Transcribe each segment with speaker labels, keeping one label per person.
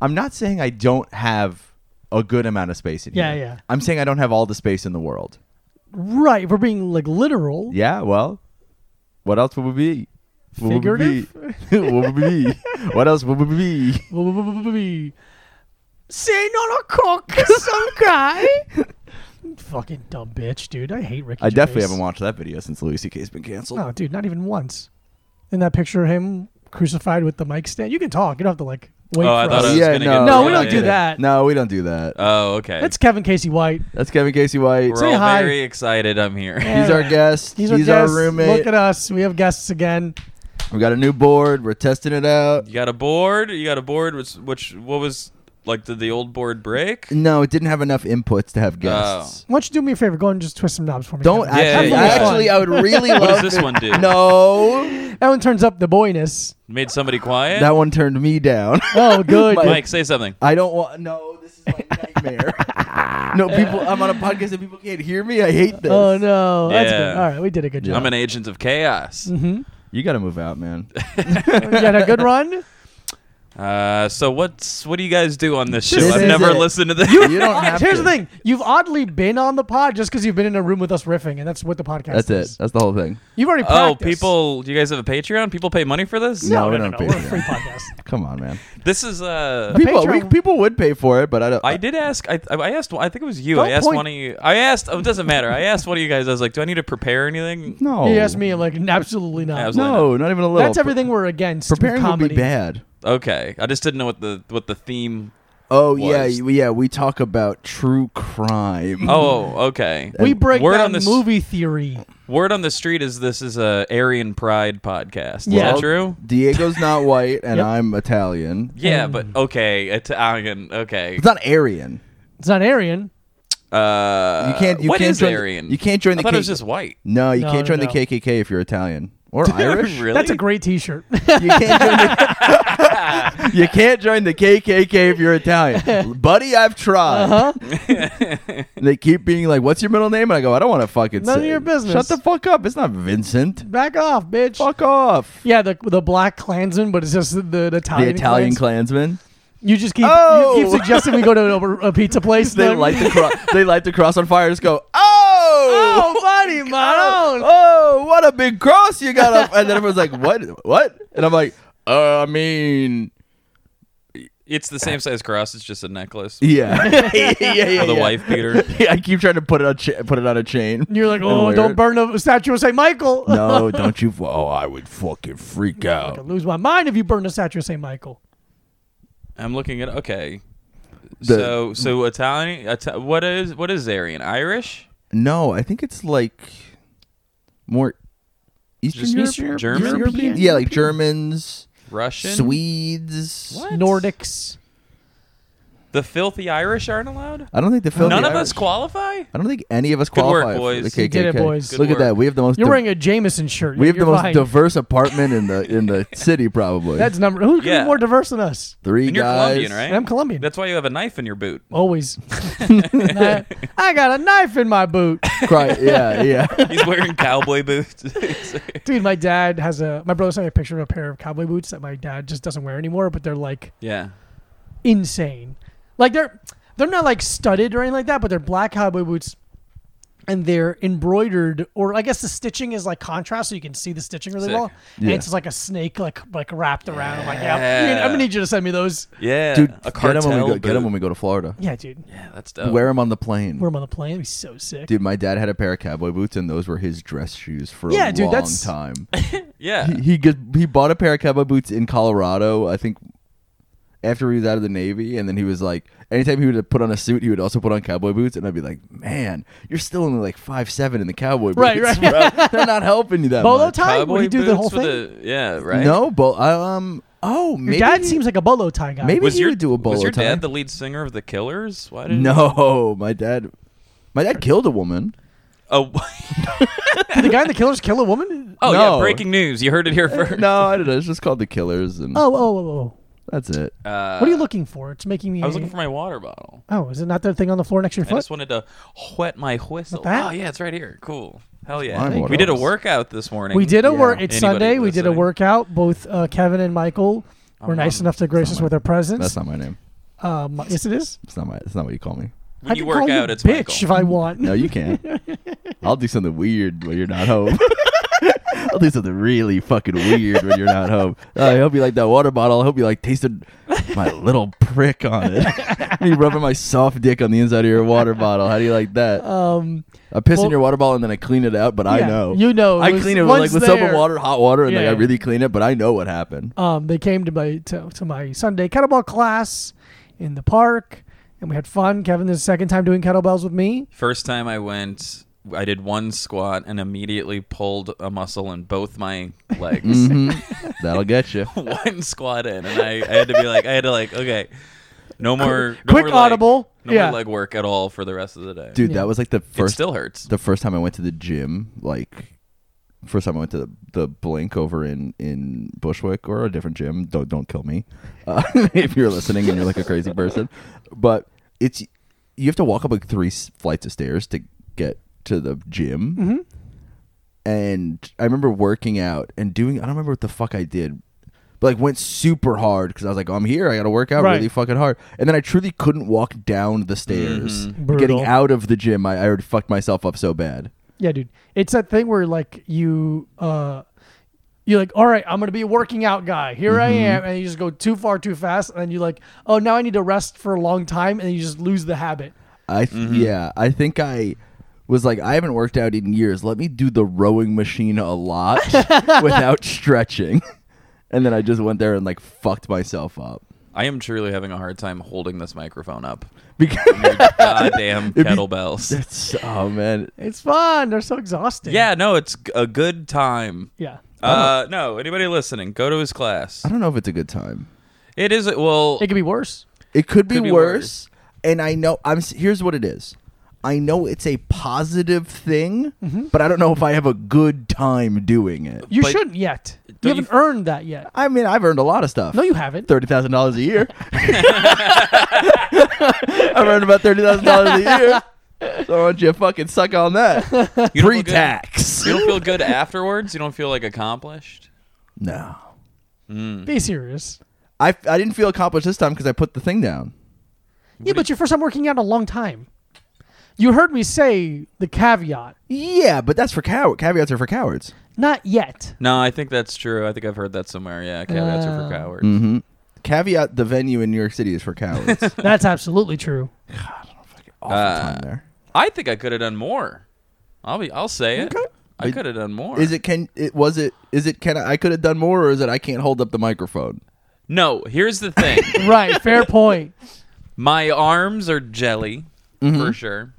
Speaker 1: I'm not saying I don't have a good amount of space in
Speaker 2: Yeah,
Speaker 1: here.
Speaker 2: yeah.
Speaker 1: I'm saying I don't have all the space in the world.
Speaker 2: Right. If we're being like literal,
Speaker 1: Yeah, well, what else would we be? What would we
Speaker 2: figurative.
Speaker 1: be? what would we be? What else would we be?
Speaker 2: Say not a cock, some guy. Fucking dumb bitch, dude. I hate Ricky.
Speaker 1: I definitely
Speaker 2: Gervais.
Speaker 1: haven't watched that video since Louis C.K.'s been canceled.
Speaker 2: No, dude, not even once. In that picture of him crucified with the mic stand, you can talk. You don't have to like wait for
Speaker 3: oh, I thought
Speaker 2: us.
Speaker 3: I was
Speaker 1: Yeah, no.
Speaker 3: gonna get
Speaker 2: No,
Speaker 3: the
Speaker 2: we
Speaker 3: right
Speaker 2: don't do
Speaker 3: idea.
Speaker 2: that.
Speaker 1: No, we don't do that.
Speaker 3: Oh, okay.
Speaker 2: That's Kevin Casey White.
Speaker 1: That's Kevin Casey White.
Speaker 3: We're
Speaker 2: Say
Speaker 3: all
Speaker 2: hi.
Speaker 3: very excited. I'm here.
Speaker 1: He's our guest.
Speaker 2: He's,
Speaker 1: He's,
Speaker 2: our,
Speaker 1: our
Speaker 2: guest.
Speaker 1: roommate.
Speaker 2: Look at us. We have guests again.
Speaker 1: We got a new board. We're testing it out.
Speaker 3: You got a board. You got a board. Which, which what was like? Did the old board break?
Speaker 1: No, it didn't have enough inputs to have guests.
Speaker 2: Why don't you do me a favor? Go and just twist some knobs for me.
Speaker 1: Don't
Speaker 2: Kevin.
Speaker 3: Oh. Yeah,
Speaker 1: actually.
Speaker 3: yeah,
Speaker 1: I
Speaker 3: yeah.
Speaker 1: Actually, I would really love.
Speaker 3: What does this one do?
Speaker 1: No,
Speaker 2: That one turns up the boyness.
Speaker 3: Made somebody quiet.
Speaker 1: that one turned me down.
Speaker 2: Oh, good.
Speaker 3: Mike, say something.
Speaker 1: I don't want. No, this is my nightmare. no, people. I'm on a podcast and people can't hear me. I hate this.
Speaker 2: Oh no, that's
Speaker 3: Yeah.
Speaker 2: good. All right, we did a good job. Mm-hmm.
Speaker 3: I'm an agent of chaos.
Speaker 1: You got to move out, man.
Speaker 2: you had a good run.
Speaker 3: Uh, so what's what do you guys do on this show?
Speaker 2: This
Speaker 3: I've
Speaker 2: is
Speaker 3: never
Speaker 1: it.
Speaker 3: listened to this.
Speaker 1: You don't have.
Speaker 2: Here's
Speaker 1: to.
Speaker 2: the thing: you've oddly been on the pod just because you've been in a room with us riffing, and that's what the podcast.
Speaker 1: That's
Speaker 2: is.
Speaker 1: it. That's the whole thing.
Speaker 2: You've already.
Speaker 3: Oh,
Speaker 2: Practiced.
Speaker 3: people, do you guys have a Patreon? People pay money for this?
Speaker 1: No,
Speaker 2: No,
Speaker 1: we
Speaker 2: no,
Speaker 1: don't
Speaker 2: no, no,
Speaker 1: pay
Speaker 2: we're a
Speaker 1: for
Speaker 2: free
Speaker 1: that.
Speaker 2: podcast.
Speaker 1: Come on, man.
Speaker 3: This is uh
Speaker 1: People, we,
Speaker 2: Patreon-
Speaker 1: people would pay for it, but I don't.
Speaker 3: I did ask. I, I asked. I think it was you.
Speaker 2: Don't
Speaker 3: I asked
Speaker 2: point-
Speaker 3: one of you. I asked. Oh, it doesn't matter. I asked one of you guys. I was like, "Do I need to prepare anything?"
Speaker 1: No.
Speaker 2: He asked me, I'm like, absolutely not.
Speaker 3: Absolutely.
Speaker 1: No, not even a little.
Speaker 2: That's everything we're against. with
Speaker 1: Preparing would
Speaker 2: comedy.
Speaker 1: be bad.
Speaker 3: Okay. I just didn't know what the what the theme.
Speaker 1: Oh
Speaker 3: was.
Speaker 1: yeah, y- yeah. We talk about true crime.
Speaker 3: Oh, okay.
Speaker 2: We break
Speaker 3: Word
Speaker 2: down
Speaker 3: on this-
Speaker 2: movie theory.
Speaker 3: Word on the street is this is a Aryan Pride podcast. Is
Speaker 2: Yeah.
Speaker 3: that true?
Speaker 1: Diego's not white, and
Speaker 2: Yep.
Speaker 1: I'm Italian.
Speaker 3: Yeah, but okay, Italian. Okay.
Speaker 1: It's not Aryan.
Speaker 2: It's not Aryan.
Speaker 3: Uh,
Speaker 1: You can't. You
Speaker 3: what
Speaker 1: can't
Speaker 3: is
Speaker 1: join.
Speaker 3: Uh, Aryan?
Speaker 1: You can't join
Speaker 3: I
Speaker 1: the.
Speaker 3: thought it was
Speaker 1: K-
Speaker 3: just white.
Speaker 1: No, you
Speaker 2: No,
Speaker 1: can't
Speaker 2: no,
Speaker 1: join
Speaker 2: no.
Speaker 1: the KKK if you're Italian or Irish.
Speaker 3: really?
Speaker 2: That's a great T-shirt.
Speaker 1: You can't join the. you can't join the KKK if you're Italian, buddy. I've tried.
Speaker 2: Uh-huh.
Speaker 1: And they keep being like, "What's your middle name?" And I go, "I don't want to fucking
Speaker 2: None of
Speaker 1: say.
Speaker 2: your business.
Speaker 1: Shut the fuck up. It's not Vincent.
Speaker 2: Back off, bitch.
Speaker 1: Fuck off.
Speaker 2: Yeah, the the black Klansman, but it's just the, the Italian.
Speaker 1: the Italian
Speaker 2: Klans.
Speaker 1: Klansman.
Speaker 2: You just keep
Speaker 1: Oh!
Speaker 2: you keep suggesting we go to a, a pizza place.
Speaker 1: They
Speaker 2: then-
Speaker 1: light the cross. they light the cross on fire. Just go. Oh.
Speaker 2: Oh, buddy, my own.
Speaker 1: Oh, what a big cross you got up. And then everyone's like, what? What? And I'm like, uh, I mean,
Speaker 3: It's the same size cross. It's just a necklace.
Speaker 1: yeah. yeah, yeah, yeah.
Speaker 3: The wife beater.
Speaker 1: Yeah, I keep trying to put it on, cha- put it on a chain.
Speaker 2: And you're like,
Speaker 1: And
Speaker 2: oh,
Speaker 1: wear
Speaker 2: don't
Speaker 1: it.
Speaker 2: burn the statue of Saint Michael.
Speaker 1: No, don't you. fu- Oh, I would fucking freak
Speaker 2: I could
Speaker 1: out.
Speaker 2: lose my mind if you burn the statue of Saint Michael.
Speaker 3: I'm looking at okay.
Speaker 1: The-
Speaker 3: so so Italian. Ita- what is what is Aryan? Irish?
Speaker 1: No, I think it's like more Eastern,
Speaker 3: Just
Speaker 1: Europe-
Speaker 3: Eastern-
Speaker 1: Europe-
Speaker 3: German?
Speaker 1: European? Yeah, like Germans,
Speaker 3: Russian?
Speaker 1: Swedes.
Speaker 3: What?
Speaker 2: Nordics.
Speaker 3: The filthy Irish aren't allowed.
Speaker 1: I don't think the film.
Speaker 3: None of us qualify.
Speaker 1: I don't think any of us
Speaker 3: Good work,
Speaker 1: qualify. for
Speaker 3: boys.
Speaker 1: The
Speaker 2: You did it,
Speaker 1: KKK.
Speaker 2: boys. Good
Speaker 1: Look at
Speaker 3: work.
Speaker 1: that. We have the most.
Speaker 2: You're
Speaker 1: di-
Speaker 2: wearing a Jameson shirt.
Speaker 1: we have
Speaker 2: You're
Speaker 1: the most
Speaker 2: fine.
Speaker 1: diverse apartment in the in the city, probably.
Speaker 2: That's number. Who could be
Speaker 3: Yeah.
Speaker 2: more diverse than us?
Speaker 1: three
Speaker 3: And you're
Speaker 1: guys.
Speaker 3: Colombian, right?
Speaker 2: And I'm Colombian.
Speaker 3: That's why you have a knife in your boot.
Speaker 2: Always. I, I got a knife in my boot.
Speaker 1: Cry, yeah, yeah.
Speaker 3: He's wearing cowboy boots.
Speaker 2: Dude, my dad has a. My brother sent me a picture of a pair of cowboy boots that my dad just doesn't wear anymore, but they're like
Speaker 3: yeah.
Speaker 2: insane. Like they're they're not like studded or anything like that, but they're black cowboy boots, and they're embroidered, or I guess the stitching is like contrast, so you can see the stitching really
Speaker 3: Sick.
Speaker 2: well. And
Speaker 1: Yeah.
Speaker 2: it's just like a snake, like like wrapped around. I'm like, yeah, dude, I'm gonna need you to send me those.
Speaker 3: Yeah.
Speaker 1: Dude,
Speaker 3: a
Speaker 1: get
Speaker 3: cartel
Speaker 1: him when we go.
Speaker 3: boot.
Speaker 1: Get him when we go to Florida.
Speaker 2: Yeah, dude,
Speaker 3: yeah, that's dope.
Speaker 1: Wear him on the plane.
Speaker 2: wear them on the plane. That'd be so sick.
Speaker 1: Dude, my dad had a pair of cowboy boots, and those were his dress shoes for
Speaker 2: Yeah,
Speaker 1: a
Speaker 2: dude,
Speaker 1: long
Speaker 2: that's-
Speaker 1: time.
Speaker 3: yeah.
Speaker 1: he he, get, he bought a pair of cowboy boots in Colorado, I think, after he was out of the Navy, and then he was like, anytime he would put on a suit, he would also put on cowboy boots, and I'd be like, man, you're still only like five seven in the cowboy boots,
Speaker 2: Right, right.
Speaker 1: bro. They're not helping you that
Speaker 2: Bolo
Speaker 1: much.
Speaker 2: tie? Would he do the whole
Speaker 3: with
Speaker 2: thing?
Speaker 3: a- yeah, right.
Speaker 1: No, bo- um, oh,
Speaker 2: Your
Speaker 1: maybe
Speaker 2: dad seems like a bolo tie guy.
Speaker 1: maybe-
Speaker 3: Was
Speaker 1: he
Speaker 3: your
Speaker 1: would do a
Speaker 3: was
Speaker 1: bolo
Speaker 3: your
Speaker 1: tie.
Speaker 3: dad the lead singer of the Killers? Why did
Speaker 1: no, my dad, my dad killed a woman.
Speaker 3: Oh,
Speaker 2: Did the guy in the killers kill a woman?
Speaker 3: oh
Speaker 1: No. Uh,
Speaker 3: yeah. Breaking news. You heard it here first.
Speaker 1: No, I don't know. It's just called the Killers, and
Speaker 2: Oh, oh, oh, oh.
Speaker 1: that's it.
Speaker 3: Uh,
Speaker 2: What are you looking for? It's making me.
Speaker 3: I was looking for my water bottle.
Speaker 2: Oh, is it not the thing on the floor next to your
Speaker 3: I
Speaker 2: foot?
Speaker 3: just wanted to whet my whistle.
Speaker 2: that?
Speaker 3: Oh yeah, it's right here. Cool. Hell
Speaker 1: my
Speaker 3: yeah.
Speaker 1: water
Speaker 3: We did a
Speaker 1: bottle.
Speaker 3: workout this morning.
Speaker 2: We did a
Speaker 1: Yeah.
Speaker 2: work. It's
Speaker 3: Anybody
Speaker 2: Sunday. We did a
Speaker 3: listening.
Speaker 2: workout. Both uh, Kevin and Michael were
Speaker 3: I'm
Speaker 2: nice
Speaker 3: on-
Speaker 2: enough to grace us with their presence.
Speaker 1: That's not my name.
Speaker 2: Um, yes, it is.
Speaker 1: It's not my. It's not what you call me.
Speaker 3: When
Speaker 2: I
Speaker 3: you
Speaker 2: can
Speaker 3: work
Speaker 2: call
Speaker 3: out,
Speaker 2: you
Speaker 3: it's
Speaker 2: bitch if
Speaker 3: Michael.
Speaker 2: I want.
Speaker 1: No, you can't. I'll do something weird when you're not home. I'll do something really fucking weird when you're not home. Oh, I hope you like that water bottle. I hope you like tasted my little prick on it. Me rubbing my soft dick on the inside of your water bottle. How do you like that?
Speaker 2: Um,
Speaker 1: I piss in
Speaker 2: well-
Speaker 1: your water bottle and then I clean it out, but I
Speaker 2: Yeah,
Speaker 1: know.
Speaker 2: you know,
Speaker 1: I
Speaker 2: it was-
Speaker 1: clean it with
Speaker 2: once
Speaker 1: like with soap and
Speaker 2: there-
Speaker 1: water, hot water, and like
Speaker 2: Yeah.
Speaker 1: I really clean it, but I know what happened.
Speaker 2: um, they came to my to, to my Sunday kettlebell class in the park, and we had fun. Kevin, this is the second time doing kettlebells with me.
Speaker 3: First time I went, I did one squat and immediately pulled a muscle in both my legs.
Speaker 1: Mhm. That'll get you.
Speaker 3: one squat in, and I, I had to be like, I had to like, okay, no more no
Speaker 2: Quick
Speaker 3: more leg-
Speaker 2: audible.
Speaker 3: no
Speaker 2: Yeah.
Speaker 3: more leg work at all for the rest of the day.
Speaker 1: Dude,
Speaker 2: Yeah.
Speaker 1: that was like the
Speaker 3: it
Speaker 1: first
Speaker 3: still hurts.
Speaker 1: the first time I went to the gym, like first time I went to the, the Blink over in in Bushwick or a different gym. Don't don't kill me uh, if you're listening and you're like a crazy person. But it's you have to walk up like three s- flights of stairs to get to the gym. And I remember working out and doing. I don't remember what the fuck I did. But like went super hard because I was like, "Oh, I'm here. I got to work out
Speaker 2: Right.
Speaker 1: really fucking hard. And then I truly couldn't walk down the stairs.
Speaker 2: Brutal.
Speaker 1: Getting out of the gym, I, I already fucked myself up so bad.
Speaker 2: Yeah, dude. It's that thing where like you uh you're like, all right, I'm gonna be a working out guy. Here I
Speaker 1: Mm-hmm.
Speaker 2: am, and you just go too far too fast, and then you're like, oh, now I need to rest for a long time, and you just lose the habit.
Speaker 1: I th-
Speaker 3: Mm-hmm.
Speaker 1: yeah, I think I was like I haven't worked out in years. Let me do the rowing machine a lot without stretching. And then I just went there and like fucked myself up.
Speaker 3: I am truly having a hard time holding this microphone up.
Speaker 1: Because
Speaker 3: Goddamn
Speaker 1: be-
Speaker 3: kettlebells.
Speaker 1: it's oh man,
Speaker 2: It's fun. They're so exhausting.
Speaker 3: Yeah, no, it's g- a good time.
Speaker 2: Yeah.
Speaker 3: Uh, no, anybody listening, go to his class.
Speaker 1: I don't know if it's a good time.
Speaker 3: It is well.
Speaker 2: It could be worse.
Speaker 1: It could be,
Speaker 3: Could be
Speaker 1: worse, And I know I'm s- here's what it is. I know it's a positive thing,
Speaker 3: Mm-hmm.
Speaker 1: but I don't know if I have a good time doing it.
Speaker 2: You
Speaker 3: But-
Speaker 2: shouldn't yet. You
Speaker 3: Don't you
Speaker 2: haven't earned that yet.
Speaker 1: I mean, I've earned a lot of stuff.
Speaker 2: No, you haven't.
Speaker 1: thirty thousand dollars a year. I earned about thirty thousand dollars a year. So why don't you fucking suck on that
Speaker 3: you don't feel good-
Speaker 1: pre-tax?
Speaker 3: You don't feel good afterwards. You don't feel like accomplished.
Speaker 1: No,
Speaker 2: Be serious.
Speaker 1: I, I didn't feel accomplished this time because I put the thing down.
Speaker 2: yeah, but your first time working out in a long time. You heard me say the caveat.
Speaker 1: Yeah, but that's for coward. Caveats are for cowards.
Speaker 2: Not yet.
Speaker 3: No, I think that's true. I think I've heard that somewhere. Yeah, caveats are
Speaker 1: Uh,
Speaker 3: for
Speaker 2: Oh.
Speaker 3: cowards.
Speaker 1: Caveat: the venue in New York City is for cowards.
Speaker 2: That's absolutely true.
Speaker 1: Awful
Speaker 3: Uh,
Speaker 1: time there.
Speaker 3: I think I could have done more. I'll be. I'll say it. I could have done more.
Speaker 1: Is it can it was it is it can I, I could have done more or is it I can't hold up the microphone?
Speaker 3: No. Here's the thing.
Speaker 2: Right. Fair point.
Speaker 3: My arms are jelly
Speaker 1: Mm-hmm.
Speaker 3: for sure.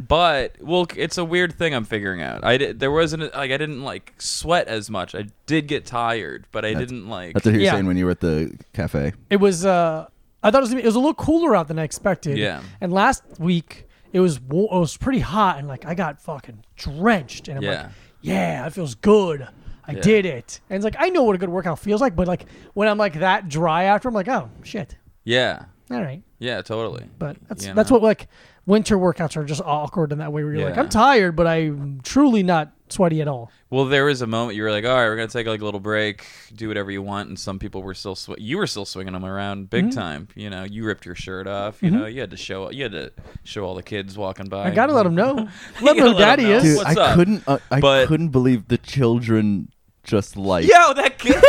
Speaker 3: But well, c- it's a weird thing I'm figuring out. I did, there wasn't like I didn't like sweat as much. I did get tired, but I didn't like.
Speaker 1: That's what you were
Speaker 2: Yeah.
Speaker 1: saying when you were at the cafe.
Speaker 2: it was uh I thought it was, gonna be- it was a little cooler out than I expected.
Speaker 3: Yeah.
Speaker 2: And last week it was wa- it was pretty hot and like I got fucking drenched and I'm like,
Speaker 3: Yeah.
Speaker 2: yeah, it feels good. I
Speaker 3: Yeah.
Speaker 2: did it. And it's like I know what a good workout feels like, but like when I'm like that dry after, I'm like, oh shit,
Speaker 3: yeah,
Speaker 2: all right.
Speaker 3: yeah, totally.
Speaker 2: But that's
Speaker 3: You
Speaker 2: that's
Speaker 3: know?
Speaker 2: what like winter workouts are just awkward in that way where you're like,
Speaker 3: Yeah.
Speaker 2: I'm tired, but I'm truly not sweaty at all.
Speaker 3: Well, there was a moment you were like, "All right, we're gonna take like a little break, do whatever you want," and some people were still sw- you were still swinging them around big
Speaker 2: Mm-hmm.
Speaker 3: time. You know, you ripped your shirt off. You know, you had to show you had to show all the kids walking by.
Speaker 2: I gotta let them know. let
Speaker 3: You
Speaker 2: them know who
Speaker 3: gotta let 'em
Speaker 2: daddy
Speaker 3: know.
Speaker 2: is.
Speaker 1: Dude,
Speaker 3: What's
Speaker 1: I
Speaker 3: up?
Speaker 1: couldn't uh, I
Speaker 3: But-
Speaker 1: couldn't believe the children just like
Speaker 3: Yo, that kid.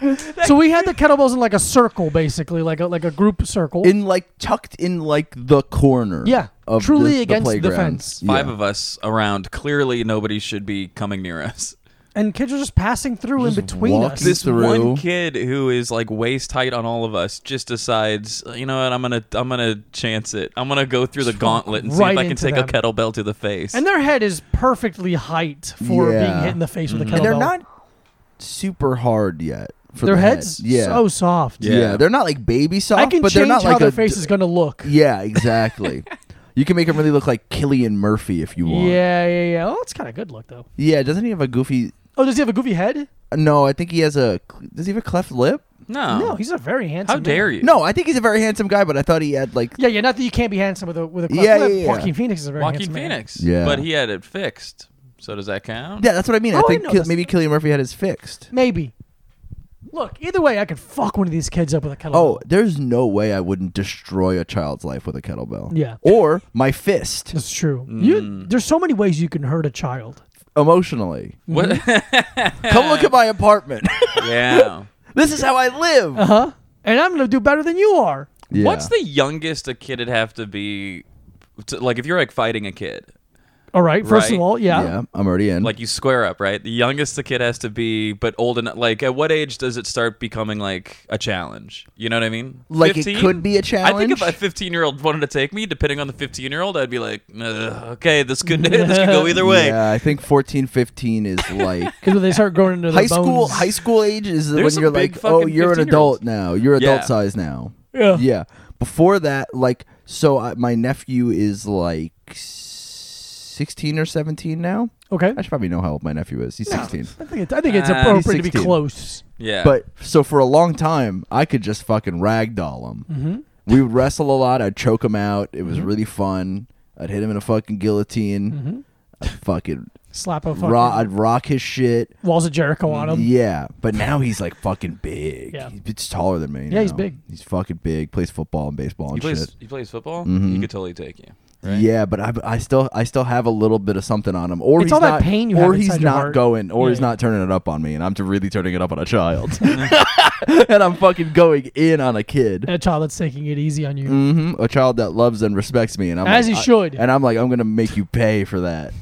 Speaker 2: So we had the kettlebells in like a circle, basically, like a like a group circle.
Speaker 1: in like tucked in like the corner.
Speaker 2: Yeah,
Speaker 1: of
Speaker 2: truly
Speaker 1: the- the
Speaker 2: against the
Speaker 1: playground.
Speaker 2: fence.
Speaker 1: Yeah.
Speaker 3: Five of us around. Clearly, nobody should be coming near us.
Speaker 2: and kids are just passing through in
Speaker 1: Just
Speaker 2: between
Speaker 1: walking
Speaker 2: us.
Speaker 1: This
Speaker 3: This
Speaker 1: Through.
Speaker 3: one kid who is like waist height on all of us just decides, you know what? I'm gonna I'm gonna chance it. I'm gonna go through the gauntlet and see
Speaker 2: right
Speaker 3: if I can
Speaker 2: into
Speaker 3: take
Speaker 2: them.
Speaker 3: a kettlebell to the face.
Speaker 2: and their head is perfectly height for
Speaker 1: Yeah.
Speaker 2: being hit in the face
Speaker 3: Mm-hmm.
Speaker 2: with a kettlebell.
Speaker 1: and they're not super hard yet. For
Speaker 2: Their
Speaker 1: the head.
Speaker 2: heads
Speaker 1: yeah,
Speaker 2: so soft.
Speaker 1: yeah.
Speaker 3: Yeah.
Speaker 1: they're not like baby soft.
Speaker 2: I can
Speaker 1: but
Speaker 2: change
Speaker 1: they're not
Speaker 2: how
Speaker 1: like
Speaker 2: their
Speaker 1: a,
Speaker 2: face is going to look.
Speaker 1: Yeah,
Speaker 2: Yeah,
Speaker 1: exactly. you can make him really look like Killian Murphy if you want.
Speaker 2: yeah, yeah. Oh, it's kind of good look though.
Speaker 1: yeah. Doesn't he have a goofy?
Speaker 2: Oh, does he have a goofy head?
Speaker 1: No, I think he has a. Does he have a cleft lip?
Speaker 3: no,
Speaker 2: No, he's a very handsome.
Speaker 3: Oh. how dare
Speaker 2: man.
Speaker 3: you?
Speaker 1: No, I think he's a very handsome guy, but I thought he had like.
Speaker 2: Yeah, yeah. Not that you can't be handsome with a with a cleft
Speaker 1: Yeah,
Speaker 2: lip.
Speaker 1: yeah, yeah.
Speaker 2: Joaquin Phoenix is a very
Speaker 3: Joaquin
Speaker 2: handsome man.
Speaker 3: Phoenix.
Speaker 1: Yeah.
Speaker 3: But he had it fixed. So does that count?
Speaker 1: Yeah, that's what I mean.
Speaker 2: Oh,
Speaker 1: I
Speaker 2: I
Speaker 1: think
Speaker 2: know
Speaker 1: Kill-
Speaker 2: this.
Speaker 1: maybe Killian Murphy had his fixed.
Speaker 2: Maybe. Look, either way, I could fuck one of these kids up with a kettlebell.
Speaker 1: Oh, there's no way I wouldn't destroy a child's life with a kettlebell.
Speaker 2: Yeah.
Speaker 1: Or my fist
Speaker 2: that's true. You,
Speaker 1: Mm.
Speaker 2: there's so many ways you can hurt a child.
Speaker 1: emotionally.
Speaker 3: What?
Speaker 1: Mm-hmm. Come look at my apartment.
Speaker 3: yeah.
Speaker 1: this is how I live.
Speaker 2: Uh huh. And I'm gonna do better than you are.
Speaker 1: Yeah.
Speaker 3: What's the youngest a kid'd have to be? To, like, if you're like fighting a kid,
Speaker 2: All right. First
Speaker 3: Right.
Speaker 2: of all, yeah.
Speaker 1: Yeah, I'm already in.
Speaker 3: like you square up, right? The youngest the kid has to be, but old enough. Like, at what age does it start becoming like a challenge? You know what I mean?
Speaker 1: Like it
Speaker 3: 15?
Speaker 1: could be a
Speaker 3: I think if a
Speaker 1: challenge?
Speaker 3: 15 year old wanted to take me, depending on the 15 year old, I'd be like, "Ugh, okay, this could this could go either way.
Speaker 1: Yeah, I think 14, 15 is like
Speaker 2: 'Cause when they start growing into their
Speaker 1: high school.
Speaker 2: bones.
Speaker 1: High school age is
Speaker 3: There's
Speaker 1: when
Speaker 3: some
Speaker 1: you're
Speaker 3: big
Speaker 1: like, oh,
Speaker 3: fucking
Speaker 1: you're an adult
Speaker 3: 15-year-olds.
Speaker 1: now. You're
Speaker 3: Yeah.
Speaker 1: adult size now.
Speaker 2: Yeah.
Speaker 1: Yeah. Before that, like, so I, my nephew is like 16 or 17 now.
Speaker 2: Okay.
Speaker 1: I should probably know how old my nephew is. He's 16.
Speaker 2: I think it's, I think
Speaker 1: Ah,
Speaker 2: it's
Speaker 3: Uh,
Speaker 2: appropriate to be
Speaker 1: 16.
Speaker 2: close.
Speaker 3: Yeah.
Speaker 1: But so for a long time, I could just fucking ragdoll him.
Speaker 2: Mm-hmm.
Speaker 1: We would wrestle a lot. I'd choke him out. It was really fun. I'd hit him in a fucking guillotine.
Speaker 2: Mm-hmm.
Speaker 1: I'd fucking,
Speaker 2: Slap a fucking
Speaker 1: ro- I'd rock his shit.
Speaker 2: walls of Jericho on him.
Speaker 1: Mm, Yeah, but now he's like fucking big.
Speaker 2: Um, Yeah.
Speaker 1: He's, he's taller than me.
Speaker 2: Yeah, he's
Speaker 1: now.
Speaker 2: big.
Speaker 1: He's fucking big. Plays football and baseball and
Speaker 3: he plays
Speaker 1: Oh, shit.
Speaker 3: he plays football.
Speaker 1: Mhm.
Speaker 3: He could totally take you.
Speaker 1: Yeah, but I, I still I still have a little bit of something on him. Or
Speaker 2: It's
Speaker 1: he's
Speaker 2: all that
Speaker 1: not,
Speaker 2: pain you
Speaker 1: or
Speaker 2: have
Speaker 1: he's
Speaker 2: inside your
Speaker 1: not
Speaker 2: heart.
Speaker 1: going, or
Speaker 2: Yeah,
Speaker 1: he's
Speaker 2: yeah.
Speaker 1: not turning it up on me, and I'm t- really turning it up on a child, and I'm fucking going in on a kid,
Speaker 2: And a child that's taking it easy on you.
Speaker 1: hmm a child that loves and respects me, and I'm
Speaker 2: As
Speaker 1: like,
Speaker 2: he
Speaker 1: I-
Speaker 2: should.
Speaker 1: and I'm like, I'm gonna make you pay for that.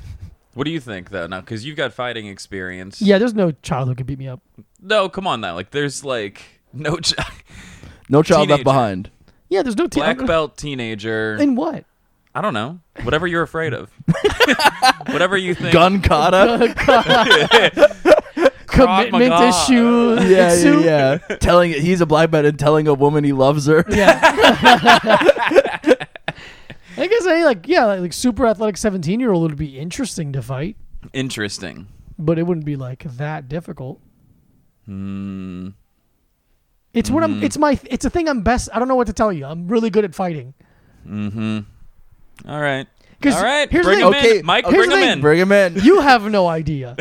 Speaker 3: What do you think though? Now, because you've got fighting experience.
Speaker 2: Yeah, there's no child who could beat me up.
Speaker 3: No, come on now. Like, there's like no ch-
Speaker 1: No child
Speaker 3: Teenager.
Speaker 1: left behind.
Speaker 2: Yeah, there's no teen-
Speaker 3: black belt teenager.
Speaker 2: In what?
Speaker 3: I don't know. Whatever you're afraid of. Whatever you think.
Speaker 1: Gun kata.
Speaker 3: Krav
Speaker 2: Commitment
Speaker 3: Maga.
Speaker 2: issue.
Speaker 1: yeah,
Speaker 2: issue?
Speaker 1: yeah, yeah. Telling he's a black man and telling a woman he loves her.
Speaker 2: Yeah. I guess I like yeah, like, like super athletic seventeen year old would be interesting to fight,
Speaker 3: Interesting.
Speaker 2: but it wouldn't be like that difficult. It's what I'm. It's my. It's a thing I'm best. I don't know what to tell you. I'm really good at fighting.
Speaker 3: All right.
Speaker 2: 'Cause
Speaker 3: All right.
Speaker 2: here's the
Speaker 3: bring
Speaker 2: thing-
Speaker 3: him
Speaker 1: Okay,
Speaker 3: in. Mike,
Speaker 1: here's
Speaker 3: bring
Speaker 2: the
Speaker 3: him
Speaker 2: thing.
Speaker 3: in.
Speaker 1: Bring him in.
Speaker 2: You have no idea.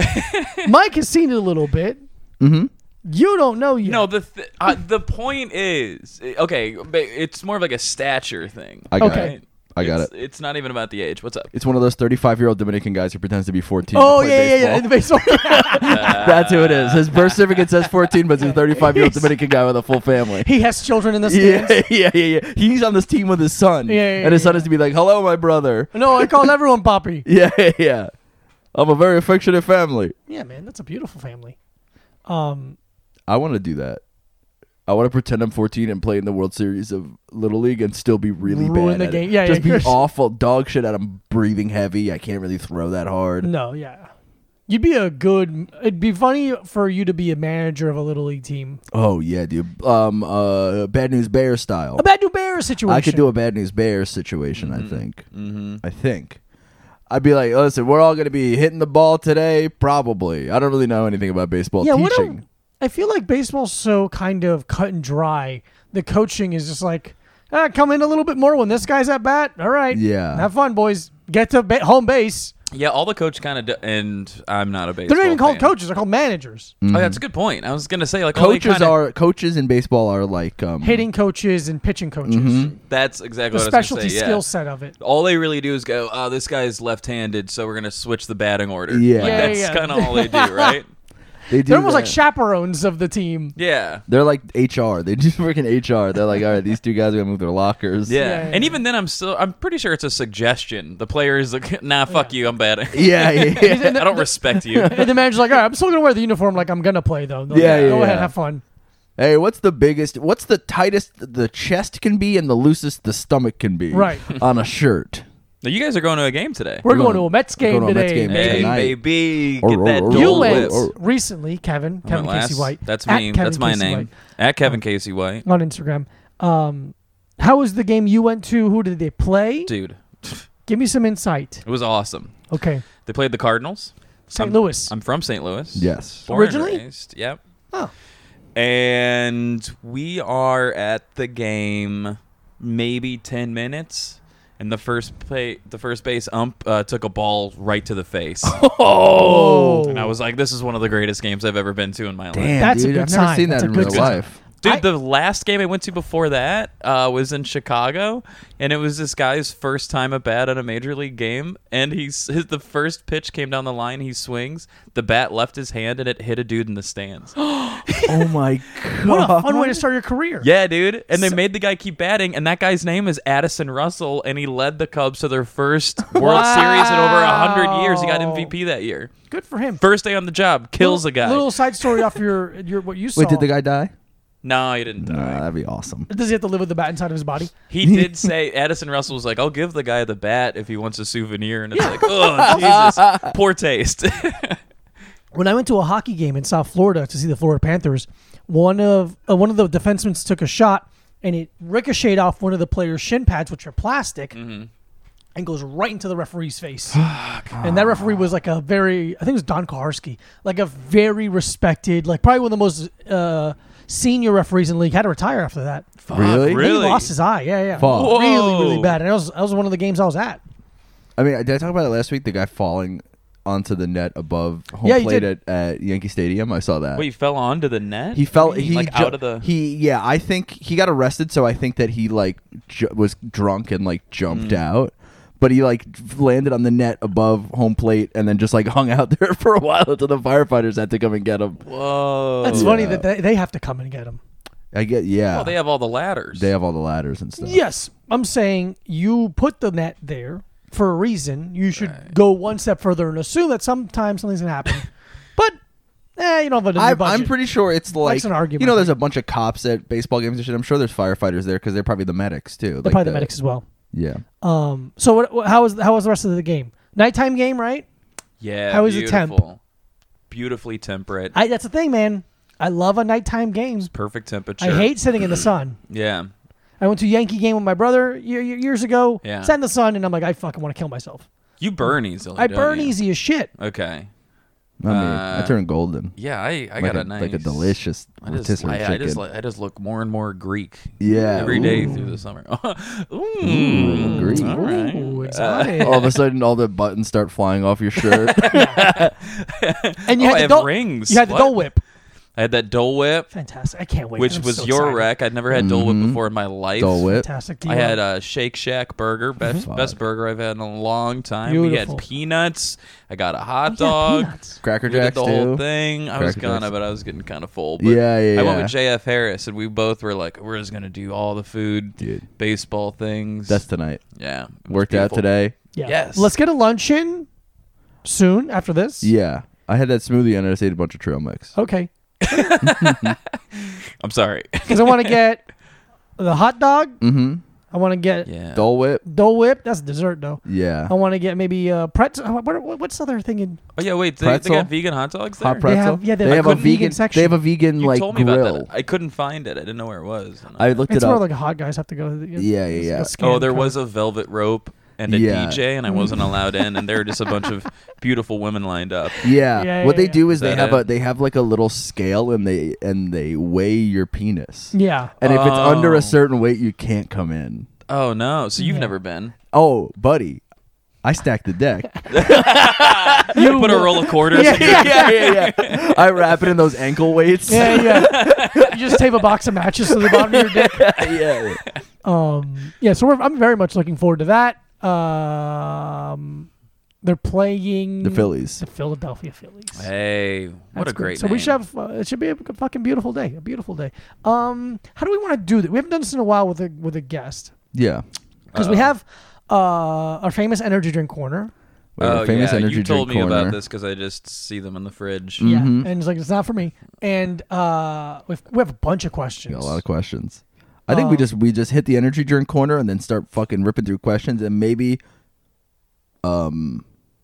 Speaker 2: Mike has seen it a little bit.
Speaker 1: Mhm.
Speaker 2: You don't know yet.
Speaker 3: no, the th- uh, the point is okay. But it's more of like a stature thing.
Speaker 1: I got
Speaker 2: Okay.
Speaker 1: it. I got
Speaker 3: it's, it. It's not even about the age. What's up?
Speaker 1: It's one of those 35 year old Dominican guys who pretends to be 14.
Speaker 2: Oh
Speaker 1: to
Speaker 2: yeah,
Speaker 1: play
Speaker 2: yeah, yeah. In the
Speaker 1: baseball.
Speaker 2: baseball.
Speaker 1: That's who it is. His birth certificate says 14, but he's a 35 year old Dominican guy with a full family.
Speaker 2: he has children in the
Speaker 1: Yeah,
Speaker 2: stands.
Speaker 1: yeah, yeah, yeah. He's on this team with his son.
Speaker 2: Yeah, yeah,
Speaker 1: and his son
Speaker 2: yeah.
Speaker 1: is to be like, hello, my brother.
Speaker 2: No, I call everyone Poppy.
Speaker 1: Yeah, yeah, yeah. I'm a very affectionate family.
Speaker 2: Yeah, man, that's a beautiful family. Um,
Speaker 1: I want to do that. I want to pretend I'm 14 and play in the World Series of Little League and still be really bad.
Speaker 2: Ruin the
Speaker 1: at
Speaker 2: game.
Speaker 1: It.
Speaker 2: Yeah,
Speaker 1: Just
Speaker 2: yeah,
Speaker 1: be awful dog shit at I'm breathing heavy. I can't really throw that hard.
Speaker 2: no, yeah, you'd be a good. It'd be funny for you to be a manager of a little league team,
Speaker 1: Oh, yeah, dude. Um, uh, Bad News Bear style.
Speaker 2: a bad new bear situation.
Speaker 1: I could do a bad news bears situation. I think. Mm-hmm. I think. I'd be like, listen, we're all going to be hitting the ball today, probably. I don't really know anything about baseball
Speaker 2: yeah. What
Speaker 1: teaching.
Speaker 2: a, I feel like baseball's so kind of cut and dry. The coaching is just like, ah, come in a little bit more when this guy's at bat. All right,
Speaker 1: Yeah.
Speaker 2: have fun, boys. Get to ba- home base.
Speaker 3: Yeah, all the coach kind of. Do- and I'm not a baseball.
Speaker 2: They're not even called
Speaker 3: fan.
Speaker 2: coaches; they're called managers,
Speaker 1: Mm-hmm.
Speaker 3: Oh, yeah, that's a good point. I was gonna say like all they
Speaker 1: coaches
Speaker 3: kinda-
Speaker 1: are coaches in baseball are like um,
Speaker 2: hitting coaches, and pitching coaches.
Speaker 1: Mm-hmm.
Speaker 3: That's exactly
Speaker 2: The
Speaker 3: what I was gonna
Speaker 2: specialty
Speaker 3: say, yeah.
Speaker 2: skill set of it.
Speaker 3: all they really do is go, oh, this guy's left-handed, so we're gonna switch the batting order.
Speaker 1: Yeah.
Speaker 3: like,
Speaker 1: Yeah,
Speaker 3: that's
Speaker 2: yeah.
Speaker 3: kind of all they do, right?
Speaker 1: They do
Speaker 2: They're almost
Speaker 1: that.
Speaker 2: like chaperones of the team.
Speaker 3: Yeah.
Speaker 1: They're like HR. They do freaking HR. They're like, all right, these two guys are gonna move their lockers.
Speaker 3: Yeah.
Speaker 2: Yeah, yeah,
Speaker 3: and
Speaker 2: yeah.
Speaker 3: even then, I'm still, I'm pretty sure it's a suggestion. The player is like, nah, fuck you, I'm batting.
Speaker 1: yeah, yeah. yeah.
Speaker 3: I don't respect you.
Speaker 2: And the manager's like, all right, I'm still gonna wear the uniform like I'm gonna play though. They're like,
Speaker 1: Yeah, yeah,
Speaker 2: go ahead,
Speaker 1: yeah.
Speaker 2: have fun.
Speaker 1: hey, what's the biggest? What's the tightest the chest can be, and the loosest the stomach can be?
Speaker 2: Right.
Speaker 1: on a shirt.
Speaker 3: Now, you guys are going to a game today.
Speaker 2: We're,
Speaker 1: We're
Speaker 2: going
Speaker 1: gonna-
Speaker 2: to a Mets
Speaker 1: we're
Speaker 2: game
Speaker 1: going to a Mets
Speaker 2: today.
Speaker 1: game
Speaker 3: Hey,
Speaker 1: tonight.
Speaker 3: baby,
Speaker 1: Or-
Speaker 3: get
Speaker 1: or-
Speaker 3: that
Speaker 1: or-
Speaker 2: You
Speaker 1: Or-
Speaker 3: Dole
Speaker 2: went
Speaker 3: Whip.
Speaker 1: or-
Speaker 2: recently, Kevin.
Speaker 3: I went
Speaker 2: Kevin Casey
Speaker 3: last.
Speaker 2: White.
Speaker 3: That's
Speaker 2: at
Speaker 3: me.
Speaker 2: Kevin
Speaker 3: That's my
Speaker 2: Casey
Speaker 3: name.
Speaker 2: White
Speaker 3: At Kevin Casey White.
Speaker 2: on Instagram. Um, how was the game you went to? Who did they play?
Speaker 3: Dude,
Speaker 2: Give me some insight.
Speaker 3: it was awesome.
Speaker 2: Okay,
Speaker 3: They played the Cardinals.
Speaker 2: St.
Speaker 3: I'm-
Speaker 2: Louis.
Speaker 3: I'm from St. Louis.
Speaker 1: Yes.
Speaker 3: Born and
Speaker 2: Originally?
Speaker 3: raised, Yep.
Speaker 2: oh,
Speaker 3: and we are at the game maybe 10 minutes and the first play, the first base ump uh, took a ball right to the face,
Speaker 2: Oh,
Speaker 3: and I was like, "This is one of the greatest games I've ever been to in my life."
Speaker 1: Damn,
Speaker 2: That's a
Speaker 1: dude,
Speaker 2: good
Speaker 1: I've never
Speaker 2: sign.
Speaker 1: seen that
Speaker 2: That's a
Speaker 1: in
Speaker 2: good
Speaker 1: real
Speaker 2: sign.
Speaker 1: life.
Speaker 3: Dude,
Speaker 2: I-
Speaker 3: the last game I went to before that uh, was in Chicago, and it was this guy's first time at bat at a major league game. And he's his, the first pitch came down the line. He swings, the bat left his hand, and it hit a dude in the stands.
Speaker 1: oh my god!
Speaker 2: what a fun way to start your career.
Speaker 3: yeah, dude. And they made the guy keep batting, and that guy's name is Addison Russell, and he led the Cubs to their first World Series in over hundred years. He got
Speaker 2: Wow.
Speaker 3: MVP that year.
Speaker 2: good for him.
Speaker 3: First day on the job, kills a
Speaker 2: Little-
Speaker 3: guy.
Speaker 2: Little side story off your your what you saw.
Speaker 1: Wait, did the guy die?
Speaker 3: no, he didn't
Speaker 1: Nah,
Speaker 3: die.
Speaker 1: that'd be awesome.
Speaker 2: Does he have to live with the bat inside of his body?
Speaker 3: He did say Addison Russell was like, "I'll give the guy the bat if he wants a souvenir," and it's like, "Oh Jesus, poor taste."
Speaker 2: when I went to a hockey game in South Florida to see the Florida Panthers, one of uh, one of the defensemen took a shot and it ricocheted off one of the player's shin pads, which are plastic,
Speaker 3: Mm-hmm.
Speaker 2: and goes right into the referee's face. and that referee was like a very, I think it was Don Kaharski, like a very respected, like probably one of the most uh, senior referees in the league. Had to retire after that.
Speaker 1: Really?
Speaker 2: He
Speaker 3: Really?
Speaker 2: lost his eye. Yeah, yeah.
Speaker 1: Fuck.
Speaker 2: Really, really
Speaker 3: Whoa.
Speaker 2: bad. And that was that was one of the games I was at.
Speaker 1: I mean, did I talk about it last week? The guy falling onto the net above home
Speaker 2: Yeah, you
Speaker 1: plate
Speaker 2: did.
Speaker 1: at, at Yankee Stadium. I saw that.
Speaker 3: Wait, he fell onto the net.
Speaker 1: he fell.
Speaker 3: What do you
Speaker 1: He
Speaker 3: mean? like
Speaker 1: ju-
Speaker 3: out of the.
Speaker 1: He yeah. I think he got arrested, so I think that he like ju- was drunk and like jumped
Speaker 3: Mm.
Speaker 1: out. But he like landed on the net above home plate and then just like hung out there for a while until the firefighters had to come and get him.
Speaker 3: Whoa.
Speaker 2: That's
Speaker 1: Oh,
Speaker 2: funny
Speaker 1: yeah.
Speaker 2: that they, they have to come and get him.
Speaker 1: I get yeah.
Speaker 3: Oh, they have all the ladders.
Speaker 1: They have all the ladders and stuff.
Speaker 2: Yes, I'm saying you put the net there for a reason. You should go one step further and assume that sometime something's gonna happen. but eh, you don't have
Speaker 1: I,
Speaker 2: a budget.
Speaker 1: I'm pretty sure it's like
Speaker 2: an argument.
Speaker 1: You know, there's a bunch of cops at baseball games and shit. I'm sure there's firefighters there because they're probably the medics too.
Speaker 2: They're
Speaker 1: like
Speaker 2: probably the medics as well.
Speaker 1: Yeah.
Speaker 2: Um. So what? what- How was how was the rest of the game? Nighttime game, right?
Speaker 3: yeah.
Speaker 2: How is the temp?
Speaker 3: beautiful. Beautifully temperate.
Speaker 2: I that's the thing, man. I love a nighttime game.
Speaker 3: Perfect temperature.
Speaker 2: I hate sitting in the sun.
Speaker 3: Yeah.
Speaker 2: I went to a Yankee game with my brother ye- ye- years ago.
Speaker 3: Yeah.
Speaker 2: Sat in the sun, and I'm like, I fucking want to kill myself.
Speaker 3: You burn easily.
Speaker 2: I
Speaker 3: don't
Speaker 2: burn
Speaker 3: you?
Speaker 2: easy as shit.
Speaker 3: Okay.
Speaker 1: I mean,
Speaker 3: Uh,
Speaker 1: I turned golden.
Speaker 3: Yeah, I, I
Speaker 1: like
Speaker 3: got
Speaker 1: a,
Speaker 3: a, nice
Speaker 1: like a delicious
Speaker 3: I just,
Speaker 1: rotisserie
Speaker 3: I,
Speaker 1: chicken.
Speaker 3: I just like I just look more and more Greek.
Speaker 1: Yeah,
Speaker 3: Every day
Speaker 1: ooh.
Speaker 3: through the summer. Ooh, Oh,
Speaker 1: Greek.
Speaker 3: All right.
Speaker 2: Ooh, exotic.
Speaker 1: all of a sudden, all the buttons start flying off your shirt.
Speaker 2: and you had
Speaker 3: Oh, I
Speaker 2: the
Speaker 3: have
Speaker 2: Dole-
Speaker 3: rings.
Speaker 2: You had the
Speaker 3: What?
Speaker 2: Dole Whip.
Speaker 3: I had that Dole Whip,
Speaker 2: Fantastic. I can't wait.
Speaker 3: which
Speaker 2: I'm
Speaker 3: was
Speaker 2: so
Speaker 3: your
Speaker 2: excited.
Speaker 3: wreck. I'd never had Dole Whip before in my life.
Speaker 1: Mm-hmm. Dole Whip.
Speaker 2: Fantastic.
Speaker 3: I had a Shake Shack burger, best
Speaker 1: Fuck.
Speaker 3: best burger I've had in a long time. We
Speaker 2: Beautiful.
Speaker 3: had peanuts. I got a hot
Speaker 2: yeah,
Speaker 3: dog.
Speaker 2: peanuts.
Speaker 1: Cracker
Speaker 3: We did
Speaker 1: Jacks
Speaker 3: the whole
Speaker 1: too.
Speaker 3: thing. I was
Speaker 1: Cracker
Speaker 3: gonna,
Speaker 1: Jacks.
Speaker 3: but I was getting kind of full. But
Speaker 1: Yeah, yeah,
Speaker 3: I went with
Speaker 1: yeah.
Speaker 3: JF Harris, and we both were like, "We're just gonna do all the food,
Speaker 1: Dude.
Speaker 3: baseball things."
Speaker 1: That's tonight.
Speaker 3: yeah. it was
Speaker 1: Worked
Speaker 3: beautiful.
Speaker 1: out today.
Speaker 2: Yeah.
Speaker 3: Yes.
Speaker 2: Let's get a lunch in soon after this.
Speaker 1: Yeah, I had that smoothie and I just ate a bunch of trail mix.
Speaker 2: Okay.
Speaker 3: I'm sorry.
Speaker 2: Because I want to get the hot dog.
Speaker 1: Mm-hmm.
Speaker 2: I want to get
Speaker 3: yeah.
Speaker 1: Dole Whip.
Speaker 2: Dole Whip. That's dessert though.
Speaker 1: Yeah,
Speaker 2: I want to get maybe uh, pretzel. what- what- what's the other thing? In-
Speaker 3: Oh yeah, wait. They, they
Speaker 1: Pretzel.
Speaker 3: got vegan hot dogs there.
Speaker 1: hot pretzel.
Speaker 2: have- yeah, they
Speaker 1: they
Speaker 2: have
Speaker 1: have
Speaker 2: a
Speaker 1: a
Speaker 2: vegan
Speaker 1: vegan.
Speaker 2: section.
Speaker 1: They have a vegan
Speaker 3: You
Speaker 1: like
Speaker 3: told me
Speaker 1: grill.
Speaker 3: about that. I couldn't find it. I didn't know where it was. And
Speaker 1: I looked
Speaker 2: it's
Speaker 1: it
Speaker 2: more
Speaker 1: up.
Speaker 2: like hot guys have to go. To the,
Speaker 1: Yeah, yeah,
Speaker 2: it's
Speaker 1: yeah.
Speaker 2: a scam
Speaker 3: oh, there
Speaker 2: code.
Speaker 3: was a velvet rope and a
Speaker 1: Yeah.
Speaker 3: DJ, and I wasn't allowed in. And there were just a bunch of beautiful women lined up.
Speaker 1: Yeah.
Speaker 2: Yeah,
Speaker 1: what
Speaker 2: yeah,
Speaker 1: they
Speaker 2: yeah.
Speaker 1: do is they
Speaker 3: That
Speaker 1: have
Speaker 3: it?
Speaker 1: a they have like a little scale and they and they weigh your penis.
Speaker 2: Yeah.
Speaker 1: And if it's under
Speaker 3: Oh.
Speaker 1: a certain weight, you can't come in.
Speaker 3: Oh no! So you've
Speaker 2: Yeah.
Speaker 3: never been?
Speaker 1: Oh, buddy, I stacked the deck.
Speaker 3: You put a roll of quarters.
Speaker 2: Yeah,
Speaker 3: in your-
Speaker 2: yeah,
Speaker 1: yeah, yeah, yeah. I wrap it in those ankle weights.
Speaker 2: Yeah, yeah. you just tape a box of matches to the bottom of your dick.
Speaker 1: yeah.
Speaker 2: Um, yeah, so we're, I'm very much looking forward to that. Um, they're playing
Speaker 1: The Phillies.
Speaker 2: the Philadelphia Phillies. That's
Speaker 3: Hey, what a
Speaker 2: good.
Speaker 3: great!
Speaker 2: So we
Speaker 3: name.
Speaker 2: should have. Uh, it should be a g- fucking beautiful day. A beautiful day. Um, how do we want to do that? We haven't done this in a while with a with a guest
Speaker 1: Yeah.
Speaker 2: because we have uh our famous energy drink corner.
Speaker 1: We have
Speaker 3: Oh,
Speaker 1: a famous
Speaker 3: yeah,
Speaker 1: energy
Speaker 3: you told
Speaker 1: drink
Speaker 3: me
Speaker 1: corner.
Speaker 3: about this because I just see them in the fridge.
Speaker 2: Yeah,
Speaker 1: Mhm.
Speaker 2: and it's like it's not for me. And uh, we've, we have a bunch of questions.
Speaker 1: Got a lot of questions. I think
Speaker 2: Oh.
Speaker 1: we just we just hit the energy drink corner and then start fucking ripping through questions and maybe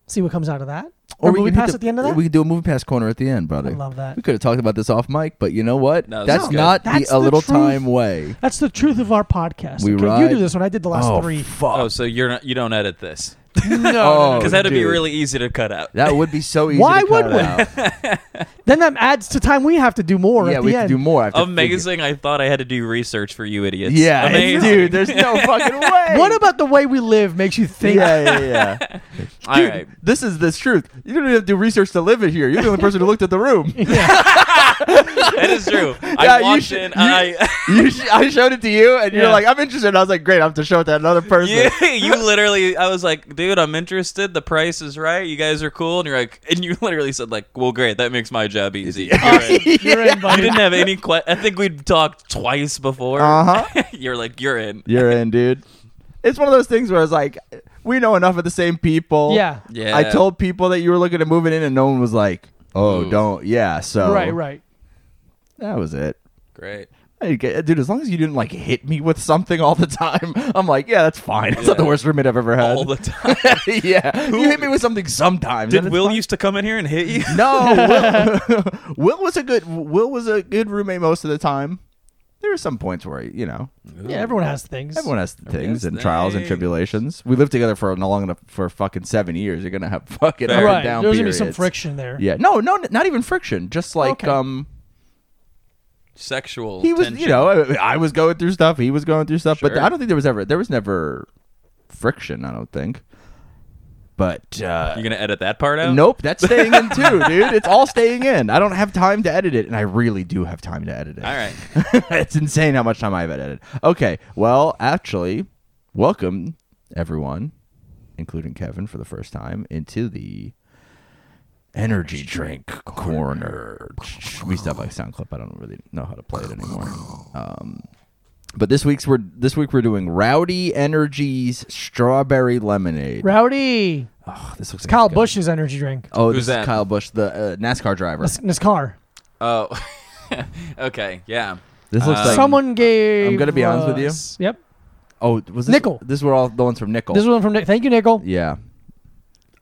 Speaker 2: See what comes out of that. Or, will we,
Speaker 1: could hit
Speaker 2: pass at the end of that.
Speaker 1: We could do a movie pass corner at the end, buddy.
Speaker 2: I love that.
Speaker 1: We could have talked about this off mic, but you know what?
Speaker 3: No, this
Speaker 1: that's
Speaker 3: is good.
Speaker 1: not
Speaker 2: That's
Speaker 1: the a
Speaker 2: the
Speaker 1: little
Speaker 2: truth.
Speaker 1: time way.
Speaker 2: That's the truth of our podcast.
Speaker 1: We
Speaker 2: okay, you
Speaker 1: ride- Oh,
Speaker 2: do this one. I did the last three.
Speaker 1: fuck.
Speaker 3: Oh, so you're not? You don't edit this?
Speaker 2: No.
Speaker 3: because that'd be
Speaker 1: dude.
Speaker 3: really easy to cut out.
Speaker 1: That would be so easy.
Speaker 2: Why
Speaker 1: to
Speaker 2: would
Speaker 1: cut
Speaker 2: we?
Speaker 1: out.
Speaker 2: Then that adds to time we have to do more
Speaker 1: yeah,
Speaker 2: at
Speaker 1: we
Speaker 2: the
Speaker 1: have
Speaker 2: end.
Speaker 1: to do more. I have to figure-
Speaker 3: Amazing! I thought I had to do research for you idiots.
Speaker 1: Yeah,
Speaker 3: Amazing.
Speaker 1: dude. There's no fucking way.
Speaker 2: What about the way we live makes you think?
Speaker 1: Yeah, yeah, yeah.
Speaker 3: All
Speaker 1: Dude,
Speaker 3: right.
Speaker 1: this is the truth. You don't even have to do research to live it here. You're the only person who looked at the room.
Speaker 3: that is true.
Speaker 1: Yeah,
Speaker 3: I
Speaker 1: you
Speaker 3: walked
Speaker 1: should-
Speaker 3: in.
Speaker 1: you-
Speaker 3: I
Speaker 1: You sh- I showed it to you, and you're
Speaker 2: Yeah.
Speaker 1: like, I'm interested. And I was like, great, I have to show it to another person.
Speaker 3: you, you literally. I was like, dude, I'm interested. The price is right. You guys are cool. And you're like, and you literally said like, well, great. That makes my job easy. You're in.
Speaker 2: You're in,
Speaker 3: You
Speaker 2: buddy.
Speaker 3: didn't have any. Que- I think we'd talked twice before.
Speaker 1: Uh-huh.
Speaker 3: you're like, you're in.
Speaker 1: You're in, dude. It's one of those things where it's like, we know enough of the same people.
Speaker 2: Yeah.
Speaker 3: Yeah.
Speaker 1: I told people that you were looking at moving in, and no one was like, oh,
Speaker 3: Ooh.
Speaker 1: don't. Yeah, so.
Speaker 2: Right, right.
Speaker 1: That was it.
Speaker 3: Great.
Speaker 1: I get- Dude, as long as you didn't like hit me with something all the time, I'm like, yeah, that's fine. It's not the
Speaker 3: Yeah.
Speaker 1: worst roommate I've ever had.
Speaker 3: All the time.
Speaker 1: yeah, you hit me with something sometimes.
Speaker 3: Did
Speaker 1: and it's
Speaker 3: Will
Speaker 1: fine.
Speaker 3: used to come in here and hit you?
Speaker 1: No, Will, Will was a good Will was a good roommate most of the time. There were some points where you know
Speaker 2: Yeah, everyone has things.
Speaker 1: everyone has things
Speaker 3: has
Speaker 1: and trials and
Speaker 3: things.
Speaker 1: tribulations. We lived together for long enough for fucking seven years. You're gonna have fucking up
Speaker 3: Fair.
Speaker 1: and
Speaker 2: Right.
Speaker 1: down.
Speaker 2: There's gonna be some
Speaker 1: periods.
Speaker 2: friction there.
Speaker 1: Yeah, no, no, not even friction. Just like
Speaker 2: Okay.
Speaker 1: um,
Speaker 3: Sexual.
Speaker 1: he was you
Speaker 3: tension.
Speaker 1: know I, I was going through stuff, he was going through stuff, but
Speaker 3: Sure.
Speaker 1: I don't think there was ever there was never friction. I don't think. But uh,
Speaker 3: You're gonna edit that part out?
Speaker 1: Nope, that's staying in too, dude. It's all staying in. I don't have time to edit it, and I really do have time to edit it.
Speaker 3: All right.
Speaker 1: it's insane how much time I've edited. Okay, well, actually, welcome everyone, including Kevin for the first time, into the energy drink corner. We still have like sound clip. I don't really know how to play it anymore. Um, but this week's we're this week we're doing Rowdy Energy's strawberry lemonade.
Speaker 2: Rowdy.
Speaker 1: oh, this looks like
Speaker 2: Kyle
Speaker 1: it's good.
Speaker 2: Bush's energy drink.
Speaker 1: Oh,
Speaker 3: Who's
Speaker 1: this is
Speaker 3: that?
Speaker 1: Kyle Bush, the uh, NASCAR driver.
Speaker 2: That's NASCAR.
Speaker 3: Oh. okay. Yeah.
Speaker 1: This looks
Speaker 3: Uh,
Speaker 1: like
Speaker 2: Someone gave.
Speaker 1: I'm gonna be honest with you.
Speaker 2: us- Yep.
Speaker 1: Oh, was this,
Speaker 2: Nickel.
Speaker 1: This were all the ones from Nickel.
Speaker 2: This one from Nick. Thank you, Nickel.
Speaker 1: Oh. yeah.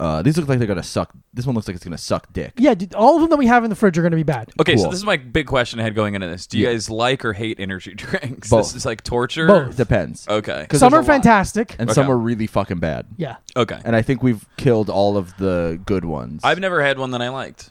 Speaker 1: Uh, these look like they're gonna suck. This one looks like it's gonna suck dick.
Speaker 2: Yeah, dude, all of them that we have in the fridge are gonna be bad.
Speaker 3: Okay, so
Speaker 1: Cool.
Speaker 3: this is my big question I had going into this. Do you
Speaker 1: Yeah.
Speaker 3: guys like or hate energy drinks?
Speaker 1: Both.
Speaker 3: This is like torture.
Speaker 2: Both.
Speaker 1: Depends.
Speaker 3: Okay.
Speaker 1: 'Cause
Speaker 2: Some
Speaker 1: there's
Speaker 2: are
Speaker 1: a lot.
Speaker 2: fantastic.
Speaker 1: And
Speaker 3: Uh, Okay.
Speaker 1: some are really fucking bad.
Speaker 2: Yeah.
Speaker 3: Okay.
Speaker 1: And I think we've killed all of the good ones.
Speaker 3: I've never had one that I liked.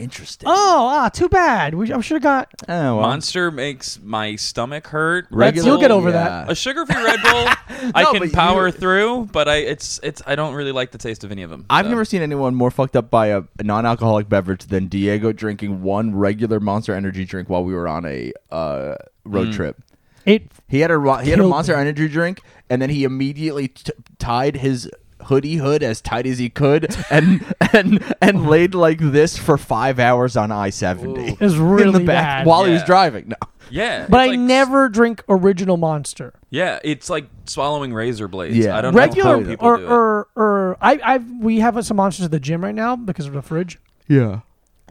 Speaker 1: interested.
Speaker 2: Oh, ah, too bad. We I should have got.
Speaker 1: Oh, well.
Speaker 3: Monster makes my stomach hurt. Red
Speaker 1: Regular-
Speaker 2: you'll get over
Speaker 1: yeah.
Speaker 3: A sugar-free Red Bull, I
Speaker 1: No, but
Speaker 3: can
Speaker 1: you-
Speaker 3: power through, but I it's it's I don't really like the taste of any of them.
Speaker 1: I've
Speaker 3: so.
Speaker 1: never seen anyone more fucked up by a non-alcoholic beverage than Diego drinking one regular Monster Energy drink while we were on a uh, road
Speaker 3: Mm.
Speaker 1: trip.
Speaker 2: It
Speaker 1: He had a ro- he had a
Speaker 2: Killed
Speaker 1: Monster
Speaker 2: me.
Speaker 1: Energy drink, and then he immediately t- tied his hoodie hood as tight as he could, and and and laid like this for five hours on I seventy.
Speaker 2: is really
Speaker 1: in the back
Speaker 2: bad.
Speaker 1: while he was
Speaker 3: Yeah.
Speaker 1: driving. No,
Speaker 3: Yeah.
Speaker 2: but
Speaker 3: it's
Speaker 2: I
Speaker 3: like-
Speaker 2: never drink original Monster.
Speaker 3: Yeah, it's like swallowing razor blades.
Speaker 1: Yeah.
Speaker 3: I don't know how
Speaker 2: Regular
Speaker 3: people
Speaker 2: or,
Speaker 3: do it.
Speaker 2: or or I I've we have some monsters at the gym right now because of the fridge.
Speaker 1: yeah,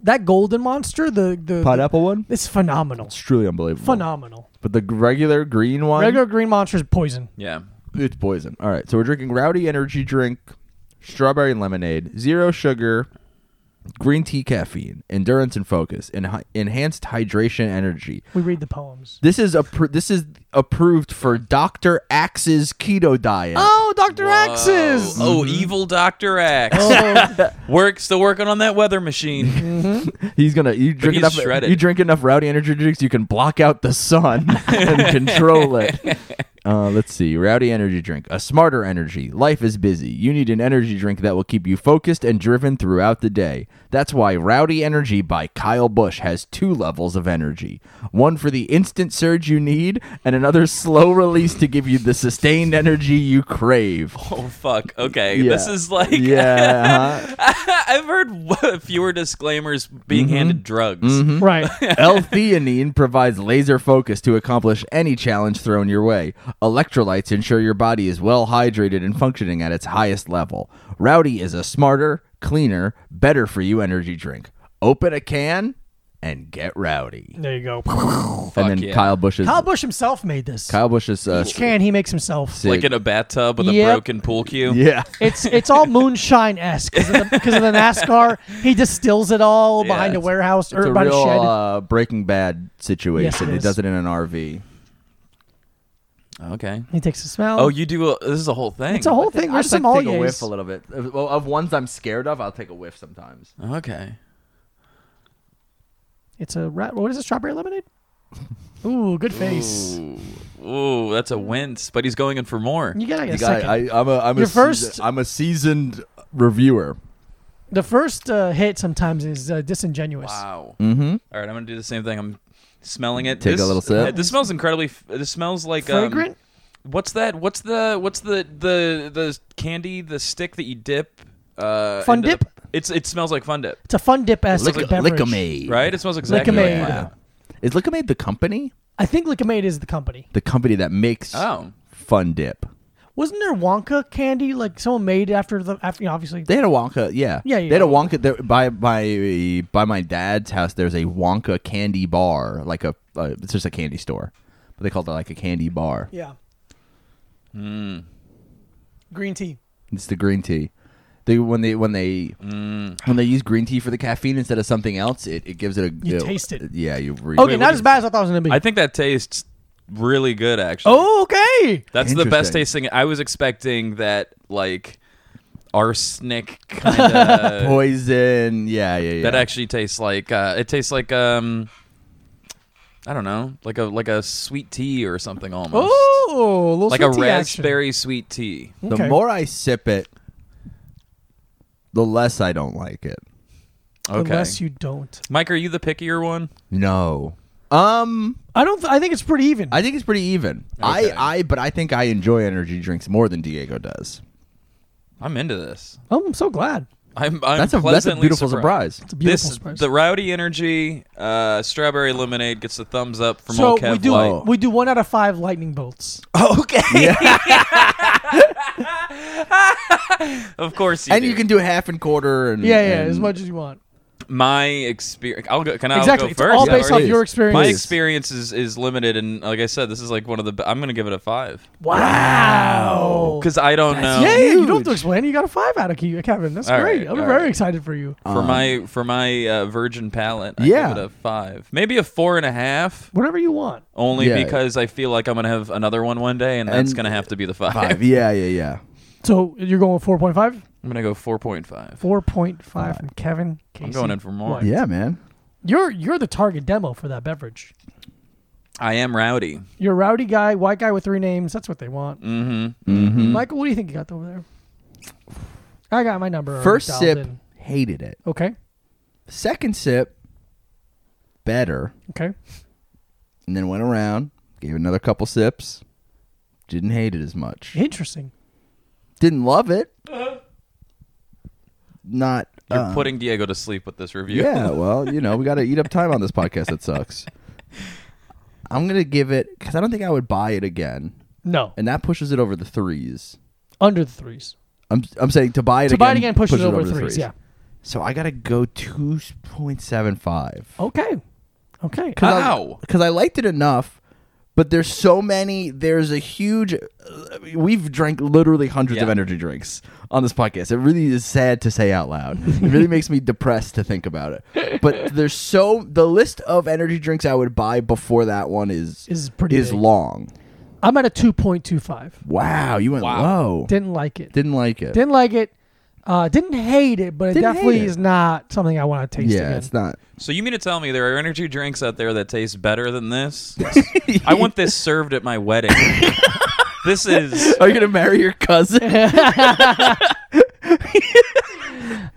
Speaker 2: That golden monster, the the
Speaker 1: pineapple one.
Speaker 2: it's phenomenal,
Speaker 1: It's truly unbelievable.
Speaker 2: phenomenal.
Speaker 1: But the g- regular green one,
Speaker 2: Regular green monster is poison.
Speaker 3: yeah.
Speaker 1: it's poison. All right, so we're drinking Rowdy Energy drink, strawberry and lemonade, zero sugar. Green tea, caffeine, endurance and focus, and hi- enhanced hydration energy.
Speaker 2: We read the poems.
Speaker 1: This is appro- this is approved for Dr. Axe's keto diet.
Speaker 2: Oh, Doctor
Speaker 1: Mm-hmm.
Speaker 2: Axes.
Speaker 3: Oh, oh, evil Dr. Axe.
Speaker 1: Oh.
Speaker 3: Work still working on that weather machine.
Speaker 1: He's gonna you drink
Speaker 3: he's
Speaker 1: enough
Speaker 3: shredded.
Speaker 1: you drink enough rowdy energy drinks you can block out the sun and control it. Uh, let's see. Rowdy energy drink. A smarter energy. Life is busy. You need an energy drink that will keep you focused and driven throughout the day. That's why Rowdy Energy by Kyle Bush has two levels of energy. One for the instant surge you need and another slow release to give you the sustained energy you crave.
Speaker 3: oh fuck. Okay.
Speaker 1: Yeah.
Speaker 3: This is like
Speaker 1: Yeah. uh-huh.
Speaker 3: I've heard w- fewer disclaimers being
Speaker 1: Mm-hmm.
Speaker 3: handed drugs.
Speaker 2: Oh, Right.
Speaker 1: L-theanine provides laser focus to accomplish any challenge thrown your way. Electrolytes ensure your body is well hydrated and functioning at its highest level. Rowdy is a smarter, cleaner, better for you energy drink. Open a can and get rowdy.
Speaker 2: there you go.
Speaker 3: Fuck
Speaker 1: and then
Speaker 3: yeah.
Speaker 1: Kyle Bush's
Speaker 2: Kyle Bush himself made this.
Speaker 1: Kyle Bush's uh,
Speaker 2: Each can he makes himself.
Speaker 1: sig-
Speaker 3: Like in a bathtub with
Speaker 2: Yep.
Speaker 3: a broken pool cue.
Speaker 1: yeah.
Speaker 2: It's it's all moonshine esque because of, the- 'cause of the NASCAR. He distills it all
Speaker 3: Yeah,
Speaker 2: behind a
Speaker 3: it's-
Speaker 2: warehouse
Speaker 1: It's
Speaker 2: or
Speaker 1: a
Speaker 2: behind
Speaker 1: real
Speaker 2: a shed.
Speaker 1: uh, Breaking Bad situation.
Speaker 2: Yes, it
Speaker 1: he
Speaker 2: is.
Speaker 1: does it in an RV.
Speaker 3: Okay.
Speaker 2: He takes a smell.
Speaker 3: Oh, you do. A, this is a whole thing.
Speaker 2: it's a whole thing.
Speaker 1: I
Speaker 2: There's
Speaker 1: just like
Speaker 2: some
Speaker 1: to take a
Speaker 2: holidays.
Speaker 1: whiff a little bit. Of- Well, of ones I'm scared of, I'll take a whiff sometimes.
Speaker 3: Okay.
Speaker 2: It's a rat. What is it? Strawberry lemonade. Ooh, good face.
Speaker 3: Ooh, Ooh, that's a wince, but he's going in for more.
Speaker 2: You gotta get
Speaker 1: You
Speaker 2: a
Speaker 1: got,
Speaker 2: second.
Speaker 1: I, I'm a, I'm a
Speaker 2: Your
Speaker 1: season-
Speaker 2: first-
Speaker 1: I'm a seasoned reviewer.
Speaker 2: the first uh, hit sometimes is uh, disingenuous.
Speaker 3: Wow.
Speaker 1: Mm-hmm.
Speaker 3: All right, I'm gonna do the same thing. I'm smelling it.
Speaker 1: Take a
Speaker 3: This-
Speaker 1: little sip.
Speaker 3: This smells incredibly. f- This smells like um,
Speaker 2: Fragrant.
Speaker 3: What's that? What's the what's the the the candy? The stick that you dip. Uh,
Speaker 2: Fun
Speaker 3: into the-
Speaker 2: dip?
Speaker 3: it's it smells like fun dip,
Speaker 2: it's a fun dip esque beverage.
Speaker 1: Lickamade,
Speaker 3: right? It smells exactly
Speaker 2: Lickamade.
Speaker 3: like
Speaker 1: Yeah.
Speaker 3: that.
Speaker 1: Is Lickamade the company?
Speaker 2: I think Lickamade is the company.
Speaker 1: The company that makes
Speaker 3: Oh,
Speaker 1: Fun Dip.
Speaker 2: Wasn't there Wonka candy like someone made after the after you know, obviously
Speaker 1: They had a Wonka, yeah.
Speaker 2: Yeah,
Speaker 1: They had a
Speaker 2: yeah.
Speaker 1: Wonka there, by by by my dad's house. There's a Wonka candy bar, like a uh, it's just a candy store, but they called it like a candy bar.
Speaker 2: yeah.
Speaker 3: Hmm.
Speaker 2: Green tea.
Speaker 1: It's the green tea. They when they when they
Speaker 2: Mm.
Speaker 1: when they use green tea for the caffeine instead of something else, it, it gives it a
Speaker 2: You taste it.
Speaker 1: Yeah, you re-
Speaker 2: Okay,
Speaker 3: Wait,
Speaker 2: not
Speaker 3: what
Speaker 2: as
Speaker 3: is-
Speaker 2: bad as I thought it was gonna be.
Speaker 3: I think that tastes really good. Actually,
Speaker 2: oh, okay.
Speaker 3: that's the best
Speaker 1: Interesting.
Speaker 3: tasting. I was expecting that like arsenic kind of.
Speaker 1: poison. Yeah, yeah, yeah.
Speaker 3: That actually tastes like uh, it tastes like um, I don't know, like a like a sweet tea or something almost,
Speaker 2: Oh, a little
Speaker 3: like
Speaker 2: sweet
Speaker 3: a
Speaker 2: tea action.
Speaker 3: raspberry sweet tea.
Speaker 1: the
Speaker 2: okay.
Speaker 1: more I sip it, the less I don't like it.
Speaker 3: Okay,
Speaker 2: Unless you don't.
Speaker 3: Mike, are you the pickier one?
Speaker 1: No. Um,
Speaker 2: I don't. Th- I think it's pretty even.
Speaker 1: I think it's pretty even.
Speaker 3: Okay.
Speaker 1: I, I, but I think I enjoy energy drinks more than Diego does.
Speaker 3: I'm into this.
Speaker 2: oh, I'm so glad.
Speaker 3: I'm, I'm
Speaker 1: That's a that's a
Speaker 3: pleasantly
Speaker 1: beautiful
Speaker 3: surprised.
Speaker 1: surprise.
Speaker 2: It's a beautiful
Speaker 3: this
Speaker 2: surprise.
Speaker 3: the rowdy energy uh, strawberry lemonade gets the thumbs up from
Speaker 2: so
Speaker 3: old Kev
Speaker 2: we do
Speaker 3: White.
Speaker 2: we do one out of five lightning bolts.
Speaker 1: Okay.
Speaker 3: Of course, you
Speaker 1: and
Speaker 3: do.
Speaker 1: you can do half and quarter and
Speaker 2: Yeah, yeah,
Speaker 1: and-
Speaker 2: as much as you want.
Speaker 3: my experience. I'll go. Can I I'll
Speaker 2: exactly.
Speaker 3: go
Speaker 2: It's
Speaker 3: first?
Speaker 2: all
Speaker 1: Yeah,
Speaker 2: based
Speaker 1: please.
Speaker 2: off your
Speaker 1: My
Speaker 2: experience.
Speaker 3: My experience is, is limited, and like I said, this is like one of the. be- I'm gonna give it a five
Speaker 2: Wow.
Speaker 3: because I don't know.
Speaker 2: Yeah, yeah, you don't have
Speaker 1: Huge.
Speaker 2: to explain. You got a five out of Ke- Kevin. That's
Speaker 3: All
Speaker 2: great.
Speaker 3: right,
Speaker 2: I'm
Speaker 3: all
Speaker 2: very
Speaker 3: right.
Speaker 2: excited for you.
Speaker 3: For my for my uh, virgin palate, I
Speaker 1: Um, Yeah.
Speaker 3: give it a five, maybe a four and a half,
Speaker 2: Whatever you want.
Speaker 3: only
Speaker 1: Yeah.
Speaker 3: because I feel like I'm gonna have another one one day, and that's
Speaker 1: And-
Speaker 3: gonna have to be the five.
Speaker 1: Five. Yeah, yeah, yeah.
Speaker 2: So you're going with 4.5?
Speaker 3: I'm gonna go four point five.
Speaker 2: 4.5 from Kevin. Casey.
Speaker 3: I'm going in for more.
Speaker 2: White.
Speaker 1: Yeah, man.
Speaker 2: You're you're the target demo for that beverage.
Speaker 3: I am rowdy.
Speaker 2: You're a rowdy guy, white guy with three names. That's what they want.
Speaker 3: Mm-hmm.
Speaker 2: Michael, what do you think you got over there? I got my number. already
Speaker 1: First
Speaker 2: dialed
Speaker 1: sip,
Speaker 2: in.
Speaker 1: hated it.
Speaker 2: Okay.
Speaker 1: Second sip, better.
Speaker 2: Okay.
Speaker 1: And then went around, gave another couple sips. Didn't hate it as much.
Speaker 2: Interesting.
Speaker 1: Didn't love it.
Speaker 2: Uh-huh.
Speaker 1: Not.
Speaker 3: You're
Speaker 1: uh,
Speaker 3: putting Diego to sleep with this review.
Speaker 1: Yeah, well, you know, we got to eat up time on this podcast. That sucks. I'm gonna give it because I don't think I would buy it again,
Speaker 2: No.
Speaker 1: and that pushes it over the threes.
Speaker 2: Under the threes.
Speaker 1: I'm I'm saying to buy it
Speaker 2: To
Speaker 1: again,
Speaker 2: buy it again pushes
Speaker 1: push
Speaker 2: it over,
Speaker 1: the
Speaker 2: threes. Yeah.
Speaker 1: So I gotta go two point seven five.
Speaker 2: Okay. Okay.
Speaker 3: Wow.
Speaker 1: Because I liked it enough, but there's so many. There's a huge. uh, We've drank literally hundreds of
Speaker 3: Yeah.
Speaker 1: energy drinks on this podcast. It really is sad to say out loud. it really makes me depressed to think about it. But there's so the list of energy drinks I would buy before that one is
Speaker 2: Is pretty
Speaker 1: is
Speaker 2: big.
Speaker 1: long.
Speaker 2: I'm at a 2.25.
Speaker 1: Wow, you went low.
Speaker 2: Didn't like it.
Speaker 1: Didn't like it.
Speaker 2: Didn't like it. Uh, didn't hate it, but it
Speaker 1: Didn't hate
Speaker 2: definitely
Speaker 1: it.
Speaker 2: is not something I want to taste
Speaker 1: yeah,
Speaker 2: again.
Speaker 1: it's not.
Speaker 3: So you mean to tell me there are energy drinks out there that taste better than this? I want this served at my wedding. this is.
Speaker 1: Are you gonna marry your cousin?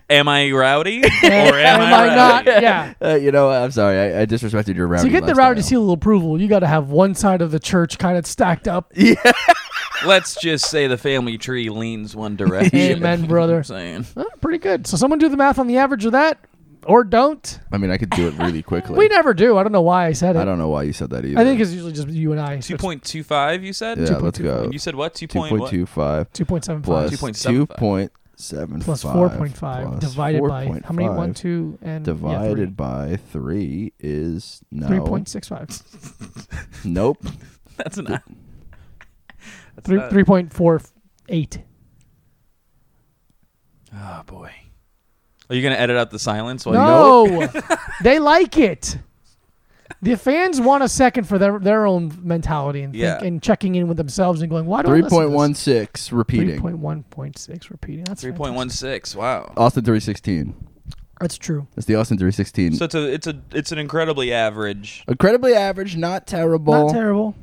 Speaker 3: Am I rowdy or am,
Speaker 2: Eh, Am I not?
Speaker 3: rowdy?
Speaker 2: Yeah.
Speaker 1: Uh, you know, I'm sorry, I, I disrespected your rowdy.
Speaker 2: To get the
Speaker 1: lifestyle.
Speaker 2: rowdy seal of approval, you got to have one side of the church kind of stacked up.
Speaker 3: Let's just say the family tree leans one direction.
Speaker 2: Amen, brother.
Speaker 3: I'm saying.
Speaker 2: Uh, pretty good. So someone do the math on the average of that, or don't.
Speaker 1: I mean, I could do it really quickly.
Speaker 2: We never do. I don't know why I said it.
Speaker 1: I don't know why you said that either.
Speaker 2: I think it's usually just you and I. so
Speaker 3: Two
Speaker 2: it's
Speaker 3: point two five. You said.
Speaker 1: yeah, let's go.
Speaker 3: And you said what? Two
Speaker 1: Two
Speaker 3: point
Speaker 1: point
Speaker 3: what?
Speaker 1: two five
Speaker 2: 2.75
Speaker 1: plus
Speaker 3: 2.75.
Speaker 1: 2.75
Speaker 2: plus 4.5
Speaker 1: plus
Speaker 2: divided by how many?
Speaker 1: 4.5
Speaker 2: One, two, and yeah, three.
Speaker 1: divided by three is no
Speaker 2: 3.65.
Speaker 1: nope
Speaker 3: That's an. That's
Speaker 2: Three-
Speaker 3: not-
Speaker 2: 3.48.
Speaker 3: Oh boy.
Speaker 1: Oh,
Speaker 3: Are you gonna edit out the silence? While you
Speaker 2: No, they like it. the fans want a second for their their own mentality and think,
Speaker 3: Yeah.
Speaker 2: and checking in with themselves and going, why do I
Speaker 1: Three
Speaker 2: listen to
Speaker 1: point one six
Speaker 2: this?
Speaker 1: repeating.
Speaker 2: 3.1.6 repeating. That's
Speaker 3: Three point one
Speaker 2: fantastic.
Speaker 3: six. Wow.
Speaker 1: Austin three sixteen.
Speaker 2: That's true.
Speaker 1: That's the Austin three sixteen.
Speaker 3: So it's a it's a it's an incredibly average.
Speaker 1: Incredibly average, not terrible.
Speaker 2: Not terrible.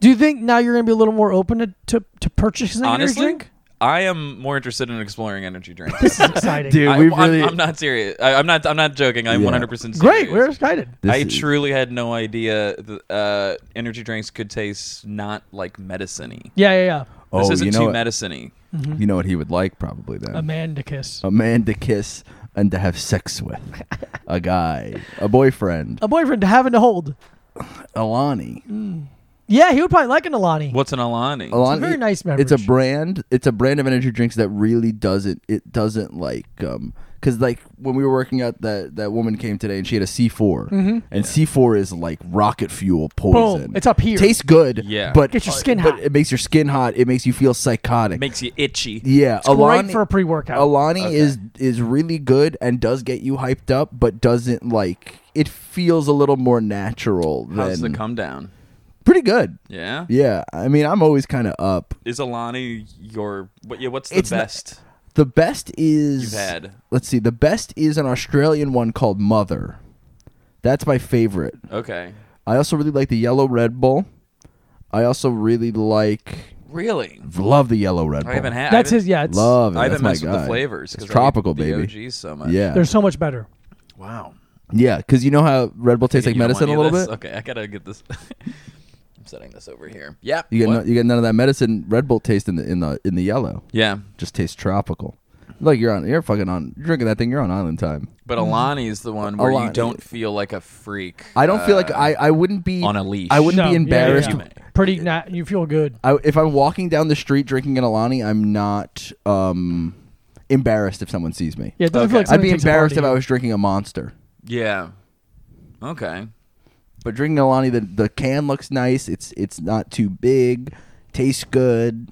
Speaker 2: Do you think now you're going to be a little more open to to, to purchasing
Speaker 3: Honestly,
Speaker 2: energy drink?
Speaker 3: I am more interested in exploring energy drinks.
Speaker 2: This is exciting.
Speaker 1: Dude,
Speaker 3: I,
Speaker 1: we
Speaker 3: am
Speaker 1: really.
Speaker 3: I'm not serious. I, I'm not. I'm not joking. I'm
Speaker 1: Yeah.
Speaker 3: 100 percent serious.
Speaker 2: Great, we're excited.
Speaker 1: this
Speaker 3: I
Speaker 1: is-
Speaker 3: truly had no idea that uh, energy drinks could taste not like medicine-y.
Speaker 2: Yeah, yeah, yeah.
Speaker 1: Oh,
Speaker 3: this isn't
Speaker 1: you know
Speaker 3: too
Speaker 1: what-
Speaker 3: medicine-y.
Speaker 1: You know what he would like probably then.
Speaker 2: Mm-hmm. A man to kiss.
Speaker 1: a man to kiss and to have sex with. a guy, a boyfriend,
Speaker 2: A boyfriend to having to hold.
Speaker 1: Alani.
Speaker 2: Yeah, he would probably like an Alani.
Speaker 3: What's an Alani?
Speaker 1: Alani
Speaker 2: very nice
Speaker 1: It's a
Speaker 2: beverage.
Speaker 1: brand. It's a brand of energy drinks that really doesn't it doesn't like um cuz like when we were working out that that woman came today and she had a C4. And C4 is like rocket fuel poison.
Speaker 2: Mm-hmm. It's up here.
Speaker 1: Tastes good.
Speaker 3: Yeah.
Speaker 1: But uh,
Speaker 2: Get your skin
Speaker 1: but
Speaker 2: hot.
Speaker 1: it makes your skin hot. It makes you feel psychotic.
Speaker 3: Makes you itchy.
Speaker 1: yeah,
Speaker 2: It's great for a pre-workout.
Speaker 1: Alani is is really good and does get you hyped up, but doesn't like it feels a little more natural
Speaker 3: How's the
Speaker 1: than
Speaker 3: come down?
Speaker 1: pretty good.
Speaker 3: Yeah.
Speaker 1: Yeah, I mean, I'm always kind of up.
Speaker 3: Is Alani your what? Yeah. What's the
Speaker 1: It's not-
Speaker 3: best?
Speaker 1: The best is
Speaker 3: You've had.
Speaker 1: Let's see. The best is an Australian one called Mother. That's my favorite.
Speaker 3: okay.
Speaker 1: I also really like the yellow Red Bull. I also really like
Speaker 3: Really?
Speaker 1: love the yellow Red Bull.
Speaker 3: I haven't had. I
Speaker 2: That's
Speaker 3: haven't-
Speaker 2: his. Yeah, it's
Speaker 1: love it.
Speaker 3: I
Speaker 1: That's
Speaker 3: haven't
Speaker 1: my
Speaker 3: messed with the
Speaker 1: guy.
Speaker 3: flavors. 'cause
Speaker 1: It's
Speaker 3: I hate
Speaker 1: tropical,
Speaker 3: the
Speaker 1: baby.
Speaker 3: OGs so much.
Speaker 1: Yeah,
Speaker 2: they're so much better.
Speaker 3: Wow.
Speaker 1: yeah. Because you know how Red Bull tastes like
Speaker 3: You don't want
Speaker 1: medicine a
Speaker 3: any
Speaker 1: little
Speaker 3: of this?
Speaker 1: bit.
Speaker 3: Okay, I gotta get this. I'm setting this over here. Yep.
Speaker 1: You get
Speaker 3: what?
Speaker 1: no, you get none of that medicine Red Bull taste in the in the in the yellow.
Speaker 3: yeah,
Speaker 1: Just tastes tropical. Like you're on you're fucking on you're drinking that thing. You're on island time.
Speaker 3: but Alani's the one where
Speaker 1: Alani.
Speaker 3: you don't feel like a freak.
Speaker 1: I don't feel like
Speaker 3: uh,
Speaker 1: I I wouldn't be
Speaker 3: on a leash.
Speaker 1: I wouldn't
Speaker 2: No,
Speaker 1: be
Speaker 2: yeah,
Speaker 1: embarrassed.
Speaker 2: yeah.
Speaker 1: to-
Speaker 2: Pretty. Na- you feel good.
Speaker 1: I, if I'm walking down the street drinking an Alani, I'm not um embarrassed if someone sees me.
Speaker 2: Yeah, it doesn't feel like
Speaker 3: Okay.
Speaker 1: I'd
Speaker 2: something
Speaker 1: be
Speaker 2: takes a part
Speaker 1: embarrassed if
Speaker 2: of
Speaker 1: I
Speaker 2: you.
Speaker 1: was drinking a Monster.
Speaker 3: Yeah. Okay.
Speaker 1: But drinking Alani, the the can looks nice. It's it's not too big. Tastes good.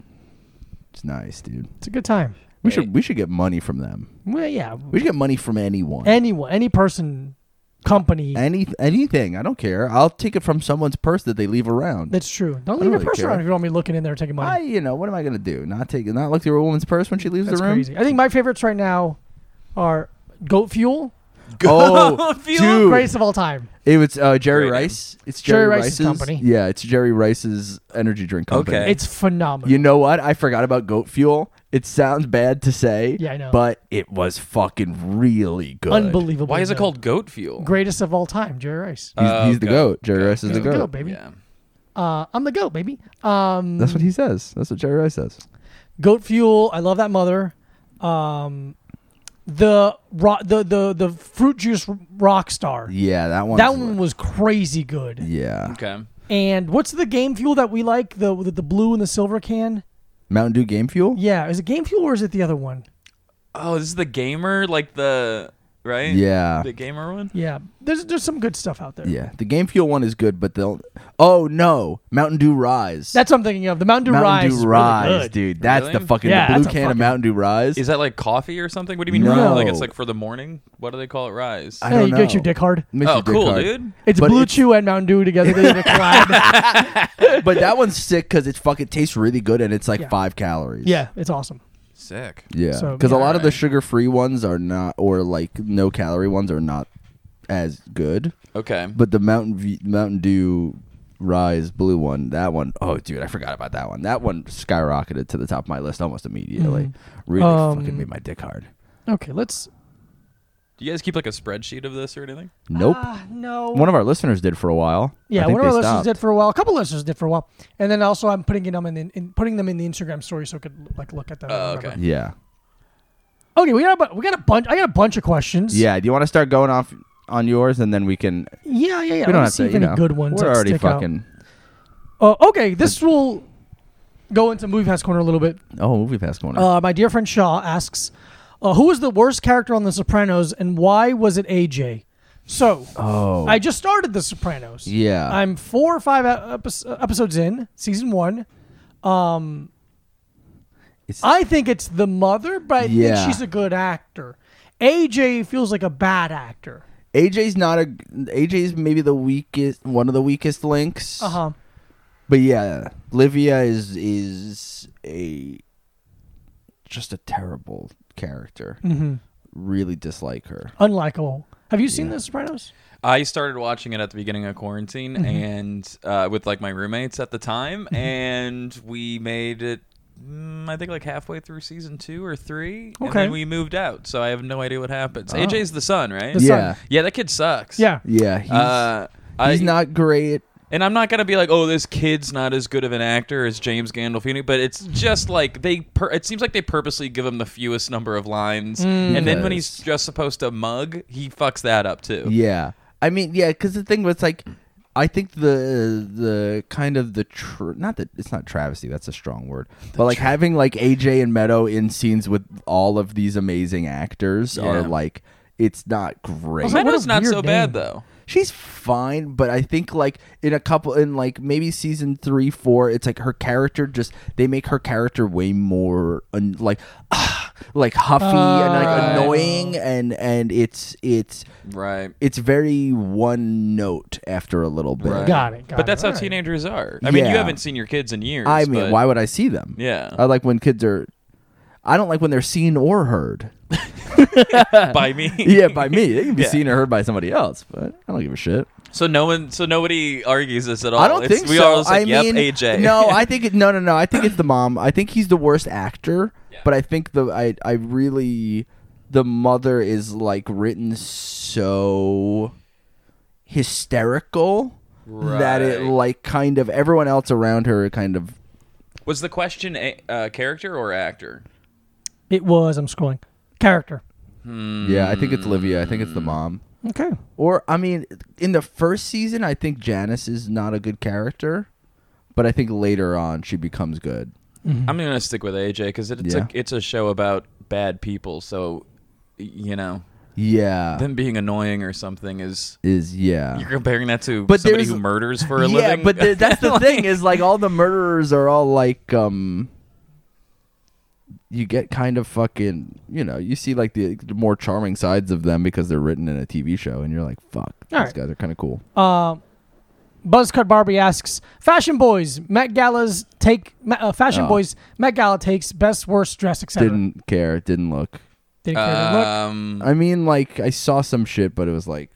Speaker 1: It's nice, dude.
Speaker 2: It's a good time.
Speaker 1: We should we should get money from them.
Speaker 2: Well, yeah.
Speaker 1: We should get money from anyone.
Speaker 2: Anyone, any person, company.
Speaker 1: Any anything, I don't care. I'll take it from someone's purse that they leave around.
Speaker 2: That's true. Don't leave your
Speaker 1: really
Speaker 2: purse
Speaker 1: care.
Speaker 2: around if you don't want me looking in there taking
Speaker 1: I,
Speaker 2: money.
Speaker 1: you know, what am I gonna do? Not take, not look through a woman's purse when she leaves
Speaker 2: That's
Speaker 1: the room.
Speaker 2: crazy. I think my favorites right now are goat fuel.
Speaker 1: Oh,
Speaker 3: Feel
Speaker 1: dude,
Speaker 2: Greatest of all time.
Speaker 1: it was uh, Jerry
Speaker 3: Great name.
Speaker 1: Rice. It's Jerry,
Speaker 2: Jerry
Speaker 1: Rice's,
Speaker 2: Rice's company.
Speaker 1: Yeah, it's Jerry Rice's energy drink company.
Speaker 3: Okay.
Speaker 2: It's phenomenal.
Speaker 1: You know what? I forgot about goat fuel. It sounds bad to say.
Speaker 2: Yeah, I know.
Speaker 1: But it was fucking really good.
Speaker 2: Unbelievable.
Speaker 3: Why is it called goat fuel?
Speaker 2: Greatest of all time, Jerry Rice.
Speaker 1: He's,
Speaker 3: Oh,
Speaker 1: he's the
Speaker 3: goat.
Speaker 1: goat. Jerry Rice is
Speaker 2: He's
Speaker 1: Uh, the goat.
Speaker 2: baby.
Speaker 3: Yeah.
Speaker 2: Uh, I'm the goat, baby. Um,
Speaker 1: That's what he says. That's what Jerry Rice says.
Speaker 2: goat fuel. I love that mother. Um, the ro- the the the fruit juice rock star.
Speaker 1: Yeah, that one.
Speaker 2: That one was crazy good.
Speaker 1: Yeah,
Speaker 3: Okay.
Speaker 2: And what's the game fuel that we like? The the, the blue and the silver can.
Speaker 1: Mountain Dew Game Fuel.
Speaker 2: Yeah, is it game fuel or is it the other one?
Speaker 3: Oh, this is the gamer, like the right?
Speaker 1: Yeah.
Speaker 3: The gamer one.
Speaker 2: Yeah, there's there's some good stuff out there.
Speaker 1: Yeah, the Game Fuel one is good, but they'll. Oh no, Mountain Dew Rise.
Speaker 2: That's what I'm thinking of. The Mountain Dew Rise.
Speaker 1: Mountain
Speaker 2: is
Speaker 1: Dew
Speaker 2: really
Speaker 1: Rise,
Speaker 2: good.
Speaker 1: dude. That's
Speaker 3: Really?
Speaker 1: the fucking
Speaker 2: Yeah,
Speaker 1: the blue
Speaker 2: that's a
Speaker 1: can of
Speaker 2: fucking-
Speaker 1: Mountain Dew Rise.
Speaker 3: Is that like coffee or something? What do you mean?
Speaker 1: No.
Speaker 3: rise? Like it's like for the morning. What do they call it? Rise.
Speaker 1: I
Speaker 2: Yeah,
Speaker 1: don't
Speaker 2: you
Speaker 1: know.
Speaker 2: get your dick hard.
Speaker 1: Makes
Speaker 3: oh,
Speaker 1: your dick
Speaker 3: cool,
Speaker 1: hard.
Speaker 3: dude.
Speaker 2: It's
Speaker 1: But
Speaker 2: Blue
Speaker 1: it's-
Speaker 2: Chew and Mountain Dew together. They did a collab.
Speaker 1: But that one's sick because it fucking tastes really good and it's like
Speaker 2: Yeah.
Speaker 1: five calories.
Speaker 2: yeah, it's awesome.
Speaker 3: Sick.
Speaker 1: yeah. Because a
Speaker 2: So-
Speaker 1: lot of the
Speaker 3: Alright.
Speaker 1: sugar-free ones are not, or like no calorie ones are not as good.
Speaker 3: Okay.
Speaker 1: But the Mountain v- Mountain Dew Rise blue one, that one, oh dude, I forgot about that one. That one skyrocketed to the top of my list almost immediately. Really
Speaker 2: Um,
Speaker 1: fucking made my dick hard.
Speaker 2: Okay, let's.
Speaker 3: Do you guys keep like a spreadsheet of this or anything?
Speaker 1: Nope.
Speaker 2: Ah, no.
Speaker 1: one of our listeners did for a while. I
Speaker 2: yeah,
Speaker 1: think
Speaker 2: one of our
Speaker 1: they
Speaker 2: listeners
Speaker 1: stopped.
Speaker 2: did for a while. A couple listeners did for a while, and then also I'm putting them in, the, in putting them in the Instagram story so I could like look at them. and
Speaker 3: Oh,
Speaker 2: remember.
Speaker 3: okay.
Speaker 1: Yeah.
Speaker 2: Okay, we got a, bu- we got a bunch. I got a bunch of questions.
Speaker 1: Yeah. Do you want to start going off on yours and then we can?
Speaker 2: yeah, yeah. yeah.
Speaker 1: we
Speaker 2: Let
Speaker 1: don't
Speaker 2: me
Speaker 1: have
Speaker 2: see
Speaker 1: to.
Speaker 2: if
Speaker 1: You
Speaker 2: any
Speaker 1: know,
Speaker 2: good ones.
Speaker 1: We're
Speaker 2: that
Speaker 1: already
Speaker 2: stick out.
Speaker 1: fucking.
Speaker 2: Uh, okay, this will go into movie pass corner a little bit.
Speaker 1: Oh, movie pass going on.
Speaker 2: Uh, my dear friend Shaw asks, uh, "Who was the worst character on The Sopranos, and why was it AJ?" So,
Speaker 1: oh.
Speaker 2: I just started The Sopranos.
Speaker 1: yeah.
Speaker 2: I'm four or five epi- episodes in, season one. Um,
Speaker 1: It's-
Speaker 2: I think it's the mother, but I
Speaker 1: Yeah.
Speaker 2: think she's a good actor. AJ feels like a bad actor.
Speaker 1: AJ's not a AJ's maybe the weakest one of the weakest links.
Speaker 2: Uh huh.
Speaker 1: But yeah, Livia is is a just a terrible character.
Speaker 2: Mm-hmm.
Speaker 1: Really dislike her.
Speaker 2: Unlikable. Have you seen The Sopranos?
Speaker 3: I started watching it at the beginning of quarantine
Speaker 1: Mm-hmm.
Speaker 3: and uh, with like my roommates at the time, and we made it. mm, I think like halfway through season two or three, and
Speaker 2: Okay.
Speaker 3: then we moved out. So I have no idea what happens.
Speaker 1: Oh.
Speaker 3: AJ's the son, right?
Speaker 2: The son.
Speaker 1: yeah,
Speaker 3: Yeah, that kid sucks.
Speaker 2: Yeah.
Speaker 1: yeah. He's,
Speaker 3: uh, I,
Speaker 1: he's not great.
Speaker 3: and I'm not gonna be like, oh, this kid's not as good of an actor as James Gandolfini, but it's just like they. Pur- it seems like they purposely give him the fewest number of lines, and then when he's
Speaker 1: Mm. Because-
Speaker 3: just supposed to mug, he fucks that up too.
Speaker 1: Yeah, I mean, yeah, because the thing was like, I think the the kind of the tr- not that it's not travesty. That's a strong word, but like having like AJ and Meadow in scenes with all of these amazing actors are
Speaker 3: Yeah.
Speaker 1: like it's not great.
Speaker 2: Also, what a
Speaker 3: Meadows not
Speaker 2: weird
Speaker 3: so bad
Speaker 2: name.
Speaker 3: though.
Speaker 1: She's fine, but I think like in a couple in like maybe season three, four, it's like her character just they make her character way more un, like like huffy and
Speaker 2: Right.
Speaker 1: like annoying and and it's it's
Speaker 3: Right.
Speaker 1: it's very one note after a little bit.
Speaker 3: Right.
Speaker 2: Got it. Got
Speaker 3: but that's
Speaker 2: it.
Speaker 3: how
Speaker 2: All right.
Speaker 3: teenagers are. I mean, you
Speaker 1: Yeah.
Speaker 3: haven't seen your kids in years.
Speaker 1: I mean,
Speaker 3: but-
Speaker 1: why would I see them?
Speaker 3: Yeah.
Speaker 1: I like when kids are. I don't like when they're seen or heard.
Speaker 3: by me.
Speaker 1: yeah, by me, they can be
Speaker 3: Yeah.
Speaker 1: seen or heard by somebody else, but I don't give a shit.
Speaker 3: So no one. So nobody argues this at all.
Speaker 1: I don't
Speaker 3: Oh, It's-
Speaker 1: think
Speaker 3: we
Speaker 1: so.
Speaker 3: are all just like,
Speaker 1: I
Speaker 3: yep,
Speaker 1: mean,
Speaker 3: AJ.
Speaker 1: no, I think it, no, no, no. I think it's the mom. I think he's the worst actor,
Speaker 3: Yeah.
Speaker 1: but I think the I I really the mother is like written so hysterical that it
Speaker 3: Right.
Speaker 1: like kind of everyone else around her kind of
Speaker 3: was the question a uh, character or actor?
Speaker 2: It was. I'm scrolling. Character.
Speaker 1: yeah. I think it's Livia. I think it's the mom.
Speaker 2: Okay.
Speaker 1: Mm. Or I mean, in the first season, I think Janice is not a good character, but I think later on she becomes good.
Speaker 3: I'm gonna stick with AJ because it's
Speaker 1: Yeah.
Speaker 3: a it's a show about bad people. So y- you know,
Speaker 1: Yeah,
Speaker 3: them being annoying or something is
Speaker 1: is yeah.
Speaker 3: you're comparing that to
Speaker 1: But
Speaker 3: somebody
Speaker 1: there's-
Speaker 3: who murders for a
Speaker 1: yeah,
Speaker 3: living.
Speaker 1: but th- that's the thing is like all the murderers are all like um. You get kind of fucking, you know, you see like the the more charming sides of them because they're written in a TV show, and you're like, fuck, these
Speaker 2: All right.
Speaker 1: guys are kind of cool.
Speaker 2: Um, Buzzcut Barbie asks, "Fashion Boys Met Gala's take Ma- uh, Fashion
Speaker 1: Oh.
Speaker 2: Boys Met Gala takes best worst dress etc."
Speaker 1: Didn't care, didn't look.
Speaker 2: Didn't care to look.
Speaker 3: um,
Speaker 1: I mean, like I saw some shit, but it was like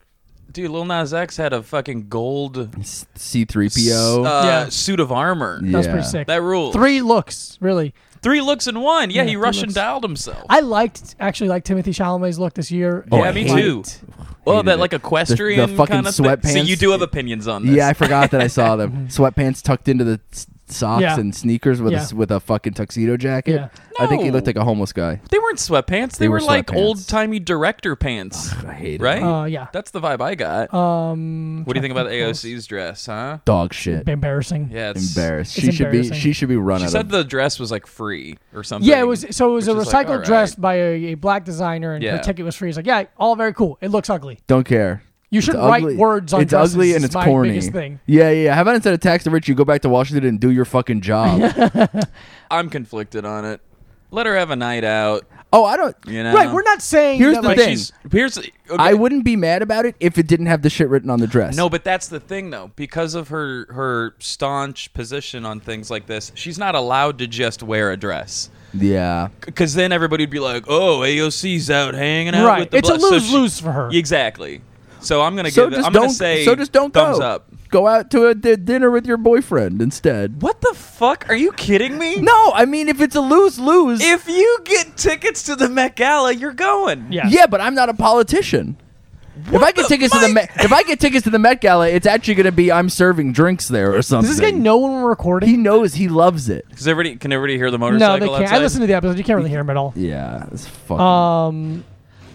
Speaker 3: dude, Lil Nas X had a fucking gold
Speaker 1: C three
Speaker 3: uh,
Speaker 1: PO.
Speaker 2: Yeah.
Speaker 3: suit of armor.
Speaker 2: That was
Speaker 1: yeah.
Speaker 2: pretty sick.
Speaker 3: That rule.
Speaker 2: Three looks, really.
Speaker 3: Three looks in one. Yeah, he
Speaker 2: three
Speaker 3: Russian
Speaker 2: looks.
Speaker 3: dialed himself.
Speaker 2: I liked actually like Timothy Chalamet's look this year.
Speaker 1: Oh,
Speaker 3: yeah,
Speaker 1: I
Speaker 3: me
Speaker 1: hate
Speaker 3: too.
Speaker 1: it.
Speaker 3: Well,
Speaker 1: Hated
Speaker 3: that
Speaker 1: it.
Speaker 3: like
Speaker 1: The- the
Speaker 3: equestrian
Speaker 1: fucking
Speaker 3: kind of Thing. So
Speaker 1: sweatpants.
Speaker 3: you do have opinions on this.
Speaker 1: Yeah, I forgot that I saw them. Sweatpants tucked into the s- socks
Speaker 2: Yeah.
Speaker 1: and sneakers with a
Speaker 2: Yeah.
Speaker 1: s a with a fucking tuxedo jacket.
Speaker 2: Yeah.
Speaker 1: I think he
Speaker 3: No.
Speaker 1: looked like a homeless guy.
Speaker 3: they weren't sweatpants. They,
Speaker 1: They
Speaker 3: were,
Speaker 1: were
Speaker 3: like
Speaker 1: sweatpants.
Speaker 3: old timey director pants.
Speaker 1: I hate
Speaker 3: Right?
Speaker 1: it.
Speaker 2: Uh, yeah.
Speaker 3: That's the vibe I got.
Speaker 2: Um,
Speaker 3: what do you think about
Speaker 2: trying to
Speaker 3: AOC's dress, huh?
Speaker 1: Dog shit.
Speaker 2: Embarrassing.
Speaker 3: Yeah, it's
Speaker 1: Embarrassed.
Speaker 2: It's
Speaker 1: She should be.
Speaker 2: embarrassing.
Speaker 1: She should be run
Speaker 3: She
Speaker 1: out
Speaker 3: said
Speaker 1: of.
Speaker 3: the dress was like free or something.
Speaker 2: Yeah, it was so it was
Speaker 3: Which
Speaker 2: a
Speaker 3: is like,
Speaker 2: recycled
Speaker 3: all
Speaker 2: dress
Speaker 3: right.
Speaker 2: by a, a black designer, and
Speaker 3: Yeah.
Speaker 2: her ticket was free. It's like, yeah, all very cool. It looks ugly.
Speaker 1: Don't care.
Speaker 2: You
Speaker 1: It's
Speaker 2: should write
Speaker 1: ugly.
Speaker 2: words on
Speaker 1: It's
Speaker 2: dresses
Speaker 1: ugly
Speaker 2: is
Speaker 1: and it's
Speaker 2: my
Speaker 1: corny.
Speaker 2: biggest thing.
Speaker 1: Yeah, yeah, yeah. How about instead of tax the rich, you go back to Washington and do your fucking job?
Speaker 3: I'm conflicted on it. Let her have a night out.
Speaker 1: oh, I don't.
Speaker 3: You know.
Speaker 2: Right, we're not saying
Speaker 1: Here's
Speaker 2: that,
Speaker 1: the
Speaker 2: like,
Speaker 1: thing.
Speaker 3: She's here's. Okay.
Speaker 1: I wouldn't be mad about it if it didn't have the shit written on the dress.
Speaker 3: No, but that's the thing though, because of her her staunch position on things like this, she's not allowed to just wear a dress.
Speaker 1: Yeah.
Speaker 3: because then everybody would be like, "Oh, AOC's out hanging out
Speaker 2: Right.
Speaker 3: with the
Speaker 2: It's a
Speaker 3: bla-" So she-
Speaker 2: lose-lose for her.
Speaker 3: Exactly. So I'm gonna
Speaker 1: So
Speaker 3: give. it-
Speaker 1: just
Speaker 3: I'm
Speaker 1: don't.
Speaker 3: gonna say.
Speaker 1: so just don't
Speaker 3: thumbs
Speaker 1: go.
Speaker 3: up.
Speaker 1: Go out to a d- dinner with your boyfriend instead.
Speaker 3: What the fuck? Are you kidding me?
Speaker 1: No, I mean if it's a lose lose.
Speaker 3: If you get tickets to the Met Gala, you're going.
Speaker 2: Yeah.
Speaker 1: Yeah, but I'm not a politician. if I get
Speaker 3: the-
Speaker 1: tickets to the
Speaker 3: Mike-
Speaker 1: Met, if I get tickets to the Met Gala, it's actually going to be I'm serving drinks there or something.
Speaker 2: Does this guy know when we're recording?
Speaker 1: He knows he loves it.
Speaker 3: Because everybody can everybody hear the motorcycle
Speaker 2: no, they can't.
Speaker 3: outside.
Speaker 2: I listened to the episode. You can't really hear him at all.
Speaker 1: Yeah, it's fucking.
Speaker 2: Um,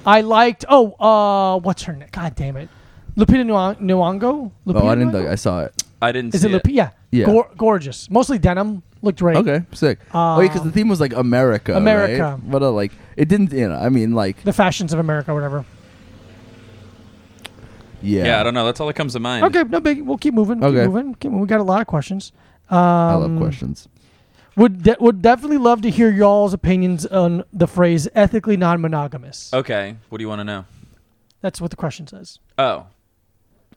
Speaker 2: I liked. Oh, uh, what's her name? God damn it, Lupita Nyong- Nyong'o. Lupita
Speaker 1: oh, I didn't.
Speaker 2: Nyong'o?
Speaker 1: Look, I saw it.
Speaker 3: I didn't.
Speaker 2: Is
Speaker 3: see
Speaker 2: it Lupita? Yeah.
Speaker 1: Yeah.
Speaker 2: Gor- gorgeous. Mostly denim. Looked great.
Speaker 1: Okay, sick. oh, yeah, because the theme was like America. right?
Speaker 2: America.
Speaker 1: What a like. It didn't. You know. I mean, like.
Speaker 2: The fashions of America, whatever.
Speaker 1: Yeah.
Speaker 3: Yeah, I don't know. That's all that comes to mind.
Speaker 2: Okay, no big. We'll keep moving. We'll
Speaker 1: Okay.
Speaker 2: Keep moving. Keep, we got a lot of questions.
Speaker 1: I love questions.
Speaker 2: Would de- would definitely love to hear
Speaker 1: Oh.
Speaker 2: y'all's opinions on the phrase ethically non-monogamous.
Speaker 3: Okay. What do you want to know?
Speaker 2: That's what the question says.
Speaker 3: Oh,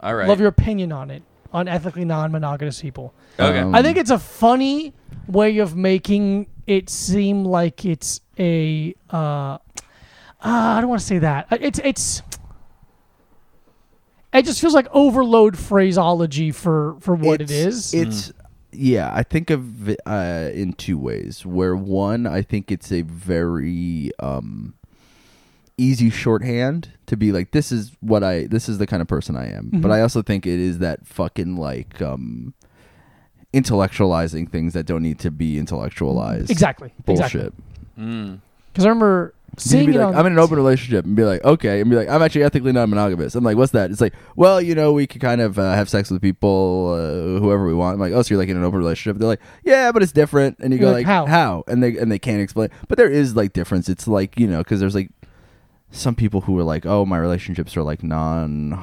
Speaker 3: all right.
Speaker 2: Love your opinion on it on ethically non-monogamous people.
Speaker 3: okay.
Speaker 1: Um,
Speaker 2: I think it's a funny way of making it seem like it's a. Uh, uh, I don't want to say that. Uh, It's it's. It just feels like overload phraseology for for what it is.
Speaker 1: It's yeah. I think of it, uh, in two ways. Where one, I think it's a very um, easy shorthand to be like, this is what I, this is the kind of person I am.
Speaker 2: Mm-hmm.
Speaker 1: But I also think it is that fucking like um, intellectualizing things that don't need to be intellectualized.
Speaker 2: exactly
Speaker 1: Bullshit.
Speaker 2: Exactly.
Speaker 3: Mm.
Speaker 2: Because I remember
Speaker 1: You'd
Speaker 2: seeing
Speaker 1: be
Speaker 2: it
Speaker 1: like,
Speaker 2: on.
Speaker 1: I'm in an open relationship and be like, okay, and be like, I'm actually ethically non-monogamous. I'm like, what's that? It's like, well, you know, we could kind of uh, have sex with people, uh, whoever we want. I'm like, oh, so you're like in an open relationship? They're like, yeah, but it's different. And you
Speaker 2: You're
Speaker 1: go
Speaker 2: like,
Speaker 1: like,
Speaker 2: how?
Speaker 1: And they and they can't explain. But there is like difference. It's like you know, because there's like some people who are like, oh, my relationships are like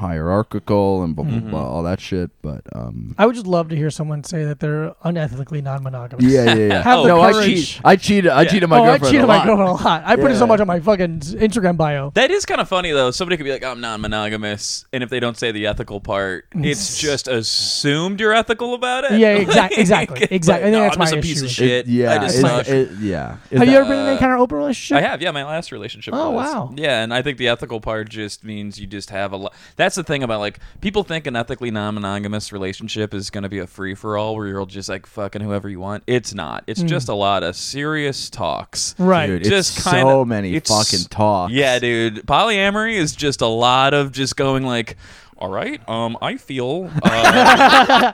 Speaker 1: non-hierarchical and blah blah
Speaker 3: Mm-hmm.
Speaker 1: blah, all that shit. But um,
Speaker 2: I would just love to hear someone say that they're unethically non-monogamous.
Speaker 1: yeah, yeah, yeah.
Speaker 3: Oh,
Speaker 2: Have the
Speaker 1: no, I
Speaker 2: courage.
Speaker 1: cheat. I cheated. I
Speaker 3: Yeah.
Speaker 1: cheated on my
Speaker 2: oh, I
Speaker 1: girlfriend.
Speaker 2: cheated
Speaker 1: a
Speaker 2: on my
Speaker 1: lot.
Speaker 2: girlfriend a lot. I put it so
Speaker 1: Yeah.
Speaker 2: much on my fucking Instagram bio.
Speaker 3: That is kind of funny though. Somebody could be like, "I'm non-monogamous," and if they don't say the ethical part, it's just assumed you're ethical about it.
Speaker 2: Yeah, exactly, exactly,
Speaker 3: Like,
Speaker 2: exactly. I think
Speaker 3: no,
Speaker 2: that's
Speaker 3: I'm just
Speaker 2: my
Speaker 3: a piece of
Speaker 2: issue.
Speaker 3: shit.
Speaker 1: It- yeah,
Speaker 3: I just
Speaker 1: it's-
Speaker 3: suck.
Speaker 1: it- yeah. Is
Speaker 2: Have
Speaker 1: that-
Speaker 2: you ever been in any
Speaker 3: uh,
Speaker 2: kind of open relationship?
Speaker 3: I have, yeah, my last relationship.
Speaker 2: Oh,
Speaker 3: was.
Speaker 2: wow.
Speaker 3: Yeah, and I think the ethical part just means you just have a lot. That's the thing about like people think an ethically non-monogamous relationship is going to be a free for all where you're just like fucking whoever you want. It's not. It's just a lot of serious talks.
Speaker 2: Hmm. Right.
Speaker 1: Dude,
Speaker 3: just
Speaker 1: it's
Speaker 3: kind
Speaker 1: so
Speaker 3: of
Speaker 1: many fucking talks.
Speaker 3: Yeah, dude. Polyamory is just a lot of just going like, all right, um, I feel uh,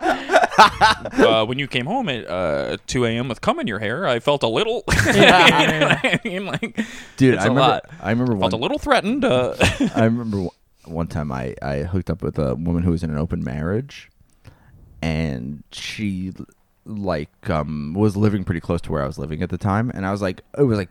Speaker 3: uh, when you came home at uh, 2 a.m. with cum in your hair, I felt a little. you know what I mean? Like,
Speaker 1: dude.
Speaker 3: it's
Speaker 1: I
Speaker 3: a
Speaker 1: remember.
Speaker 3: lot.
Speaker 1: I remember one.
Speaker 3: felt a little threatened. Uh,
Speaker 1: I remember one- one time I I hooked up with a woman who was in an open marriage, and she like um was living pretty close to where I was living at the time, and I was like, it was like.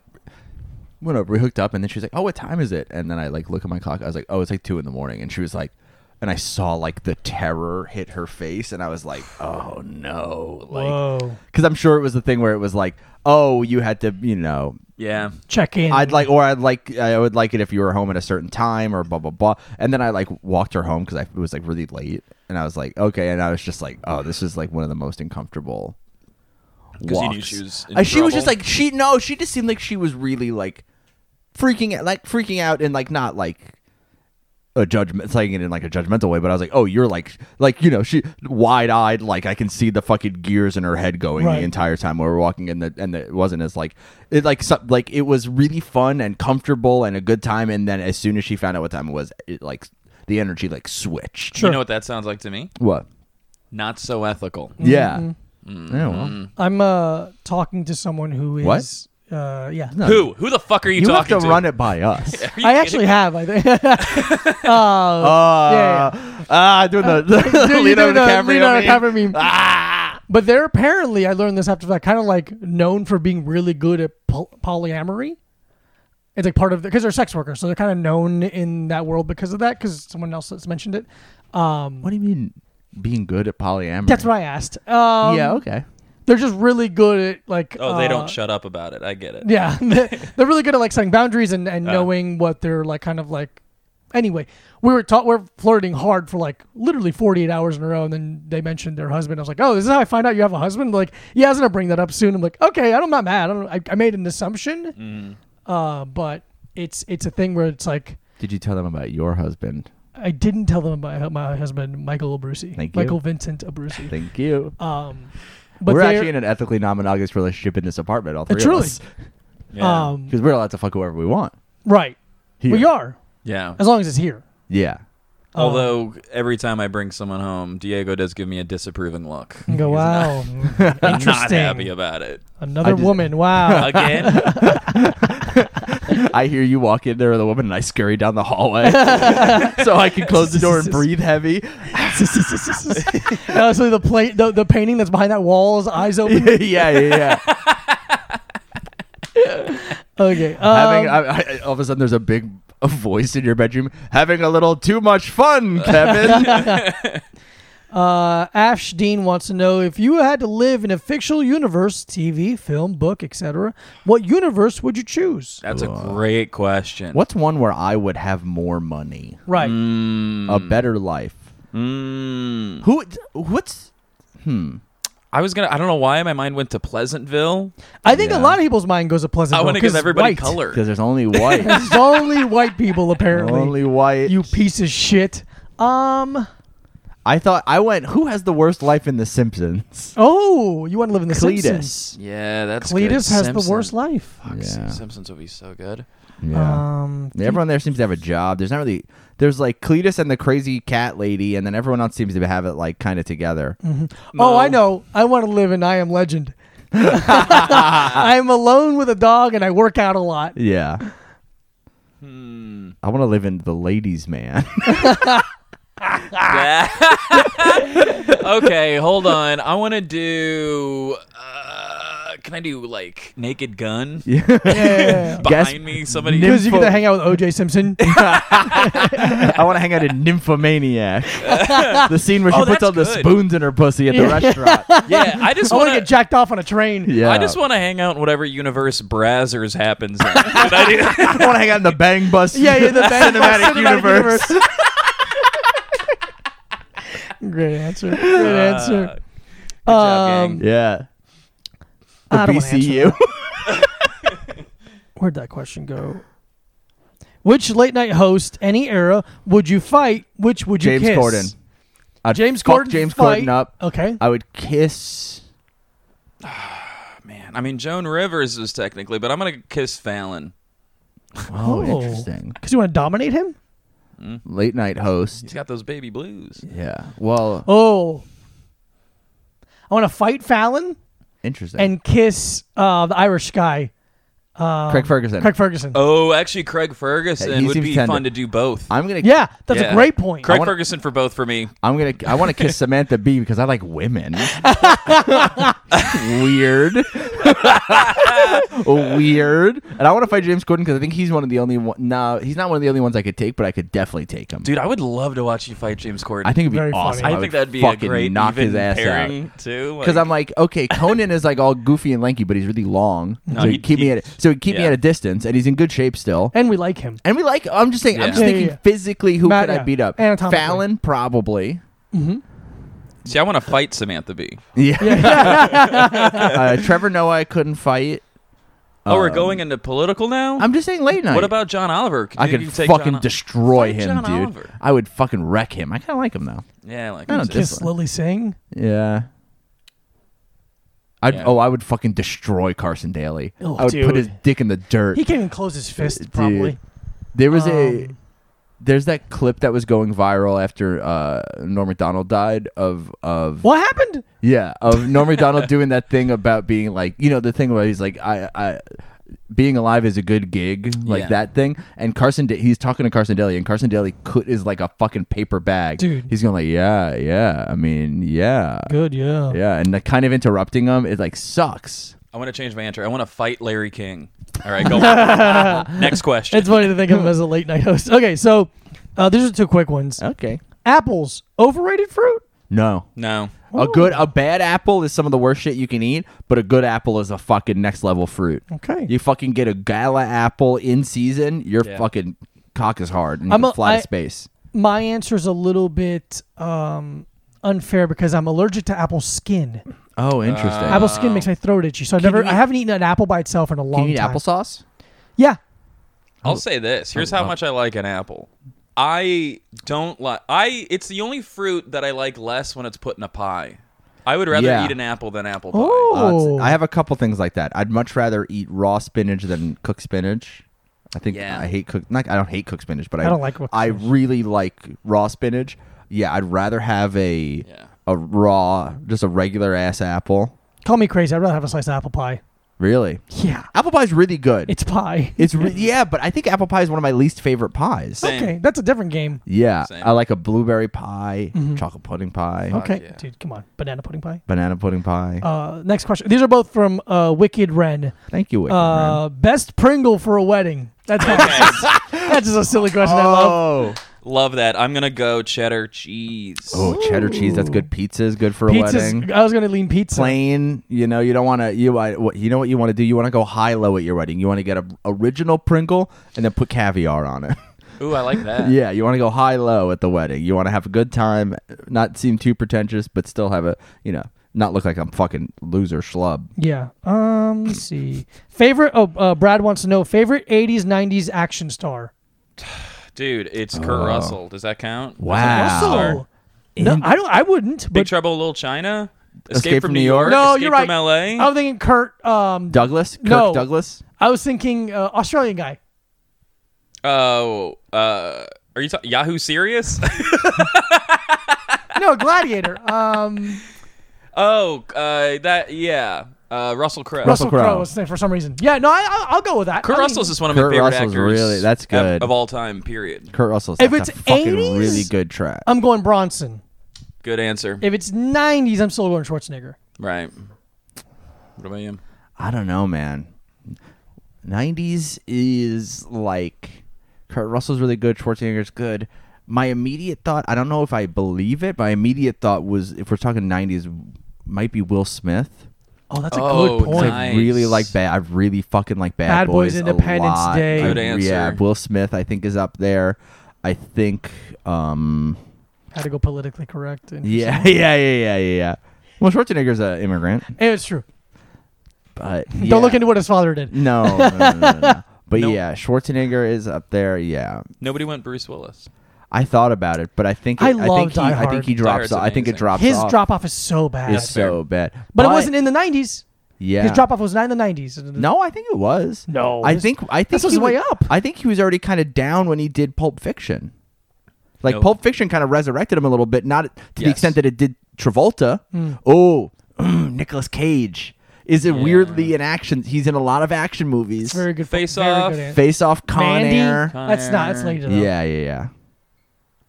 Speaker 1: Went over, we hooked up, and then she was like, "Oh, what time is it?" And then I like look at my clock. I was like, "Oh, it's like two in the morning." And she was like, and I saw like the terror hit her face, and I was like, "Oh no!" Like,
Speaker 2: Whoa.
Speaker 1: because I'm sure it was the thing where it was like, "Oh, you had to, you know,
Speaker 3: yeah.
Speaker 2: Check in.
Speaker 1: I'd like, or I'd like, I would like it if you were home at a certain time, or blah blah blah. And then I like walked her home because I it was like really late, and I was like, okay, and I was just like, oh, this is like one of the most uncomfortable.
Speaker 3: 'Cause you knew
Speaker 1: walks.
Speaker 3: she was in
Speaker 1: And she was just
Speaker 3: trouble?
Speaker 1: like she no, she just seemed like she was really like freaking out, like freaking out, and like not like a judgment saying it in like a judgmental way, but I was like, oh, you're like like you know she wide eyed, like I can see the fucking gears in her head going
Speaker 2: Right.
Speaker 1: the entire time we were walking, and the and the, it wasn't as like it like so, like it was really fun and comfortable and a good time, and then as soon as she found out what time it was, it like the energy like switched.
Speaker 2: Sure.
Speaker 3: You know what that sounds like to me?
Speaker 1: What?
Speaker 3: Not so ethical.
Speaker 1: Yeah. Yeah.
Speaker 3: Mm-hmm.
Speaker 1: Well,
Speaker 2: I'm uh talking to someone who is.
Speaker 1: What?
Speaker 2: Uh, yeah.
Speaker 1: no,
Speaker 3: Who? Who the fuck are you,
Speaker 1: You have
Speaker 3: talking
Speaker 1: to run it by us.
Speaker 3: Are you
Speaker 2: I
Speaker 3: kidding?
Speaker 2: actually have. I think. uh,
Speaker 1: Ah, ah, doing the, the
Speaker 2: Dude, you
Speaker 1: Leonardo
Speaker 2: do the
Speaker 1: DiCaprio Ah.
Speaker 2: Leonardo
Speaker 1: meme.
Speaker 2: DiCaprio meme. But they're apparently, I learned this after that, kind of like known for being really good at pol- polyamory. It's like part of because they're sex workers, so they're kind of known in that world because of that. Because someone else has mentioned it. Um,
Speaker 1: What do you mean being good at polyamory?
Speaker 2: that's what I asked. Um,
Speaker 1: yeah, okay.
Speaker 2: they're just really good at like.
Speaker 3: Oh, they
Speaker 2: uh,
Speaker 3: don't shut up about it. I get it.
Speaker 2: Yeah, they're really good at like setting boundaries and,
Speaker 3: Uh.
Speaker 2: and knowing what they're like, kind of like. Anyway, we were taught we're flirting hard for like literally 48 hours in a row, and then they mentioned their husband. I was like, oh, this is how I find out you have a husband. Like, yeah, I was gonna bring that up soon. I'm like, okay, I'm not mad. I don't. I, I made an assumption,
Speaker 3: Mm-hmm.
Speaker 2: uh, but it's it's a thing where it's like
Speaker 1: Did you tell them about your husband?
Speaker 2: I didn't tell them about my husband, Michael Abruzzi,
Speaker 1: Thank you.
Speaker 2: Michael Vincent Abruzzi.
Speaker 1: Thank you.
Speaker 2: Um, but
Speaker 1: we're
Speaker 2: they're-
Speaker 1: actually in an ethically non-monogamous relationship in this apartment, all three
Speaker 2: truly.
Speaker 1: of us,
Speaker 3: Yeah.
Speaker 2: um,
Speaker 1: because we're allowed to fuck whoever we want.
Speaker 2: right.
Speaker 1: Here.
Speaker 2: We are
Speaker 3: yeah.
Speaker 2: as long as it's here.
Speaker 1: Yeah.
Speaker 3: Oh. Although every time I bring someone home, Diego does give me a disapproving look.
Speaker 2: And go, wow, mm,
Speaker 3: I'm not
Speaker 2: interesting.
Speaker 3: happy about it.
Speaker 2: Another
Speaker 1: I just-
Speaker 2: woman. Wow.
Speaker 3: Again,
Speaker 1: I hear you walk in there with a woman, and I scurry down the hallway so I can close the door and breathe heavy.
Speaker 2: Uh, so the plate, the, the painting that's behind that wall is eyes open.
Speaker 1: yeah, yeah, yeah.
Speaker 2: Okay. Um,
Speaker 1: Having I, I, all of a sudden, there's a big voice in your bedroom having a little too much fun, Kevin.
Speaker 2: Uh, Ash Dean wants to know if you had to live in a fictional universe, TV, film, book, etc. What universe would you choose?
Speaker 3: That's a great question.
Speaker 1: What's one where I would have more money,
Speaker 2: Right.
Speaker 1: a better life?
Speaker 3: Mm.
Speaker 1: Who? What's? Hmm.
Speaker 3: I was gonna. I don't know why my mind went to Pleasantville.
Speaker 2: I think a
Speaker 1: Yeah.
Speaker 2: lot of people's mind goes to Pleasantville.
Speaker 3: I want to give
Speaker 2: it's
Speaker 3: everybody
Speaker 2: white.
Speaker 3: color.
Speaker 1: Because there's only white.
Speaker 2: It's only white people apparently.
Speaker 1: only white.
Speaker 2: you piece of shit. Um.
Speaker 1: I thought I went. Who has the worst life in The Simpsons?
Speaker 2: Oh, you want to live in the
Speaker 1: Cletus.
Speaker 2: Simpsons?
Speaker 3: Yeah, that's good.
Speaker 2: Cletus has
Speaker 3: Simpson.
Speaker 2: the worst life.
Speaker 3: Fuck,
Speaker 1: Yeah.
Speaker 3: Simpsons would be so good.
Speaker 1: Yeah.
Speaker 2: Um.
Speaker 1: Uh, everyone there seems to have a job. There's not really. There's like Cletus and the crazy cat lady, and then everyone else seems to have it like kind of together.
Speaker 2: Oh,
Speaker 3: No.
Speaker 2: I know. I want to live in I Am Legend. I'm alone with a dog and I work out a lot.
Speaker 1: Yeah. I want to live in the ladies' man.
Speaker 3: Ah. okay, hold on. I want to do. Uh, can I do like Naked Gun? Yeah.
Speaker 2: Yeah.
Speaker 3: Behind
Speaker 1: Gas-
Speaker 3: me, somebody.
Speaker 2: Because you get to
Speaker 1: Nympho-
Speaker 2: hang out with OJ Simpson.
Speaker 1: I want to hang out in Nymphomaniac. the scene where she
Speaker 3: Oh,
Speaker 1: puts
Speaker 3: that's
Speaker 1: all the
Speaker 3: good.
Speaker 1: spoons in her pussy at the
Speaker 2: Yeah.
Speaker 1: restaurant.
Speaker 3: yeah, I just
Speaker 2: I want to
Speaker 3: want
Speaker 2: get jacked off on a train.
Speaker 1: Yeah.
Speaker 3: I just want to hang out in whatever universe Brazzers happens in. Can I do
Speaker 1: I want to hang out in the Bang Bus.
Speaker 2: Yeah, yeah, the best
Speaker 1: cinematic, universe.
Speaker 2: Great answer. Great answer.
Speaker 3: Good job,
Speaker 2: Um,
Speaker 3: gang.
Speaker 1: yeah. The
Speaker 2: I don't wanna answer
Speaker 1: BCU.
Speaker 2: Where'd that question go? Which late night host, any era, would you fight? Which would you
Speaker 1: James
Speaker 2: kiss?
Speaker 1: Corden. I'd
Speaker 2: James
Speaker 1: fuck
Speaker 2: Corden.
Speaker 1: James
Speaker 2: fight.
Speaker 1: Corden up. Oh,
Speaker 2: Okay.
Speaker 1: I would kiss.
Speaker 3: Man, I mean Joan Rivers was technically, but I'm gonna kiss Fallon.
Speaker 1: Oh,
Speaker 2: Oh.
Speaker 1: interesting.
Speaker 2: Because you want to dominate him?
Speaker 1: Late night host.
Speaker 3: He's got those baby blues.
Speaker 1: Yeah. Well,
Speaker 2: Oh. I want to fight Fallon
Speaker 1: interesting.
Speaker 2: and kiss uh, the Irish guy,
Speaker 1: Craig Ferguson.
Speaker 2: um, Craig Ferguson.
Speaker 3: Oh, actually, Craig
Speaker 1: Yeah, he
Speaker 3: Ferguson would
Speaker 1: seems
Speaker 3: be
Speaker 1: tender.
Speaker 3: fun to do both.
Speaker 1: I'm gonna.
Speaker 2: Yeah, that's
Speaker 3: Yeah.
Speaker 2: a great point.
Speaker 3: Craig
Speaker 1: I wanna-
Speaker 3: Ferguson for both for me.
Speaker 1: I'm gonna. I want to kiss Samantha Bee because I like women. Weird. Weird. And I want to fight James Corden because I think he's one of the only one. No, he's not one of the only ones I could take, but I could definitely take him.
Speaker 3: Dude, I would love to watch you fight James Corden.
Speaker 1: I think it'd be
Speaker 2: Very funny.
Speaker 1: awesome.
Speaker 2: I
Speaker 3: I
Speaker 1: would
Speaker 3: think that'd be a
Speaker 1: fucking
Speaker 3: great
Speaker 1: knock
Speaker 3: even
Speaker 1: his ass
Speaker 3: pairing
Speaker 1: out.
Speaker 3: too.
Speaker 1: Because I'm like, okay, Conan is like all goofy and lanky, but he's really long. so
Speaker 3: he-
Speaker 1: he'd keep
Speaker 3: he-
Speaker 1: me at so he'd keep me
Speaker 3: yeah.
Speaker 1: at a distance, and he's in good shape still.
Speaker 2: And we like him.
Speaker 1: And we like. I'm just saying.
Speaker 3: Yeah.
Speaker 1: I'm just
Speaker 2: Yeah, yeah,
Speaker 1: thinking
Speaker 2: yeah.
Speaker 1: physically, who
Speaker 2: Ma-
Speaker 1: could
Speaker 2: yeah.
Speaker 1: I beat up?
Speaker 2: Anatomically.
Speaker 1: Fallon probably.
Speaker 3: see, I want to fight Samantha Bee.
Speaker 1: Yeah. uh, Trevor Noah, I couldn't fight.
Speaker 3: Oh, we're
Speaker 1: Um,
Speaker 3: going into political now.
Speaker 1: I'm just saying late night.
Speaker 3: what about John Oliver? Could
Speaker 1: I
Speaker 3: you-
Speaker 1: could
Speaker 3: you take
Speaker 1: fucking
Speaker 3: John-
Speaker 1: destroy
Speaker 3: Fight
Speaker 1: him,
Speaker 3: John
Speaker 1: dude.
Speaker 3: Oliver.
Speaker 1: I would fucking wreck him. I kind of like him though.
Speaker 3: Yeah, like
Speaker 1: I don't
Speaker 3: him too.
Speaker 1: dis-
Speaker 2: Kiss
Speaker 1: one.
Speaker 2: Lily Singh.
Speaker 1: Yeah. I'd,
Speaker 3: Yeah.
Speaker 1: Oh, I would fucking destroy Carson Daly.
Speaker 2: Oh,
Speaker 1: I would put
Speaker 2: dude.
Speaker 1: his dick in the dirt.
Speaker 2: He can't even close his fist,
Speaker 1: Dude.
Speaker 2: probably.
Speaker 1: There was a
Speaker 2: Um,
Speaker 1: there's that clip that was going viral after uh, Norm Macdonald died of of
Speaker 2: What happened?
Speaker 1: yeah of Norm Macdonald doing that thing about being like you know the thing where he's like I I being alive is a good gig like
Speaker 3: Yeah.
Speaker 1: that thing and Carson da- he's talking to Carson Daly and Carson Daly could is like a fucking paper bag
Speaker 2: Dude.
Speaker 1: he's going like yeah yeah I mean yeah
Speaker 2: Good, yeah.
Speaker 1: yeah and the kind of interrupting him it like sucks
Speaker 3: I want to change my answer. I want to fight Larry King. All right, go. on. Next question.
Speaker 2: It's funny to think of him as a late night host. Okay, so uh, these are two quick ones.
Speaker 1: okay
Speaker 2: Apples, overrated fruit?
Speaker 1: no
Speaker 3: no.
Speaker 1: A good, a bad apple is some of the worst shit you can eat, but a good apple is a fucking next level fruit.
Speaker 2: Okay.
Speaker 1: You fucking get a gala apple in season, your
Speaker 3: Yeah.
Speaker 1: fucking cock is hard and you
Speaker 2: I'm
Speaker 1: can
Speaker 2: a-
Speaker 1: fly
Speaker 2: I-
Speaker 1: to space.
Speaker 2: My answer is a little bit um, unfair because I'm allergic to apple skin.
Speaker 1: Oh, interesting.
Speaker 2: apple skin makes my throat itchy, so I
Speaker 1: you
Speaker 2: never, I
Speaker 1: eat-
Speaker 2: haven't eaten an apple by itself in a long
Speaker 1: can you eat
Speaker 2: time.
Speaker 1: applesauce?
Speaker 2: Yeah,
Speaker 3: I'll say this. Here's how much I like an apple. I don't like I it's the only fruit that I like less when it's put in a pie. I would rather
Speaker 1: Yeah.
Speaker 3: eat an apple than apple pie.
Speaker 2: Oh.
Speaker 1: Uh, it's-
Speaker 2: Oh.
Speaker 1: I have a couple things like that. I'd much rather eat raw spinach than cook spinach. I think
Speaker 3: Yeah.
Speaker 1: I hate cook. Not, I don't hate cooked spinach, but I,
Speaker 2: I don't like cooked
Speaker 1: I
Speaker 2: spinach.
Speaker 1: really like raw spinach. Yeah, I'd rather have a
Speaker 3: Yeah.
Speaker 1: a raw, just a regular ass apple.
Speaker 2: call me crazy. I'd rather have a slice of apple pie.
Speaker 1: Really,
Speaker 2: Yeah,
Speaker 1: apple pie's really good.
Speaker 2: it's pie.
Speaker 1: It's re- yeah, but I think apple pie is one of my least favorite pies.
Speaker 3: Same.
Speaker 2: Okay, that's a different game.
Speaker 1: Yeah,
Speaker 3: Same.
Speaker 1: I like a blueberry pie,
Speaker 2: Mm-hmm.
Speaker 1: chocolate pudding pie,
Speaker 2: okay,
Speaker 3: yeah.
Speaker 2: dude, come on, banana pudding pie.
Speaker 1: banana pudding pie.
Speaker 2: Uh, next question. These are both from uh, Wicked Uh, Wren.
Speaker 1: Thank you, Wicked
Speaker 2: Uh, best Pringle for a wedding. That's that's just a silly question. I love.
Speaker 1: Oh,
Speaker 3: Love that. I'm gonna go cheddar cheese.
Speaker 1: Oh, cheddar cheese. That's good. Pizza is good for a
Speaker 2: Pizza's,
Speaker 1: wedding.
Speaker 2: I was gonna lean pizza.
Speaker 1: Plain. You know, you don't want to. You I, what- you know what you want to do. You want to go high low at your wedding. You want to get a original Pringle and then put caviar on it.
Speaker 3: Ooh, I like that.
Speaker 1: yeah, you want to go high low at the wedding. You want to have a good time, not seem too pretentious, but still have a you know not look like I'm fucking loser schlub.
Speaker 2: Yeah. Um. Let's see. Favorite. Oh, uh, Brad wants to know favorite '80s '90s action star.
Speaker 3: Dude, it's Kurt Russell. Does that count?
Speaker 1: Oh. Wow.
Speaker 2: Russell. No, I don't. I wouldn't.
Speaker 3: Big
Speaker 2: But
Speaker 3: Trouble in Little China. Escape,
Speaker 1: Escape
Speaker 3: from,
Speaker 1: from
Speaker 3: New
Speaker 1: New York?
Speaker 3: York.
Speaker 2: no,
Speaker 3: Escape
Speaker 2: you're right.
Speaker 3: From L.A.
Speaker 2: I was thinking Kurt. Um.
Speaker 1: Douglas, Kirk
Speaker 2: No.
Speaker 1: Douglas.
Speaker 2: I was thinking uh, Australian guy.
Speaker 3: Oh, uh, are you ta- Yahoo Serious?
Speaker 2: No, Gladiator. Um.
Speaker 3: oh, uh, that yeah. Uh, Russell Crowe.
Speaker 2: Russell
Speaker 1: Crowe.
Speaker 2: Crowe. was the name for some reason. Yeah. No, I, I, I'll go with that.
Speaker 3: Kurt
Speaker 2: I mean,
Speaker 3: Russell's is one of
Speaker 1: Kurt
Speaker 3: my favorite
Speaker 1: Russell's
Speaker 3: actors.
Speaker 1: really- that's
Speaker 3: of-
Speaker 1: good.
Speaker 3: of, all time. Period.
Speaker 1: Kurt Russell's
Speaker 2: If
Speaker 1: that's
Speaker 2: it's
Speaker 1: a fucking
Speaker 2: 80s?
Speaker 1: really good track.
Speaker 2: I'm going Bronson.
Speaker 3: Good answer.
Speaker 2: If it's '90s, I'm still going Schwarzenegger.
Speaker 3: right. What about you?
Speaker 1: I don't know, man. 90s is like Kurt Russell's really good, Schwarzenegger's good. My immediate thought, I don't know if I believe it, my immediate thought was if we're talking 90s, might be Will Smith.
Speaker 2: Oh, that's a
Speaker 3: Oh,
Speaker 2: good point.
Speaker 3: nice.
Speaker 1: I really like bad. I really fucking like Bad,
Speaker 2: Bad Boys,
Speaker 1: Boys. a
Speaker 2: Independence
Speaker 1: lot.
Speaker 2: Day.
Speaker 1: I-
Speaker 3: Good answer.
Speaker 1: Yeah, Will Smith, I think, is up there. I think, um,
Speaker 2: Had to go politically correct. And
Speaker 1: yeah, yeah, yeah, yeah, yeah, yeah. Well, Schwarzenegger's an immigrant,
Speaker 2: it's true.
Speaker 1: but
Speaker 2: Don't look
Speaker 1: yeah.
Speaker 2: into what his father did.
Speaker 1: No, no, no, no, no. but
Speaker 3: Nope.
Speaker 1: yeah, Schwarzenegger is up there. Yeah,
Speaker 3: Nobody went Bruce Willis.
Speaker 1: I thought about it, but I think it,
Speaker 2: I
Speaker 1: I,
Speaker 2: love
Speaker 1: think he,
Speaker 2: Die
Speaker 1: I
Speaker 2: Hard.
Speaker 1: think he
Speaker 3: Die
Speaker 1: drops.
Speaker 3: Hard's
Speaker 1: Off. I think it
Speaker 3: amazing.
Speaker 1: drops.
Speaker 2: His
Speaker 1: off
Speaker 2: drop off is so bad.
Speaker 1: is so bad,
Speaker 2: but, it wasn't in the '90s.
Speaker 1: Yeah,
Speaker 2: His drop off was not in the '90s.
Speaker 1: No, I think it was.
Speaker 2: No,
Speaker 1: I
Speaker 2: this-
Speaker 1: think I think
Speaker 2: this was
Speaker 1: he
Speaker 2: way up.
Speaker 1: I think he was already kind of down when he did Pulp Fiction. Like
Speaker 3: No.
Speaker 1: Pulp Fiction kind of resurrected him a little bit, not to the
Speaker 3: Yes.
Speaker 1: extent that it did Travolta.
Speaker 2: Hmm.
Speaker 1: Oh, mm, Nicolas Cage is a weirdly in action. He's in a lot of action movies.
Speaker 2: Very good.
Speaker 3: Face
Speaker 2: very
Speaker 3: Off.
Speaker 2: good answer.
Speaker 1: Face Off, Con
Speaker 2: Mandy.
Speaker 1: Air.
Speaker 3: Con
Speaker 2: That's not.
Speaker 3: Air.
Speaker 2: That's later. Though.
Speaker 1: yeah, yeah, yeah.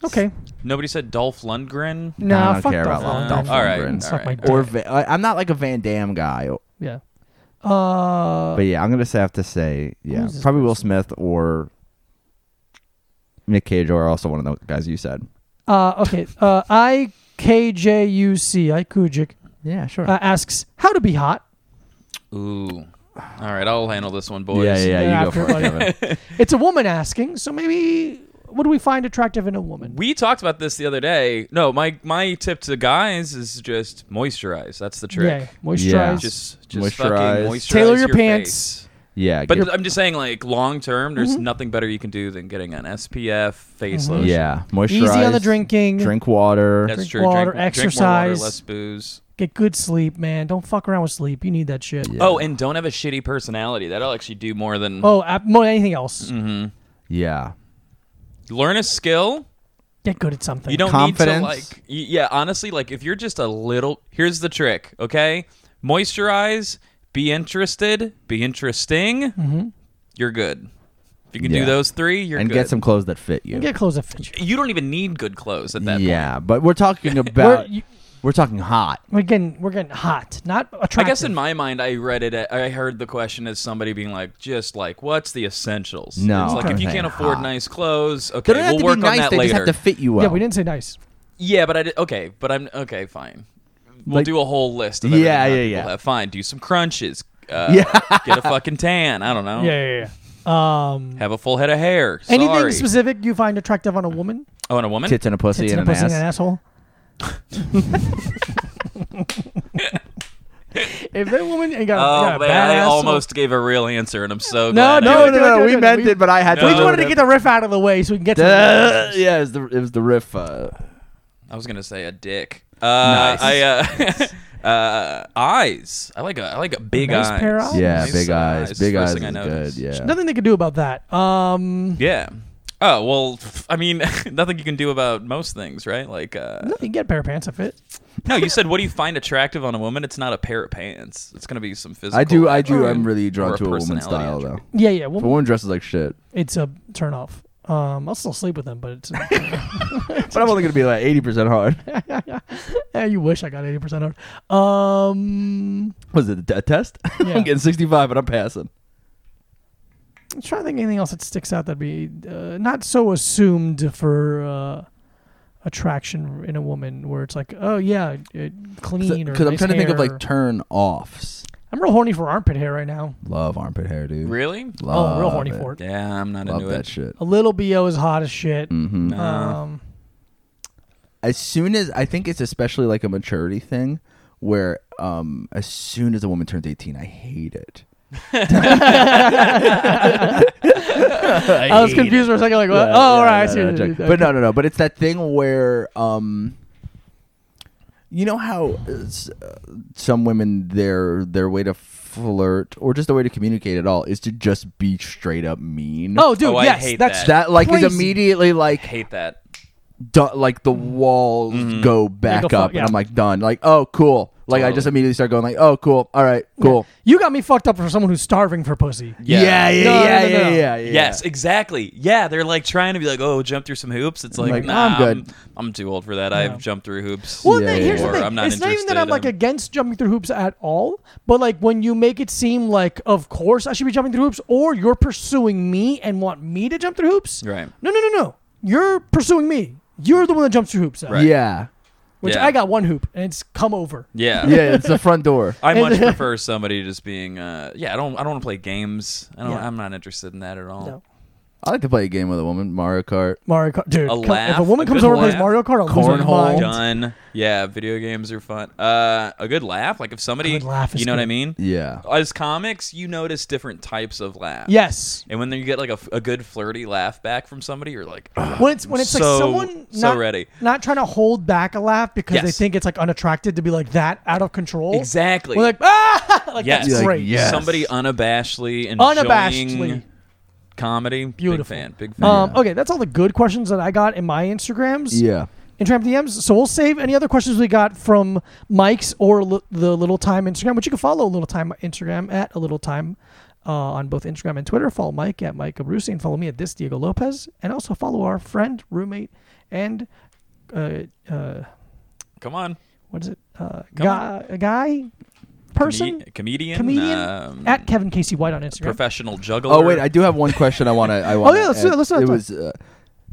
Speaker 2: Okay.
Speaker 3: Nobody said Dolph Lundgren.
Speaker 2: No,
Speaker 1: I don't
Speaker 2: fuck
Speaker 1: care
Speaker 2: Dolph
Speaker 1: about Dolph
Speaker 2: Lundgren.
Speaker 1: Dolph
Speaker 3: All right,
Speaker 1: Lundgren.
Speaker 2: Suck my
Speaker 3: Alright.
Speaker 2: dick.
Speaker 1: Or Va- I- I'm not like a Van Damme guy,
Speaker 2: yeah. Uh,
Speaker 1: but yeah, I'm gonna say, have to say, yeah,
Speaker 2: is this
Speaker 1: probably Will Smith or Nick Cage, or also one of the guys you said.
Speaker 2: uh, okay. Uh, I K J U C I Kujic
Speaker 1: Yeah, sure.
Speaker 2: uh, asks how to be hot.
Speaker 3: Ooh. All right, I'll handle this one, boys.
Speaker 1: yeah, yeah,
Speaker 2: Yeah,
Speaker 1: you go
Speaker 2: after
Speaker 1: for it.
Speaker 2: Buddy.
Speaker 1: Kevin.
Speaker 2: It's a woman asking, so maybe what do we find attractive in a woman?
Speaker 3: We talked about this the other day. No, my my tip to guys is just moisturize. That's the trick.
Speaker 2: Yeah, moisturize.
Speaker 3: Just
Speaker 1: Moisturize.
Speaker 3: just fucking moisturize
Speaker 2: Tailor your pants.
Speaker 3: face.
Speaker 1: Yeah,
Speaker 3: But
Speaker 1: get-
Speaker 3: I'm just saying, like long term, there's
Speaker 1: Mm-hmm.
Speaker 3: nothing better you can do than getting an SPF face lotion.
Speaker 1: yeah, moisturize.
Speaker 2: Easy on the drinking.
Speaker 1: Drink water.
Speaker 3: that's
Speaker 2: Drink
Speaker 3: true.
Speaker 2: water,
Speaker 3: drink, drink more water,
Speaker 2: exercise.
Speaker 3: less booze.
Speaker 2: Get good sleep, man. Don't fuck around with sleep. You need that shit.
Speaker 1: Yeah.
Speaker 3: Oh, and don't have a shitty personality. That'll actually do more than
Speaker 2: Oh, uh, more than anything else,
Speaker 3: Mm-hmm.
Speaker 1: Yeah,
Speaker 3: learn a skill.
Speaker 2: get good at something.
Speaker 3: You don't
Speaker 1: Confidence.
Speaker 3: need to like. y- Yeah, honestly, like if you're just a little. Here's the trick. Okay, moisturize. Be interested. Be interesting. You're good. If you can
Speaker 1: Mm-hmm. Yeah.
Speaker 3: do those three, you're
Speaker 1: and
Speaker 3: good.
Speaker 1: get some clothes that fit you.
Speaker 2: get clothes that fit you.
Speaker 3: You don't even need good clothes at that
Speaker 1: yeah, but we're talking
Speaker 2: We're,
Speaker 1: about
Speaker 2: you-
Speaker 1: we're talking hot.
Speaker 2: we're getting we're getting hot, not attractive.
Speaker 3: I guess in my mind, I read it. I heard the question as somebody being like, "Just like, what's the essentials?"
Speaker 1: No,
Speaker 3: it's like if you
Speaker 1: okay.
Speaker 3: can't afford
Speaker 1: Hot.
Speaker 3: nice clothes, okay,
Speaker 1: They don't have
Speaker 3: we'll
Speaker 1: to
Speaker 3: work
Speaker 1: be
Speaker 3: on
Speaker 1: nice.
Speaker 3: that
Speaker 1: They
Speaker 3: later.
Speaker 1: just have to fit you well.
Speaker 2: yeah, we didn't say nice.
Speaker 3: Yeah, but I did, okay, but I'm okay, fine. We'll
Speaker 1: Like-
Speaker 3: do a whole list. Of
Speaker 1: Yeah,
Speaker 3: everything hot
Speaker 1: yeah,
Speaker 3: people
Speaker 1: yeah.
Speaker 3: Have. Fine, do some crunches. Uh,
Speaker 1: Yeah.
Speaker 3: get a fucking tan. I don't know.
Speaker 2: yeah, yeah. Um,
Speaker 3: Have a full head of hair.
Speaker 2: anything
Speaker 3: Sorry.
Speaker 2: specific you find attractive on a woman?
Speaker 3: Oh, and a woman.
Speaker 1: Tits and a pussy
Speaker 2: Tits
Speaker 1: and
Speaker 2: and a
Speaker 1: an
Speaker 2: pussy and an
Speaker 1: ass.
Speaker 2: asshole. if that woman ain't got,
Speaker 3: Oh,
Speaker 2: got a
Speaker 3: man,
Speaker 2: bad
Speaker 3: I
Speaker 2: asshole-
Speaker 3: almost gave a real answer, and I'm so
Speaker 2: No,
Speaker 3: glad.
Speaker 1: No,
Speaker 3: I did.
Speaker 1: no,
Speaker 2: Do it,
Speaker 1: no,
Speaker 2: do it,
Speaker 1: we
Speaker 2: do it.
Speaker 1: meant
Speaker 2: We-
Speaker 1: it, but I had
Speaker 3: No.
Speaker 2: We
Speaker 1: to.
Speaker 2: just wanted to get the riff out of the way so we can get to
Speaker 1: Uh,
Speaker 2: the
Speaker 1: yeah, it was the it was the riff. Uh,
Speaker 3: I was gonna say a dick. Uh, I uh, uh, eyes. I like a I like a big
Speaker 2: nice
Speaker 3: eyes.
Speaker 2: pair of eyes.
Speaker 1: yeah,
Speaker 3: Oh, Nice
Speaker 1: big eyes,
Speaker 3: eyes.
Speaker 1: big
Speaker 3: First
Speaker 1: eyes
Speaker 3: thing I
Speaker 1: is good.
Speaker 3: noticed.
Speaker 1: Yeah,
Speaker 2: Nothing they can do about that. Um,
Speaker 3: Yeah. Oh well, I mean, nothing you can do about most things, right? Like, uh,
Speaker 2: you can get a pair of pants if it.
Speaker 3: no, you said what do you find attractive on a woman? It's not a pair of pants. It's gonna be some physical.
Speaker 1: I do. I do.
Speaker 3: attribute
Speaker 1: I'm really
Speaker 3: or
Speaker 1: drawn
Speaker 3: a
Speaker 1: to a woman's
Speaker 3: personality
Speaker 1: style though.
Speaker 3: attribute.
Speaker 2: Yeah, yeah.
Speaker 1: If
Speaker 2: Well,
Speaker 1: a woman dresses like shit,
Speaker 2: it's a turn off. Um, I'll still sleep with them, but it's.
Speaker 1: but I'm only gonna be like 80 percent hard.
Speaker 2: yeah, you wish I got eighty percent Um, out. Um,
Speaker 1: Was it a test?
Speaker 2: Yeah.
Speaker 1: I'm getting 65, but I'm passing.
Speaker 2: I'm trying to think of anything else that sticks out that'd be uh, not so assumed for uh, attraction in a woman, where it's like, oh yeah, it, clean or
Speaker 1: Because I'm
Speaker 2: nice
Speaker 1: trying to think of
Speaker 2: hair.
Speaker 1: like turn offs.
Speaker 2: I'm real horny for armpit hair right now.
Speaker 1: Love armpit hair, dude.
Speaker 3: Really?
Speaker 2: oh, real
Speaker 1: Love
Speaker 2: horny
Speaker 1: it.
Speaker 2: for it.
Speaker 3: Yeah, I'm not
Speaker 1: Love
Speaker 3: into
Speaker 1: that
Speaker 3: it.
Speaker 1: shit.
Speaker 2: A little bo is hot as shit.
Speaker 1: Mm-hmm.
Speaker 3: No.
Speaker 2: Um,
Speaker 1: As soon as I think it's especially like a maturity thing, where um, as soon as a woman turns 18, I hate it.
Speaker 3: I,
Speaker 2: I was
Speaker 3: hate it.
Speaker 2: confused for a second. Like, what?
Speaker 1: Yeah,
Speaker 2: oh, all
Speaker 1: yeah,
Speaker 2: right, I
Speaker 1: no,
Speaker 2: see.
Speaker 1: no,
Speaker 2: what
Speaker 1: joke.
Speaker 2: you did.
Speaker 1: But no, no, no. But it's that thing where, um, you know how uh, s- uh, some women their their way to flirt or just the way to communicate at all is to just be straight up mean.
Speaker 2: Oh, dude,
Speaker 3: Oh, I
Speaker 2: yes,
Speaker 3: hate
Speaker 2: that's
Speaker 1: that like is
Speaker 2: crazy.
Speaker 1: immediately
Speaker 2: Oh.
Speaker 1: like
Speaker 3: Hate that.
Speaker 1: du- like the walls go back
Speaker 2: Mm-hmm. Like a fu-
Speaker 1: up,
Speaker 2: yeah.
Speaker 1: and I'm like done. Like oh cool. Like I
Speaker 3: Totally.
Speaker 1: just immediately start going like oh cool. All right, cool.
Speaker 2: You got me fucked up for someone who's starving for pussy.
Speaker 3: Yeah.
Speaker 1: yeah, yeah,
Speaker 2: No, no,
Speaker 1: yeah,
Speaker 2: no,
Speaker 1: yeah,
Speaker 2: no.
Speaker 1: yeah, yeah.
Speaker 3: Yes, exactly. Yeah, they're like trying to be like, oh, jump through some hoops. It's like,
Speaker 1: Like,
Speaker 3: nah,
Speaker 1: I'm good.
Speaker 3: I'm, I'm too old for that.
Speaker 2: No.
Speaker 3: I've jumped through hoops.
Speaker 2: Well,
Speaker 1: Yeah,
Speaker 2: then,
Speaker 1: yeah,
Speaker 2: here's the
Speaker 1: yeah.
Speaker 2: thing.
Speaker 3: I'm not
Speaker 2: it's not even that I'm like
Speaker 3: interested in-
Speaker 2: against jumping through hoops at all, but like when you make it seem like, of course I should be jumping through hoops, or you're pursuing me and want me to jump through hoops.
Speaker 3: Right.
Speaker 2: No, no, no, no. You're pursuing me. You're the one that jumps through hoops. Now,
Speaker 3: Right.
Speaker 1: yeah,
Speaker 2: Which
Speaker 3: Yeah.
Speaker 2: I got one hoop, and it's come over.
Speaker 3: Yeah.
Speaker 1: yeah. It's the front door.
Speaker 3: I
Speaker 2: And-
Speaker 3: much prefer somebody just being. Uh, yeah, I don't. I don't want to play games. I don't.
Speaker 2: Yeah.
Speaker 3: I'm not interested in that at all.
Speaker 2: No.
Speaker 1: I like to play a game with a woman, Mario Kart.
Speaker 2: Mario Kart, dude.
Speaker 3: A
Speaker 2: come-
Speaker 3: laugh,
Speaker 2: if a woman
Speaker 3: a
Speaker 2: comes
Speaker 3: good
Speaker 2: over and plays
Speaker 3: laugh.
Speaker 2: Mario Kart, I'll lose my
Speaker 1: Cornhole.
Speaker 2: mind.
Speaker 3: Done. Yeah, video games are fun. Uh, a good laugh. Like if somebody,
Speaker 2: Good laugh is
Speaker 3: you know what
Speaker 2: good.
Speaker 3: I mean.
Speaker 1: Yeah,
Speaker 3: As comics, you notice different types of laughs.
Speaker 2: Yes.
Speaker 3: And when you get like a, a good flirty laugh back from somebody, you're like,
Speaker 1: Uh-huh.
Speaker 2: when it's when it's
Speaker 3: So-
Speaker 2: like someone
Speaker 3: so
Speaker 2: not,
Speaker 3: ready.
Speaker 2: not trying to hold back a laugh because they
Speaker 3: Yes.
Speaker 2: think it's like unattracted to be like that out of control.
Speaker 3: exactly.
Speaker 2: We're like ah, like
Speaker 3: yes.
Speaker 1: You're
Speaker 2: that's
Speaker 1: like,
Speaker 2: great.
Speaker 1: yeah. Yes.
Speaker 3: Somebody unabashedly enjoying
Speaker 2: Unabashedly.
Speaker 3: comedy.
Speaker 2: Beautiful.
Speaker 3: Big fan. Big fan.
Speaker 2: Um, okay, that's all the good questions that I got in my Instagrams,
Speaker 1: yeah.
Speaker 2: Instagram DMs. So we'll save any other questions we got from Mike's or li- the Little Time Instagram, which you can follow Little Time Instagram at a Little Time uh, on both Instagram and Twitter. Follow Mike at Mike Abruzzi and follow me at this Diego Lopez, and also follow our friend, roommate, and uh, uh,
Speaker 3: Come on.
Speaker 2: what is it? Uh,
Speaker 3: Come
Speaker 2: guy, a guy, person,
Speaker 3: Comed- comedian.
Speaker 2: comedian
Speaker 3: um,
Speaker 2: at Kevin Casey White on Instagram.
Speaker 3: professional juggler.
Speaker 1: Oh wait, I do have one question. I want to. I want.
Speaker 2: Oh, yeah, let's do it, let's do it,
Speaker 1: It
Speaker 2: let's
Speaker 1: was. Uh,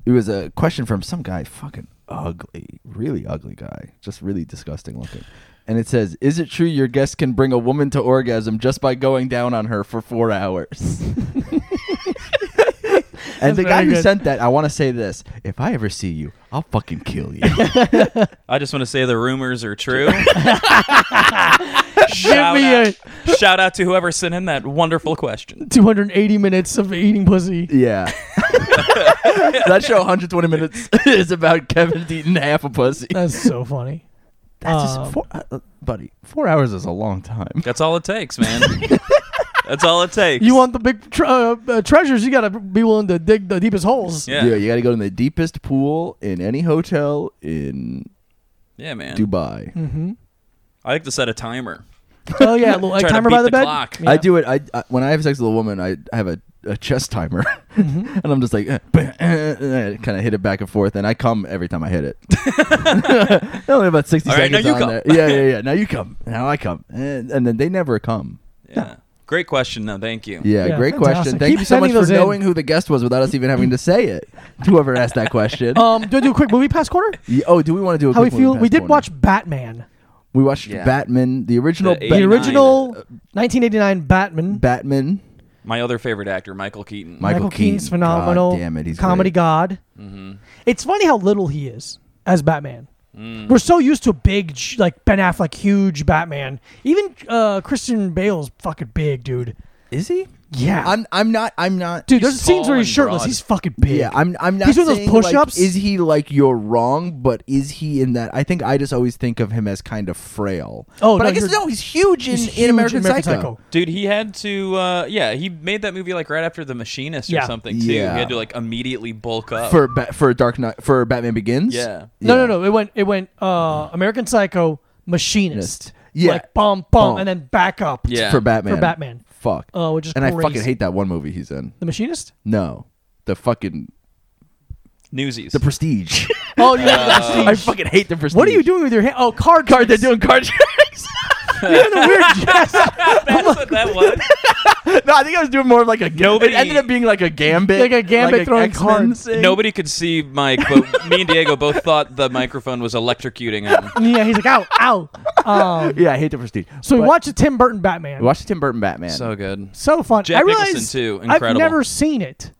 Speaker 1: it was a question from some guy, fucking ugly, really ugly guy, just really disgusting looking. And it says, "Is it true your guest can bring a woman to orgasm just by going down on her for four hours?" and the guy
Speaker 2: very
Speaker 1: who
Speaker 2: good.
Speaker 1: sent that, I want to say this: If I ever see you, I'll fucking kill you.
Speaker 3: I just want to say the rumors are true.
Speaker 2: Give
Speaker 3: shout,
Speaker 2: me
Speaker 3: out,
Speaker 2: a
Speaker 3: shout out to whoever sent in that wonderful question.
Speaker 2: 280 minutes of eating pussy.
Speaker 1: yeah. that show, 120 minutes, is about Kevin eating half a pussy.
Speaker 2: That's so funny.
Speaker 1: That's
Speaker 2: Um,
Speaker 1: just four, uh, uh, buddy. Four hours is a long time.
Speaker 3: That's all it takes, man. That's all it takes.
Speaker 2: You want the big tre- uh, uh, treasures? You gotta be willing to dig the deepest holes.
Speaker 3: Yeah.
Speaker 1: Yeah, you got to go to the deepest pool in any hotel in
Speaker 3: Yeah, man.
Speaker 1: Dubai.
Speaker 2: Mm-hmm.
Speaker 3: I like to set a timer.
Speaker 2: Oh yeah, a little like
Speaker 3: Try to
Speaker 2: timer
Speaker 3: beat
Speaker 2: by the,
Speaker 3: the
Speaker 2: bed.
Speaker 3: clock.
Speaker 2: Yeah.
Speaker 1: I do it. I, I when I have sex with a woman, I have a, a chest timer,
Speaker 2: Mm-hmm.
Speaker 1: and I'm just like, kind of hit it back and forth, and I come every time I hit it. Only about sixty
Speaker 3: All right,
Speaker 1: seconds.
Speaker 3: now you
Speaker 1: on
Speaker 3: come.
Speaker 1: there. Yeah, yeah, yeah. Now you come. Now I come, and, and then they never come.
Speaker 3: Yeah. Great question, though. Thank you.
Speaker 1: Yeah,
Speaker 2: Yeah,
Speaker 1: great
Speaker 2: fantastic.
Speaker 1: question. Thank
Speaker 2: Keep
Speaker 1: you so much
Speaker 2: sending
Speaker 1: for
Speaker 2: those in.
Speaker 1: knowing who the guest was without us even having to say it. Whoever asked that question.
Speaker 2: Um, do I do a quick movie pass quarter?
Speaker 1: Yeah, oh, do we want to do a
Speaker 2: How we
Speaker 1: quick
Speaker 2: feel?
Speaker 1: movie
Speaker 2: We
Speaker 1: pass
Speaker 2: did
Speaker 1: corner?
Speaker 2: watch Batman,
Speaker 1: We watched
Speaker 3: Yeah.
Speaker 1: Batman, the original
Speaker 2: the
Speaker 3: The
Speaker 1: Batman. uh,
Speaker 3: 89.
Speaker 2: original 1989 Batman.
Speaker 1: Batman.
Speaker 3: My other favorite actor, Michael Keaton.
Speaker 1: Michael
Speaker 2: Keaton's
Speaker 1: Keaton.
Speaker 2: phenomenal.
Speaker 1: God damn it, he's
Speaker 2: comedy
Speaker 1: great.
Speaker 2: god.
Speaker 3: Mm-hmm.
Speaker 2: It's funny how little he is as Batman.
Speaker 3: Mm.
Speaker 2: We're so used to big, j- like Ben Affleck, huge Batman. Even uh, Christian Bale's fucking big, dude.
Speaker 1: Is he?
Speaker 2: Yeah,
Speaker 1: I'm. I'm not. I'm not.
Speaker 2: dude. There's
Speaker 3: he's
Speaker 2: scenes where
Speaker 3: tall
Speaker 2: he's
Speaker 3: and
Speaker 2: shirtless.
Speaker 3: broad.
Speaker 2: He's fucking big.
Speaker 1: Yeah, I'm. I'm not.
Speaker 2: He's doing those
Speaker 1: saying, like,
Speaker 2: push-ups?
Speaker 1: is he like you're wrong? But is he in that? I think I just always think of him as kind of frail.
Speaker 2: Oh,
Speaker 1: but
Speaker 2: no,
Speaker 1: I guess
Speaker 2: you're-
Speaker 1: no. He's huge in,
Speaker 2: He's huge
Speaker 1: in American, Psycho.
Speaker 3: Dude, he had to. Uh, yeah, he made that movie like right after The Machinist
Speaker 2: Yeah.
Speaker 3: or something too.
Speaker 1: Yeah.
Speaker 3: He had to like immediately bulk up.
Speaker 1: For ba- for Dark Knight for Batman Begins.
Speaker 3: yeah.
Speaker 2: No, no, no. It went. It went. Uh, American Psycho,
Speaker 1: Machinist.
Speaker 2: Machinist.
Speaker 1: Yeah.
Speaker 2: Like bum bum,
Speaker 1: Bum.
Speaker 2: and then back up.
Speaker 3: Yeah.
Speaker 1: For Batman.
Speaker 2: For Batman.
Speaker 1: Fuck.
Speaker 2: Oh, which is
Speaker 1: and I fucking
Speaker 2: crazy.
Speaker 1: hate that one movie he's in.
Speaker 2: The Machinist.
Speaker 1: No, the fucking
Speaker 3: Newsies.
Speaker 1: the Prestige.
Speaker 2: Oh, you have the
Speaker 1: I fucking hate the Prestige.
Speaker 2: What are you doing with your hand? Oh, card card. They're doing card tricks. You're doing a weird gesture.
Speaker 3: That's what that was.
Speaker 1: No, I think I was doing more of like a
Speaker 3: Nobody-
Speaker 1: It ended up being like a gambit,
Speaker 2: Like a gambit throwing
Speaker 1: X-Men
Speaker 2: cards.
Speaker 1: thing.
Speaker 3: Nobody could see Mike, but me and Diego both thought the microphone was electrocuting him.
Speaker 2: yeah, he's like, ow, ow. Um,
Speaker 1: Yeah, I hate the Prestige.
Speaker 2: so we
Speaker 1: But-
Speaker 2: watched the Tim Burton Batman.
Speaker 1: We watched the Tim Burton Batman.
Speaker 3: So good.
Speaker 2: so fun.
Speaker 3: Jack
Speaker 2: I realized
Speaker 3: Nicholson, too.
Speaker 2: I've
Speaker 3: Incredible.
Speaker 2: never seen it.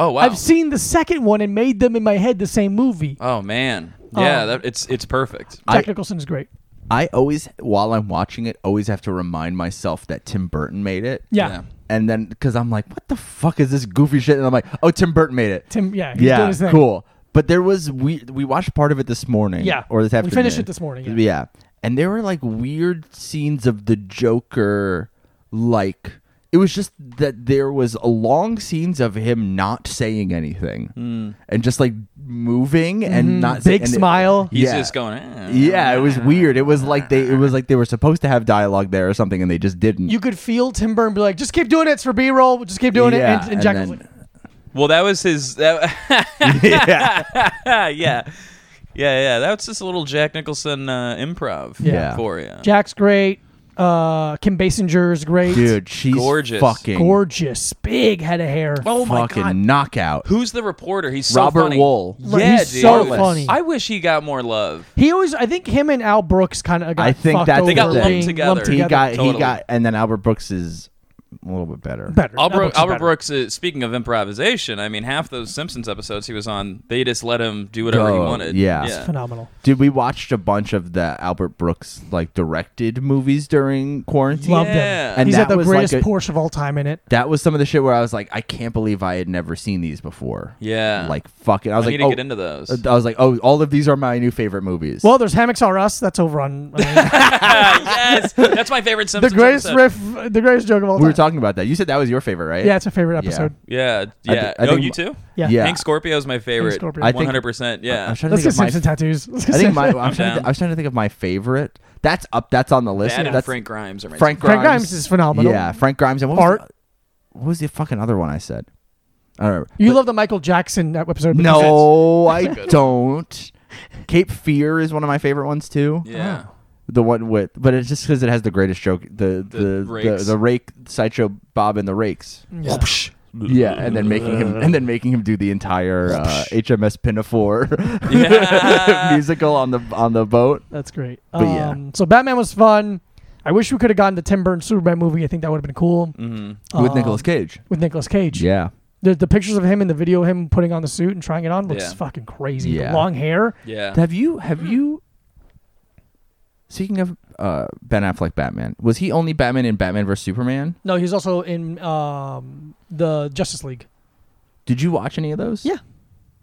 Speaker 3: Oh wow.
Speaker 2: I've seen the second one and made them in my head the same movie.
Speaker 3: oh man. Yeah,
Speaker 2: Um,
Speaker 3: that, it's it's perfect.
Speaker 1: I-
Speaker 2: Jack Nicholson is great.
Speaker 1: I always, while I'm watching it, always have to remind myself that Tim Burton made it.
Speaker 2: Yeah.
Speaker 3: Yeah.
Speaker 1: And then, because I'm like, what the fuck is this goofy shit? And I'm like, oh, Tim Burton made it.
Speaker 2: Tim, yeah, he's doing
Speaker 1: yeah,
Speaker 2: his thing.
Speaker 1: cool. But there was we we watched part of it this morning.
Speaker 2: Yeah.
Speaker 1: Or this
Speaker 2: We
Speaker 1: afternoon.
Speaker 2: finished it this morning, yeah.
Speaker 1: And there were like weird scenes of the Joker, like. It was just that there was long scenes of him not saying anything
Speaker 3: Hmm.
Speaker 1: and just like moving and not say-
Speaker 2: Mm-hmm. Big
Speaker 1: and it-
Speaker 2: smile.
Speaker 3: He's
Speaker 1: yeah.
Speaker 3: just going. "Eh."
Speaker 1: Yeah, it was weird. It was like they it was like they were supposed to have dialogue there or something and they just didn't.
Speaker 2: You could feel Tim Burton be like, just keep doing it. It's for B roll. Just keep doing
Speaker 1: Yeah,
Speaker 2: it. And, and Jack
Speaker 1: and
Speaker 2: was like,
Speaker 3: Well, that was his. That,
Speaker 1: yeah.
Speaker 3: yeah, yeah, yeah. That's just a little Jack Nicholson uh, improv
Speaker 2: Yeah.
Speaker 3: for you.
Speaker 2: Jack's great. Uh, Kim Basinger is great.
Speaker 1: Dude, she's
Speaker 3: Gorgeous.
Speaker 1: fucking
Speaker 2: Gorgeous. Big head of hair.
Speaker 3: oh my
Speaker 1: fucking
Speaker 3: god.
Speaker 1: knockout.
Speaker 3: Who's the reporter? He's so
Speaker 1: Robert
Speaker 3: funny.
Speaker 1: Wool.
Speaker 2: Right,
Speaker 3: Yeah,
Speaker 2: he's
Speaker 3: dude.
Speaker 2: so funny.
Speaker 3: I wish he got more love.
Speaker 2: He always, I think him and Al Brooks kind of got
Speaker 1: I think
Speaker 2: fucked
Speaker 1: that's
Speaker 2: over
Speaker 1: They got lumped
Speaker 2: being
Speaker 3: together.
Speaker 1: he
Speaker 3: together.
Speaker 1: got he
Speaker 3: Totally.
Speaker 1: got and then Albert Brooks is a little bit better.
Speaker 2: better.
Speaker 3: Albert,
Speaker 2: Al Brooks is
Speaker 3: Albert
Speaker 2: better.
Speaker 3: Brooks. Is, speaking of improvisation, I mean, half those Simpsons episodes he was on, they just let him do whatever he
Speaker 1: Go,
Speaker 3: wanted.
Speaker 1: yeah.
Speaker 2: Phenomenal.
Speaker 1: Dude, we watched a bunch of the Albert Brooks like directed movies during quarantine.
Speaker 2: Loved him.
Speaker 3: Yeah.
Speaker 1: And
Speaker 2: He's
Speaker 1: that
Speaker 2: had the
Speaker 1: was like
Speaker 2: greatest
Speaker 1: a-
Speaker 2: Porsche of all time in it.
Speaker 1: That was some of the shit where I was like, I can't believe I had never seen these before.
Speaker 3: Yeah.
Speaker 1: Like fucking I
Speaker 3: I,
Speaker 1: was
Speaker 3: need
Speaker 1: like
Speaker 3: to
Speaker 1: oh,
Speaker 3: get into those.
Speaker 1: I was like, oh, all of these are my new favorite movies.
Speaker 2: Well, there's Hammocks Are Us. That's over on. I
Speaker 3: Ah, yes, that's my favorite
Speaker 2: mean, the
Speaker 3: Simpsons.
Speaker 2: greatest
Speaker 3: episode.
Speaker 2: riff, the greatest joke of all
Speaker 1: we were
Speaker 2: time.
Speaker 1: talking about that. You said that was your favorite, right?
Speaker 2: yeah, it's a favorite episode.
Speaker 3: Yeah,
Speaker 1: I
Speaker 3: yeah.
Speaker 1: thi- I
Speaker 3: oh,
Speaker 1: think-
Speaker 3: you too?
Speaker 2: Yeah.
Speaker 1: Yeah.
Speaker 3: Hank Scorpio is my favorite.
Speaker 2: Scorpio.
Speaker 1: I
Speaker 3: One
Speaker 1: think-
Speaker 3: hundred percent.
Speaker 1: I
Speaker 3: Yeah.
Speaker 1: was trying to
Speaker 2: Let's
Speaker 1: think of
Speaker 2: get
Speaker 1: my
Speaker 2: Simpson tattoos. Let's get
Speaker 1: I think
Speaker 2: Simpson-
Speaker 1: my I'm trying, to,
Speaker 3: down.
Speaker 1: thi- I was trying to think of my favorite. That's up. That's on the list.
Speaker 3: That and
Speaker 1: That's
Speaker 3: Frank Grimes are my
Speaker 1: Frank
Speaker 2: Frank
Speaker 1: Grimes.
Speaker 2: Grimes is phenomenal.
Speaker 1: Yeah, Frank Grimes and what was
Speaker 2: Oh, Art.
Speaker 1: The, what was the fucking other one I said? I don't remember.
Speaker 2: You
Speaker 1: But-
Speaker 2: love the Michael Jackson episode. because it's-
Speaker 1: no, I don't. Cape Fear is one of my favorite ones too.
Speaker 3: Yeah.
Speaker 2: Oh.
Speaker 1: The one with, but it's just because it has the greatest joke. The the the,
Speaker 3: rakes.
Speaker 1: the, rake sideshow Bob and the rakes.
Speaker 2: Yeah.
Speaker 1: Yeah, and then making him and then making him do the entire uh, HMS Pinafore
Speaker 3: Yeah.
Speaker 1: musical on the on the boat.
Speaker 2: That's great.
Speaker 1: But yeah.
Speaker 2: Um, So Batman was fun. I wish we could have gotten the Tim Burton Superman movie. I think that would have been cool
Speaker 3: hmm
Speaker 1: with
Speaker 2: Um,
Speaker 1: Nicolas Cage.
Speaker 2: With Nicolas Cage.
Speaker 1: Mm. Yeah.
Speaker 2: The, the pictures of him and the video of him putting on the suit and trying it on looks
Speaker 3: Yeah.
Speaker 2: fucking crazy. The
Speaker 1: Yeah.
Speaker 2: long hair.
Speaker 3: Yeah.
Speaker 1: Have you have
Speaker 2: Hmm.
Speaker 1: you Speaking of uh, Ben Affleck Batman, was he only Batman in Batman vs Superman?
Speaker 2: No, he's also in um, the Justice League.
Speaker 1: Did you watch any of those?
Speaker 2: Yeah.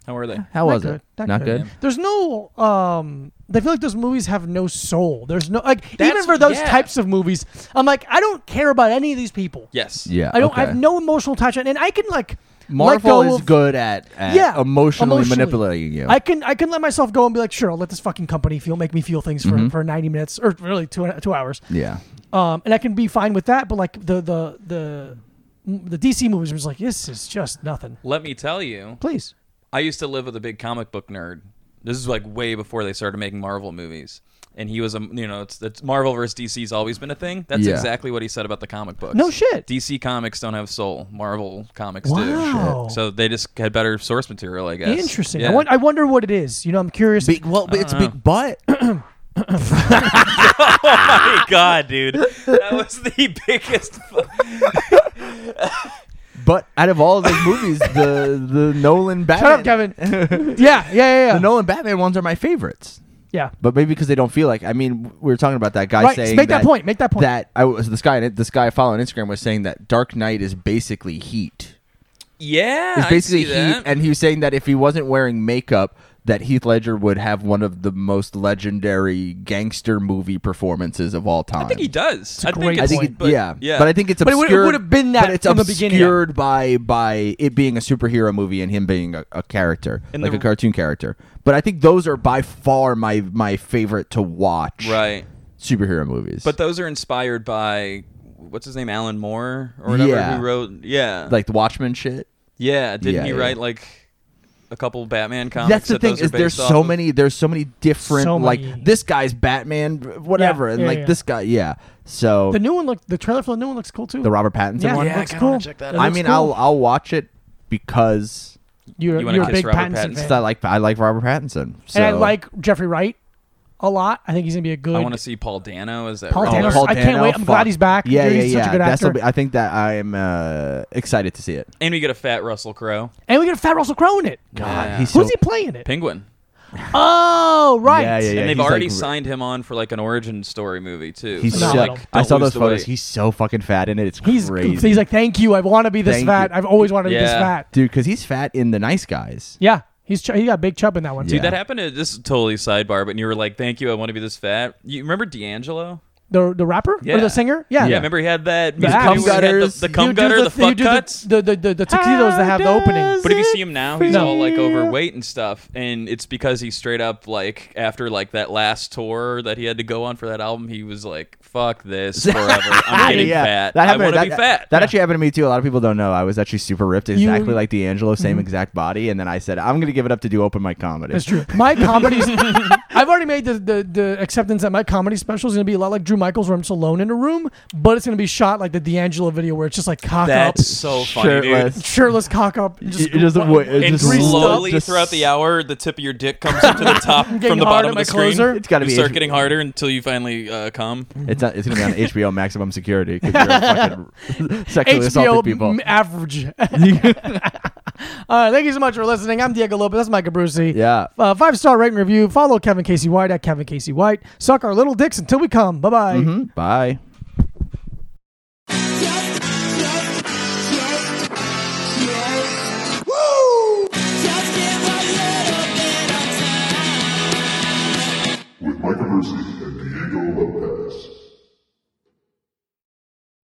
Speaker 3: How are they?
Speaker 1: How
Speaker 2: Not
Speaker 1: was
Speaker 2: good.
Speaker 1: it?
Speaker 2: Not
Speaker 1: Not
Speaker 2: good.
Speaker 1: good.
Speaker 2: There's no. Um, I feel like those movies have no soul. There's no like even
Speaker 3: That's-
Speaker 2: for those
Speaker 3: yeah.
Speaker 2: types of movies. I'm like I don't care about any of these people.
Speaker 3: Yes.
Speaker 1: Yeah.
Speaker 2: I don't. I
Speaker 1: okay.
Speaker 2: have no emotional attachment, and I can like let
Speaker 1: Marvel
Speaker 2: go
Speaker 1: is
Speaker 2: of-
Speaker 1: good at, at
Speaker 2: Yeah,
Speaker 1: emotionally,
Speaker 2: emotionally.
Speaker 1: manipulating you.
Speaker 2: I can I can let myself go and be like, sure, I'll let this fucking company feel make me feel things for,
Speaker 1: Mm-hmm.
Speaker 2: for 90 minutes or really two two hours,
Speaker 1: yeah.
Speaker 2: um, and I can be fine with that. But like the the the the DC movies, I'm just like, this is just nothing.
Speaker 3: Let me tell you,
Speaker 2: Please,
Speaker 3: I used to live with a big comic book nerd. This is like way before they started making Marvel movies. And he was a, you know, it's that's Marvel versus DC's always been a thing. That's
Speaker 1: Yeah.
Speaker 3: exactly what he said about the comic books.
Speaker 2: No shit.
Speaker 3: DC comics don't have soul. Marvel comics
Speaker 2: Wow.
Speaker 3: do. So they just had better source material, I guess.
Speaker 2: interesting.
Speaker 3: Yeah.
Speaker 2: I, won- I wonder what it is. You know, I'm curious.
Speaker 1: Big, well, it's
Speaker 3: don't know.
Speaker 1: big butt.
Speaker 3: My God, dude, that was the biggest.
Speaker 1: but out of all of those movies, the the Nolan Batman,
Speaker 2: Shut up, Kevin. yeah, yeah, yeah, yeah.
Speaker 1: the Nolan Batman ones are my favorites.
Speaker 2: yeah.
Speaker 1: But maybe because they don't feel like. I mean, we were talking about that guy
Speaker 2: Right,
Speaker 1: saying
Speaker 2: make that point, make that point.
Speaker 1: That I was this guy. This guy I follow on Instagram was saying that Dark Knight is basically heat.
Speaker 3: yeah,
Speaker 1: It's
Speaker 3: Ah, I
Speaker 1: basically
Speaker 3: see that.
Speaker 1: heat, and he was saying that if he wasn't wearing makeup, that Heath Ledger would have one of the most legendary gangster movie performances of all time.
Speaker 3: I think he does. I
Speaker 2: great
Speaker 3: think,
Speaker 1: I
Speaker 3: it's,
Speaker 1: think
Speaker 2: point.
Speaker 1: it-
Speaker 3: but,
Speaker 1: yeah,
Speaker 3: yeah.
Speaker 1: but I think it's
Speaker 2: But it would-
Speaker 1: obscured.
Speaker 2: it would have been that
Speaker 1: but it's
Speaker 2: from the
Speaker 1: obscured
Speaker 2: beginning.
Speaker 1: by by it being a superhero movie and him being a, a character,
Speaker 3: And
Speaker 1: like
Speaker 3: the-
Speaker 1: a cartoon character. But I think those are by far my my favorite to watch.
Speaker 3: right.
Speaker 1: superhero movies,
Speaker 3: But those are inspired by what's his name, Alan Moore or whatever
Speaker 1: Yeah.
Speaker 3: who wrote. Yeah,
Speaker 1: like the Watchmen shit.
Speaker 3: yeah. Didn't
Speaker 1: Yeah,
Speaker 3: he
Speaker 1: yeah.
Speaker 3: write like a couple Batman comics.
Speaker 1: That's the
Speaker 3: that
Speaker 1: thing
Speaker 3: those are
Speaker 1: is there's
Speaker 3: based off
Speaker 1: so
Speaker 3: of.
Speaker 1: many there's so many different
Speaker 2: So
Speaker 1: like
Speaker 2: many.
Speaker 1: this guy's Batman whatever and
Speaker 2: yeah,
Speaker 1: like
Speaker 2: yeah.
Speaker 1: this guy yeah so
Speaker 2: The
Speaker 1: the,
Speaker 2: new one look. The trailer for the new one looks cool too.
Speaker 1: Robert Pattinson
Speaker 2: yeah,
Speaker 1: one
Speaker 2: it
Speaker 3: Yeah, I
Speaker 2: looks
Speaker 3: kinda
Speaker 2: cool.
Speaker 3: wanna check that
Speaker 2: It
Speaker 3: out.
Speaker 1: I
Speaker 2: looks
Speaker 1: mean
Speaker 2: cool.
Speaker 1: I'll I'll watch it because
Speaker 2: you're,
Speaker 3: You
Speaker 2: you
Speaker 3: wanna
Speaker 2: are a
Speaker 3: kiss
Speaker 2: big
Speaker 3: Robert
Speaker 2: Pattinson,
Speaker 3: Pattinson?
Speaker 2: fan.
Speaker 1: I like I like Robert Pattinson so.
Speaker 2: and I like Jeffrey Wright a lot. I think he's gonna be a good.
Speaker 3: I want to see Paul Dano. Is that
Speaker 2: Paul
Speaker 1: Oh,
Speaker 3: right?
Speaker 2: Dano.
Speaker 1: Paul
Speaker 2: I can't wait. I'm
Speaker 1: fuck.
Speaker 2: glad he's back.
Speaker 1: Yeah,
Speaker 2: Dude,
Speaker 1: yeah,
Speaker 2: he's
Speaker 1: yeah.
Speaker 2: such a good
Speaker 1: That's
Speaker 2: actor.
Speaker 1: I think that I am uh, excited to see it.
Speaker 3: And we get a fat Russell Crowe.
Speaker 2: and we get a fat Russell Crowe in it.
Speaker 1: God,
Speaker 3: Yeah.
Speaker 1: he's so
Speaker 2: Who's he playing it?
Speaker 3: Penguin.
Speaker 2: Oh, right.
Speaker 1: Yeah, yeah, yeah.
Speaker 3: and they've
Speaker 1: he's, like,
Speaker 3: already
Speaker 1: re-
Speaker 3: signed him on for like an origin story movie too.
Speaker 1: He's so,
Speaker 3: So,
Speaker 2: phenomenal.
Speaker 3: like,
Speaker 1: I
Speaker 3: don't
Speaker 1: saw
Speaker 3: lose
Speaker 1: those
Speaker 3: the
Speaker 1: photos.
Speaker 3: weight.
Speaker 1: He's so fucking fat in it. It's
Speaker 2: He's
Speaker 1: crazy.
Speaker 2: he's like, thank you. I want to be this
Speaker 1: Thank
Speaker 2: fat.
Speaker 1: you.
Speaker 2: I've always wanted to be this
Speaker 3: Yeah.
Speaker 2: fat.
Speaker 1: dude, because he's fat in the nice guys.
Speaker 2: Yeah, he's ch- he got big chub in that one.
Speaker 1: Yeah.
Speaker 3: Dude, that happened to this is totally sidebar, but you were like, "Thank you, I want to be this fat." You remember D'Angelo?
Speaker 2: The the rapper or
Speaker 3: Yeah.
Speaker 2: the singer? Yeah,
Speaker 3: remember he had that
Speaker 2: The cum
Speaker 3: he had
Speaker 1: gutters.
Speaker 3: the, the cum
Speaker 2: You do
Speaker 3: gutter, the,
Speaker 2: th- you
Speaker 3: fuck
Speaker 2: do
Speaker 3: cuts.
Speaker 2: The the the, the tuxedos that have the opening.
Speaker 3: but if you see him now, he's
Speaker 2: feel?
Speaker 3: all like overweight and stuff, and it's because he straight up like after like that last tour that he had to go on for that album, he was like, "Fuck this forever, I'm getting
Speaker 1: Yeah,
Speaker 3: fat.
Speaker 1: That
Speaker 3: I
Speaker 1: happened.
Speaker 3: want to
Speaker 1: that,
Speaker 3: be fat."
Speaker 1: That actually happened to me too. A lot of people don't know. I was actually super ripped, exactly
Speaker 2: You- Mm.
Speaker 1: like D'Angelo, same exact body. And then I said, I'm gonna give it up to do open mic comedy.
Speaker 2: That's true. My comedy's. I've already made the, the, the acceptance that my comedy special is going to be a lot like Drew Michaels, where I'm just alone in a room, but it's going to be shot like the D'Angelo video, where it's just like cock
Speaker 3: That's so funny, dude.
Speaker 1: Shirtless.
Speaker 2: up, shirtless cock up, and just,
Speaker 1: It doesn't wa- it
Speaker 3: And
Speaker 1: just
Speaker 2: greased
Speaker 3: slowly
Speaker 1: up, just-
Speaker 3: throughout the hour, the tip of your dick comes up to the top from
Speaker 2: getting
Speaker 3: the
Speaker 2: hard
Speaker 3: bottom
Speaker 2: at
Speaker 3: of
Speaker 2: my
Speaker 3: the screen.
Speaker 2: closer.
Speaker 1: It's gotta
Speaker 3: You
Speaker 1: be
Speaker 3: start
Speaker 1: H-
Speaker 3: getting harder until you finally uh, come.
Speaker 1: It's not, it's gonna be on HBO Maximum Security because you're fucking sexually assaulting
Speaker 2: HBO
Speaker 1: people.
Speaker 2: m- average. All right, thank you so much for listening. I'm Diego Lopez. That's Mike Abruzzi.
Speaker 1: yeah.
Speaker 2: Uh, five star rating review. Follow Kevin Casey White at Kevin Casey White. Suck our little dicks until we come. Bye bye.
Speaker 1: Mhm. Bye.